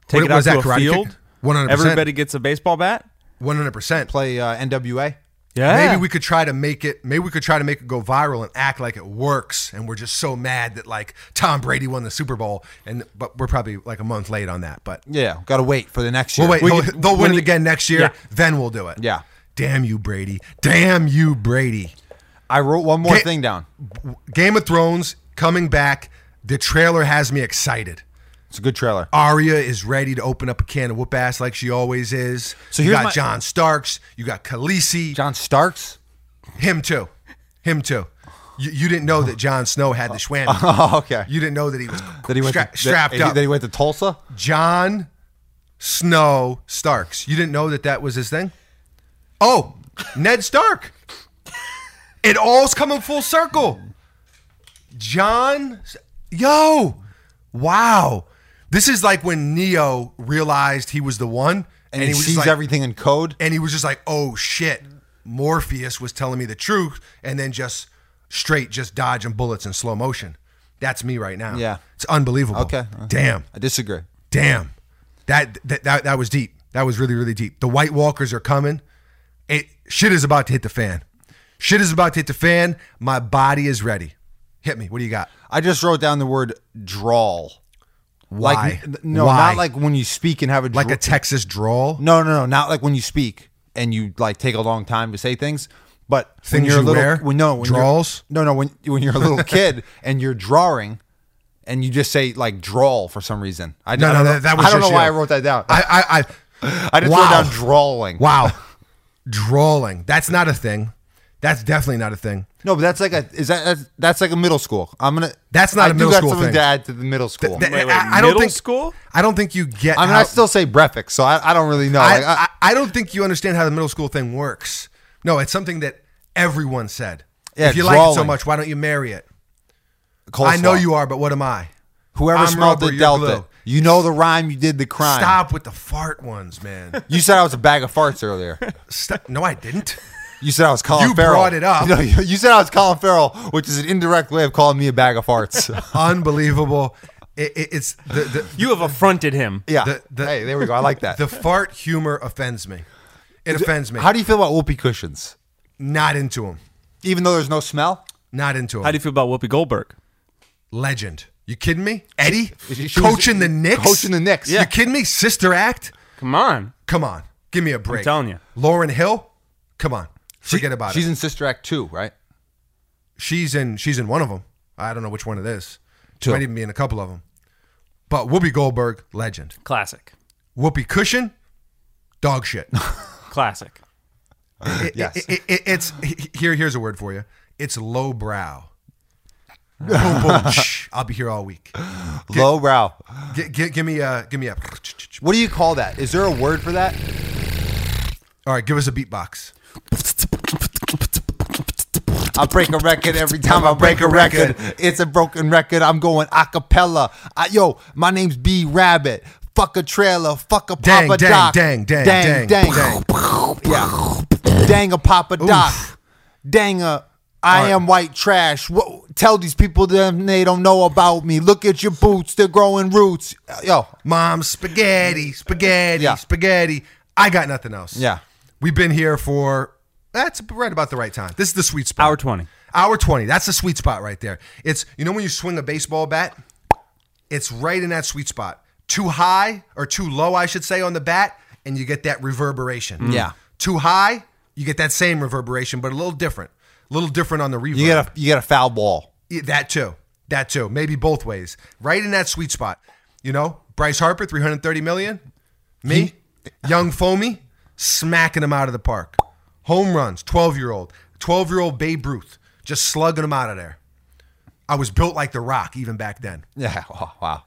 [SPEAKER 5] Take
[SPEAKER 2] What-
[SPEAKER 5] it out
[SPEAKER 2] was
[SPEAKER 5] to
[SPEAKER 2] that,
[SPEAKER 5] a
[SPEAKER 2] Karate Kid?
[SPEAKER 5] field.
[SPEAKER 2] 100%.
[SPEAKER 5] Everybody gets a baseball bat.
[SPEAKER 2] One hundred percent.
[SPEAKER 3] Play uh, NWA.
[SPEAKER 5] Yeah.
[SPEAKER 2] Maybe we could try to make it. Maybe we could try to make it go viral and act like it works. And we're just so mad that like Tom Brady won the Super Bowl, and but we're probably like a month late on that. But
[SPEAKER 3] Yeah, got to wait for the next year.
[SPEAKER 2] well, wait,
[SPEAKER 5] We
[SPEAKER 2] they'll,
[SPEAKER 5] could-
[SPEAKER 2] they'll
[SPEAKER 5] when
[SPEAKER 2] win it
[SPEAKER 5] you-
[SPEAKER 2] again next year.
[SPEAKER 5] Yeah.
[SPEAKER 2] Then we'll do it.
[SPEAKER 3] Yeah.
[SPEAKER 2] Damn you, Brady. Damn you, Brady.
[SPEAKER 3] I wrote one more
[SPEAKER 2] Ga-
[SPEAKER 3] thing down.
[SPEAKER 2] Game of Thrones coming back. The trailer has me excited.
[SPEAKER 3] It's a good trailer.
[SPEAKER 2] Arya is ready to open up a can of whoop ass like she always is.
[SPEAKER 3] So
[SPEAKER 2] you
[SPEAKER 3] here's
[SPEAKER 2] got
[SPEAKER 3] my-
[SPEAKER 2] John Starks. You got Khaleesi.
[SPEAKER 3] John Starks.
[SPEAKER 2] Him too. Him too. You, you didn't know that Jon Snow had the Schwam.
[SPEAKER 3] Oh, okay.
[SPEAKER 2] You didn't know that he was
[SPEAKER 3] That he went
[SPEAKER 2] stra-
[SPEAKER 3] to,
[SPEAKER 2] strapped
[SPEAKER 3] that,
[SPEAKER 2] up.
[SPEAKER 3] That he went to Tulsa.
[SPEAKER 2] John Snow Starks. You didn't know that that was his thing? Oh, Ned Stark. It all's coming full circle. John, yo, wow. This is like when Neo realized he was the one, and,
[SPEAKER 3] And, he,
[SPEAKER 2] was just
[SPEAKER 3] sees
[SPEAKER 2] like-
[SPEAKER 3] everything in code.
[SPEAKER 2] and he was just like, "Oh shit, Morpheus was telling me the truth," and then just straight, just dodging bullets in slow motion. That's me right now.
[SPEAKER 3] Yeah.
[SPEAKER 2] it's unbelievable.
[SPEAKER 3] Okay.
[SPEAKER 2] damn,
[SPEAKER 3] I disagree.
[SPEAKER 2] damn, that that that, that was deep. That was really really deep. The White Walkers are coming. It shit is about to hit the fan. Shit is about to hit the fan. My body is ready. Hit me. What do you got?
[SPEAKER 3] I just wrote down the word drawl.
[SPEAKER 2] Why?
[SPEAKER 3] Like n- no,
[SPEAKER 2] Why?
[SPEAKER 3] not like when you speak and have a
[SPEAKER 2] like
[SPEAKER 3] dra-
[SPEAKER 2] a Texas drawl.
[SPEAKER 3] No, no, no, not like when you speak and you like take a long time to say things. But when
[SPEAKER 2] Things
[SPEAKER 3] you're
[SPEAKER 2] you
[SPEAKER 3] a little,
[SPEAKER 2] wear?
[SPEAKER 3] when, no, when you're-
[SPEAKER 2] Drawls?
[SPEAKER 3] no, no, when when you're a little kid and you're drawing, and you just say like drawl for some reason. I,
[SPEAKER 2] No,
[SPEAKER 3] I
[SPEAKER 2] no,
[SPEAKER 3] don't know,
[SPEAKER 2] that, that was
[SPEAKER 3] I don't know
[SPEAKER 2] just
[SPEAKER 3] why
[SPEAKER 2] you.
[SPEAKER 3] I wrote that down. I,
[SPEAKER 2] I I, I,
[SPEAKER 3] just
[SPEAKER 2] Wow.
[SPEAKER 3] wrote down drawling.
[SPEAKER 2] Wow. Drawling. That's not a thing. That's definitely not a thing.
[SPEAKER 3] No, but that's like a is that that's, that's like a middle school. I'm gonna
[SPEAKER 2] That's
[SPEAKER 3] I
[SPEAKER 2] not a
[SPEAKER 3] do
[SPEAKER 2] middle
[SPEAKER 3] got
[SPEAKER 2] school
[SPEAKER 3] something
[SPEAKER 2] thing.
[SPEAKER 3] to add to the middle school.
[SPEAKER 2] Th-
[SPEAKER 5] wait,
[SPEAKER 2] I, I don't
[SPEAKER 5] middle
[SPEAKER 2] think
[SPEAKER 5] school?
[SPEAKER 2] I don't think you get.
[SPEAKER 3] I mean,
[SPEAKER 2] how,
[SPEAKER 3] I still say breathic, so I, I don't really know.
[SPEAKER 2] I,
[SPEAKER 3] Like, uh, I-
[SPEAKER 2] I, I don't think you understand how the middle school thing works. No, it's something that everyone said.
[SPEAKER 3] Yeah,
[SPEAKER 2] if you like it so
[SPEAKER 3] drawling.
[SPEAKER 2] much, why don't you marry it? I
[SPEAKER 3] coleslaw.
[SPEAKER 2] know you are, but what am I?
[SPEAKER 3] Whoever
[SPEAKER 2] I'm
[SPEAKER 3] smelled
[SPEAKER 2] rubber,
[SPEAKER 3] it
[SPEAKER 2] you're
[SPEAKER 3] dealt
[SPEAKER 2] glue.
[SPEAKER 3] it. You know the rhyme. You did the crime.
[SPEAKER 2] Stop with the fart ones, man.
[SPEAKER 3] You said I was a bag of farts earlier.
[SPEAKER 2] Stop. No, I didn't.
[SPEAKER 3] You said I was Colin
[SPEAKER 2] You
[SPEAKER 3] Farrell.
[SPEAKER 2] brought it up.
[SPEAKER 3] No, You, you said I was Colin Farrell, which is an indirect way of calling me a bag of farts.
[SPEAKER 2] Unbelievable. It, it, it's the, the
[SPEAKER 5] you have affronted him.
[SPEAKER 3] yeah.
[SPEAKER 2] The- the-
[SPEAKER 3] hey, there we go. I like that.
[SPEAKER 2] the fart humor offends me. It offends me.
[SPEAKER 3] How do you feel about whoopee cushions?
[SPEAKER 2] Not into him.
[SPEAKER 3] Even though there's no smell?
[SPEAKER 2] Not into him.
[SPEAKER 5] How do you feel about Whoopi Goldberg?
[SPEAKER 2] legend. You kidding me? Eddie
[SPEAKER 3] She- she was-
[SPEAKER 2] coaching the Knicks.
[SPEAKER 3] coaching the Knicks.
[SPEAKER 2] You kidding me? Sister act.
[SPEAKER 5] Come on.
[SPEAKER 2] Come on, give me a break.
[SPEAKER 5] telling you.
[SPEAKER 2] Lauren Hill. Come on, forget about
[SPEAKER 3] She's
[SPEAKER 2] it.
[SPEAKER 3] in Sister Act 2, right?
[SPEAKER 2] she's in. She's in one of them. I don't know which one it is. She
[SPEAKER 3] Two.
[SPEAKER 2] might even be in a couple of them. But Whoopi Goldberg, legend.
[SPEAKER 5] Classic.
[SPEAKER 2] Whoopi Cushion, dog shit.
[SPEAKER 5] Classic.
[SPEAKER 2] It-
[SPEAKER 3] Yes.
[SPEAKER 2] it- it- it- it's he- here. Here's a word for you. It's lowbrow. boom, boom, shh. I'll be here all week.
[SPEAKER 3] Low brow.
[SPEAKER 2] Gi- gi- give me a. Give me a.
[SPEAKER 3] What do you call that? Is there a word for that?
[SPEAKER 2] All right, give us a beatbox.
[SPEAKER 3] I break a record every time I break a record. It's a broken record. I'm going a cappella. I- Yo, my name's B Rabbit. Fuck a trailer. Fuck a
[SPEAKER 2] Dang,
[SPEAKER 3] Papa
[SPEAKER 2] dang,
[SPEAKER 3] Doc.
[SPEAKER 2] dang, dang,
[SPEAKER 3] dang,
[SPEAKER 2] dang,
[SPEAKER 3] dang. Yeah. Dang a Papa Doc. Dang a. I am white trash. Whoa, tell these people that they don't know about me. Look at your boots; they're growing roots. Yo,
[SPEAKER 2] Mom, spaghetti, spaghetti,
[SPEAKER 3] Yeah.
[SPEAKER 2] spaghetti. I got nothing else.
[SPEAKER 3] Yeah.
[SPEAKER 2] We've been here for that's right about the right time. This is the sweet spot.
[SPEAKER 5] Hour 20.
[SPEAKER 2] Hour 20. That's the sweet spot right there. It's you know when you swing a baseball bat? It's right in that sweet spot. Too high or too low, I should say, on the bat, and you get that reverberation.
[SPEAKER 3] Yeah.
[SPEAKER 2] Too high, you get that same reverberation, but a little different. A little different on the reverb.
[SPEAKER 3] you get a you get a foul ball.
[SPEAKER 2] Yeah, That too. That too. Maybe both ways. Right in that sweet spot. You know, Bryce Harper, 330 million. Me, young Foamy, smacking him out of the park. Home runs, 12 year old. 12 year old Babe Ruth, just slugging him out of there. I was built like The Rock even back then.
[SPEAKER 3] Yeah, oh, wow.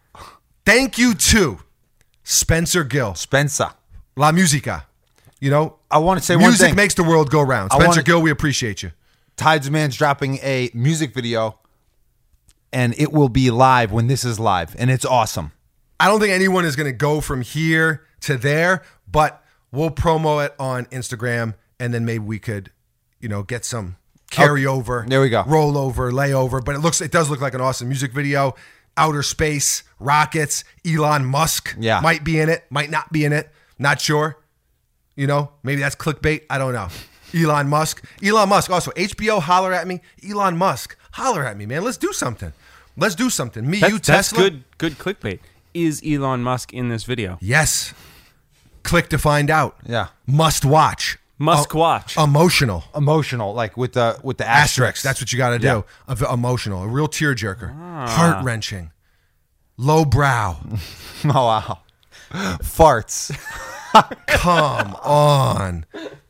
[SPEAKER 2] Thank you to Spencer Gill,
[SPEAKER 3] Spencer.
[SPEAKER 2] La Musica. You know,
[SPEAKER 3] I want to say one
[SPEAKER 2] Music
[SPEAKER 3] thing.
[SPEAKER 2] makes the world go round.
[SPEAKER 3] I wanna-
[SPEAKER 2] Spencer Gill, we appreciate you.
[SPEAKER 3] Tidesman's dropping a music video, and it will be live when this is live, and it's awesome.
[SPEAKER 2] I don't think anyone is going to go from here to there, but we'll promo it on Instagram, and then maybe we could, you know, get some carryover.
[SPEAKER 3] there we go.
[SPEAKER 2] Rollover, layover, but it looks it does look like an awesome music video. Outer space, rockets, Elon Musk
[SPEAKER 3] Yeah.
[SPEAKER 2] might be in it, might not be in it. Not sure. You know, maybe that's clickbait. I don't know. Elon Musk. Elon Musk. Also, HBO, holler at me. Elon Musk, holler at me, man. Let's do something. Let's do something. Me,
[SPEAKER 4] That-
[SPEAKER 2] you,
[SPEAKER 4] that's
[SPEAKER 2] Tesla.
[SPEAKER 4] good. Good clickbait. Is Elon Musk in this video?
[SPEAKER 2] Yes. Click to find out.
[SPEAKER 3] Yeah.
[SPEAKER 2] Must watch.
[SPEAKER 4] Must
[SPEAKER 2] Oh.
[SPEAKER 4] watch.
[SPEAKER 2] Emotional.
[SPEAKER 3] Emotional, like with the with the
[SPEAKER 2] Asterisk.
[SPEAKER 3] asterisk.
[SPEAKER 2] That's what you got to do. Of emotional. A real tearjerker. Heart wrenching. Low brow.
[SPEAKER 3] oh wow, farts.
[SPEAKER 2] Come on.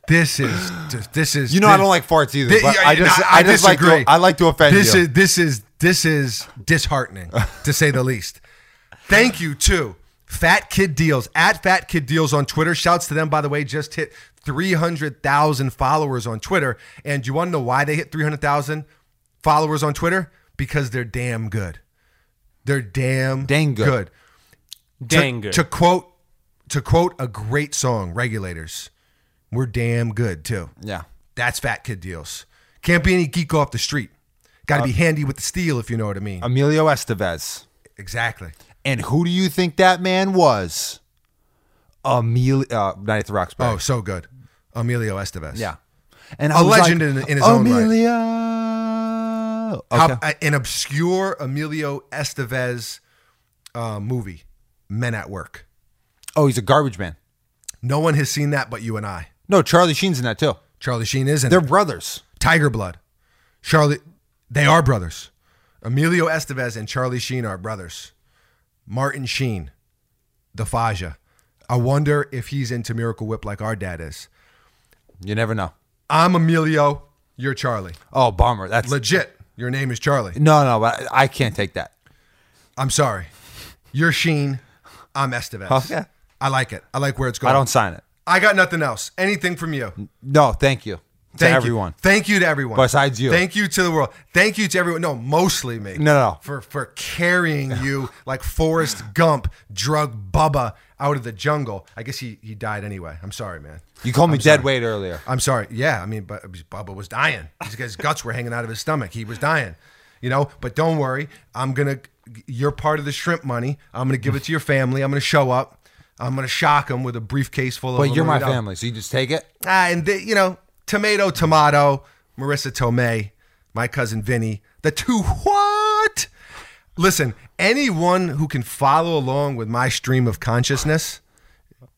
[SPEAKER 2] This is. This is.
[SPEAKER 3] You know I don't like farts either.
[SPEAKER 2] Thi-
[SPEAKER 3] but
[SPEAKER 2] yeah,
[SPEAKER 3] I just
[SPEAKER 2] yeah,
[SPEAKER 3] I, just like
[SPEAKER 2] disagree.
[SPEAKER 3] to, I like to offend
[SPEAKER 2] this
[SPEAKER 3] you.
[SPEAKER 2] Is, this is this is disheartening to say the least. Thank you to Fat Kid Deals at Fat Kid Deals on Twitter. Shouts to them by the way. Just hit three hundred thousand followers on Twitter. And you want to know why they hit three hundred thousand followers on Twitter? Because they're damn good. They're damn
[SPEAKER 3] Dang good.
[SPEAKER 2] good. To-
[SPEAKER 4] Dang good.
[SPEAKER 2] To quote to quote a great song, Regulators. We're damn good too.
[SPEAKER 3] yeah,
[SPEAKER 2] That's fat kid deals. Can't be any geek off the street. Got to
[SPEAKER 3] Uh,
[SPEAKER 2] be handy with the steel, if you know what I mean.
[SPEAKER 3] Emilio Estevez.
[SPEAKER 2] exactly.
[SPEAKER 3] And who do you think that man was? Emilio uh, Night at the Roxbury.
[SPEAKER 2] Oh, so good. Emilio Estevez.
[SPEAKER 3] yeah, and
[SPEAKER 2] A legend in- in his own right.
[SPEAKER 3] Emilio. Okay.
[SPEAKER 2] How, uh, an obscure Emilio Estevez uh, movie, Men at Work.
[SPEAKER 3] oh, he's a garbage man.
[SPEAKER 2] No one has seen that but you and I.
[SPEAKER 3] No, Charlie Sheen's in that too.
[SPEAKER 2] Charlie Sheen is in
[SPEAKER 3] They're
[SPEAKER 2] it.
[SPEAKER 3] brothers.
[SPEAKER 2] Tiger Blood. Charlie, they are brothers. Emilio Estevez and Charlie Sheen are brothers. Martin Sheen, the Faja. I wonder if he's into Miracle Whip like our dad is.
[SPEAKER 3] You never know.
[SPEAKER 2] I'm Emilio. You're Charlie.
[SPEAKER 3] Oh, bummer. That's
[SPEAKER 2] Legit. Your name is Charlie.
[SPEAKER 3] no, no. But I, I can't take that.
[SPEAKER 2] I'm sorry. You're Sheen. I'm Estevez.
[SPEAKER 3] Okay.
[SPEAKER 2] I like it. I like where it's going.
[SPEAKER 3] I don't sign it.
[SPEAKER 2] I got nothing else. Anything from you.
[SPEAKER 3] No, thank you
[SPEAKER 2] Thank
[SPEAKER 3] to
[SPEAKER 2] you.
[SPEAKER 3] everyone.
[SPEAKER 2] Thank you to everyone.
[SPEAKER 3] Besides you.
[SPEAKER 2] Thank you to the world. Thank you to everyone. No, mostly me.
[SPEAKER 3] No, no.
[SPEAKER 2] For for carrying you like Forrest Gump drug Bubba out of the jungle. I guess he he died anyway. I'm sorry, man.
[SPEAKER 3] You called me dead weight earlier.
[SPEAKER 2] I'm sorry. Yeah, I mean, but Bubba was dying. His, his guts were hanging out of his stomach. He was dying, you know. But don't worry. I'm gonna. You're part of the shrimp money. I'm gonna give it to your family. I'm gonna show up. I'm gonna shock them with a briefcase full of.
[SPEAKER 3] But you're my
[SPEAKER 2] aluminum.
[SPEAKER 3] family, so you just take it.
[SPEAKER 2] Ah, and they, you know, tomato, tomato. Marissa Tomei, my cousin Vinny. The two what? Listen, anyone who can follow along with my stream of consciousness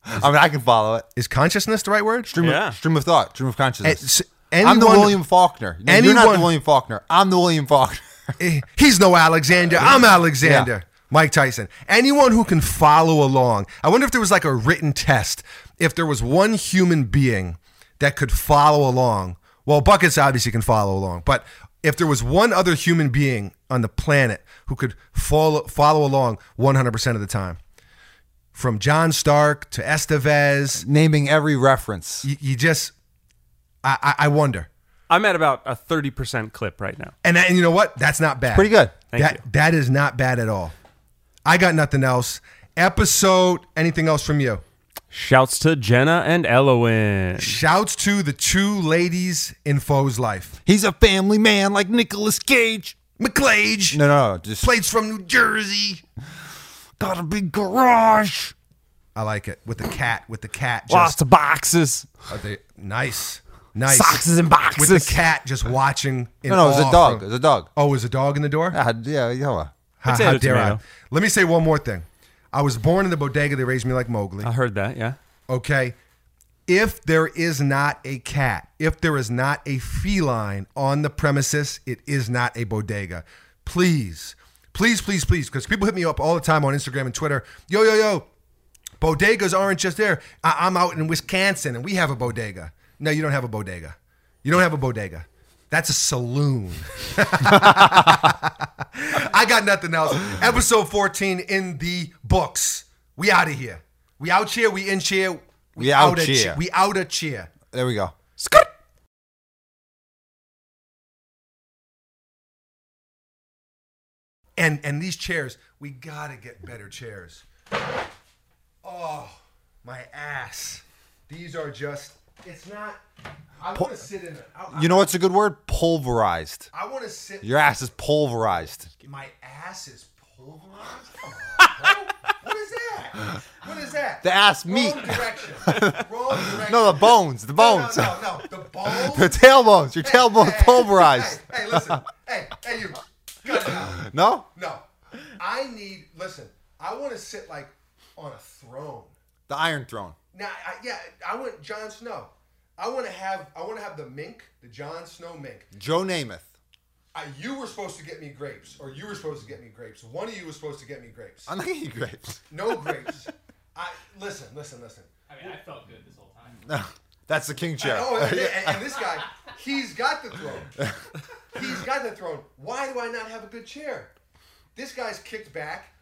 [SPEAKER 3] I mean, I can follow it.
[SPEAKER 2] is consciousnness the right word?
[SPEAKER 3] Stream,
[SPEAKER 4] Yeah.
[SPEAKER 3] of, stream of thought, stream of consciousness.
[SPEAKER 2] It's-
[SPEAKER 3] I'm the
[SPEAKER 2] anyone-
[SPEAKER 3] William Faulkner. No, you're not
[SPEAKER 2] anyone-
[SPEAKER 3] the William Faulkner. I'm the William Faulkner.
[SPEAKER 2] Eh, He's no Alexander. I'm Alexander. Mike Tyson. Anyone who can follow along. I wonder if there was like a written test. If there was one human being that could follow along. Well, Buckets obviously can follow along, but if there was one other human being on the planet who could follow follow along 100% of the time, from John Stark to Estevez,
[SPEAKER 3] Naming every reference.
[SPEAKER 2] you, you just, I, I, I wonder.
[SPEAKER 4] I'm at about a thirty percent clip right now.
[SPEAKER 2] And, and you know what? That's not bad.
[SPEAKER 3] Pretty good.
[SPEAKER 4] Thank
[SPEAKER 2] that
[SPEAKER 4] you.
[SPEAKER 2] that is not bad at all. I got nothing else. Episode. Anything else from you?
[SPEAKER 4] Shouts to Jenna and Elowen.
[SPEAKER 2] Shouts to the two ladies in Foe's life.
[SPEAKER 3] He's a family man like Nicolas Cage.
[SPEAKER 2] McClage
[SPEAKER 3] No, no, no. Just
[SPEAKER 2] plates from New Jersey.
[SPEAKER 3] got a big garage.
[SPEAKER 2] I like it with the cat. With the cat.
[SPEAKER 5] Lots
[SPEAKER 2] Just
[SPEAKER 5] of boxes,
[SPEAKER 2] are they, nice, nice.
[SPEAKER 5] boxes and
[SPEAKER 2] with
[SPEAKER 5] boxes.
[SPEAKER 2] the cat just watching. in
[SPEAKER 3] No, no, it was
[SPEAKER 2] awe
[SPEAKER 3] a dog. It
[SPEAKER 2] from-
[SPEAKER 3] was a dog.
[SPEAKER 2] oh, was a dog in the door?
[SPEAKER 3] Ah, yeah, yeah.
[SPEAKER 2] How,
[SPEAKER 4] Potato,
[SPEAKER 2] how dare I?
[SPEAKER 4] tomato.
[SPEAKER 2] Let me say one more thing. I was born in the bodega. They raised me like Mowgli.
[SPEAKER 4] I heard that. Yeah.
[SPEAKER 2] okay? If there is not a cat, if there is not a feline on the premises, it is not a bodega. Please, please, please, please, because people hit me up all the time on Instagram and Twitter. Yo, yo, yo, bodegas aren't just there. I- I'm out in Wisconsin and we have a bodega. No, you don't have a bodega. You don't have a bodega. That's a saloon. I got nothing else. Episode 14 in the books. We out of here. We out here. We in here.
[SPEAKER 3] We out
[SPEAKER 2] outta
[SPEAKER 3] here.
[SPEAKER 2] che- We out of cheer.
[SPEAKER 3] There we go.
[SPEAKER 2] And and these chairs, we gotta get better chairs. Oh, my ass! These are just. It's not. I want to sit in. A, I,
[SPEAKER 3] You know what's a good word? Pulverized.
[SPEAKER 2] I want to sit.
[SPEAKER 3] Your ass is pulverized.
[SPEAKER 2] My ass is pulverized. Come on, bro. what is that? What is that?
[SPEAKER 3] The ass
[SPEAKER 2] Wrong
[SPEAKER 3] meat.
[SPEAKER 2] Direction. Wrong direction.
[SPEAKER 3] No, the bones. The
[SPEAKER 2] No,
[SPEAKER 3] bones.
[SPEAKER 2] No, no, no, The bones.
[SPEAKER 3] The tailbones. Your
[SPEAKER 2] Hey,
[SPEAKER 3] tailbone's
[SPEAKER 2] hey,
[SPEAKER 3] pulverized.
[SPEAKER 2] Hey, hey, listen. Hey, hey, you. Cut it out.
[SPEAKER 3] No?
[SPEAKER 2] No, I need. Listen, I want to sit like on a throne.
[SPEAKER 3] The Iron Throne.
[SPEAKER 2] Now, I, yeah, I want Jon Snow. I want to have. I want to have the mink, the Jon Snow mink.
[SPEAKER 3] Joe Namath.
[SPEAKER 2] I, you were supposed to get me grapes, or you were supposed to get me grapes. One of you was supposed to get me grapes.
[SPEAKER 3] I'm not gonna eat grapes.
[SPEAKER 2] No grapes. I listen, listen, listen.
[SPEAKER 6] I mean, I felt good this whole time.
[SPEAKER 3] No. That's the king chair.
[SPEAKER 2] Oh, and, and- and this guy, he's got the throne. He's got the throne. Why do I not have a good chair? This guy's kicked back.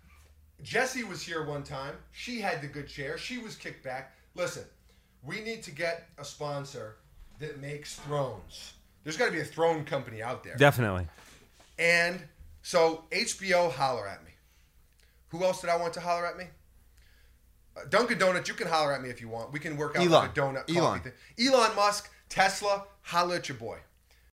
[SPEAKER 2] Jesse was here one time. She had the good chair. She was kicked back. Listen, we need to get a sponsor that makes thrones. There's got to be a throne company out there.
[SPEAKER 5] Definitely.
[SPEAKER 2] And so HBO, holler at me. Who else did I want to holler at me? Uh, Dunkin' Donuts, you can holler at me if you want. We can work out like a
[SPEAKER 3] Elon.
[SPEAKER 2] donut coffee
[SPEAKER 3] Elon.
[SPEAKER 2] thing. Elon Musk, Tesla, holler at your boy.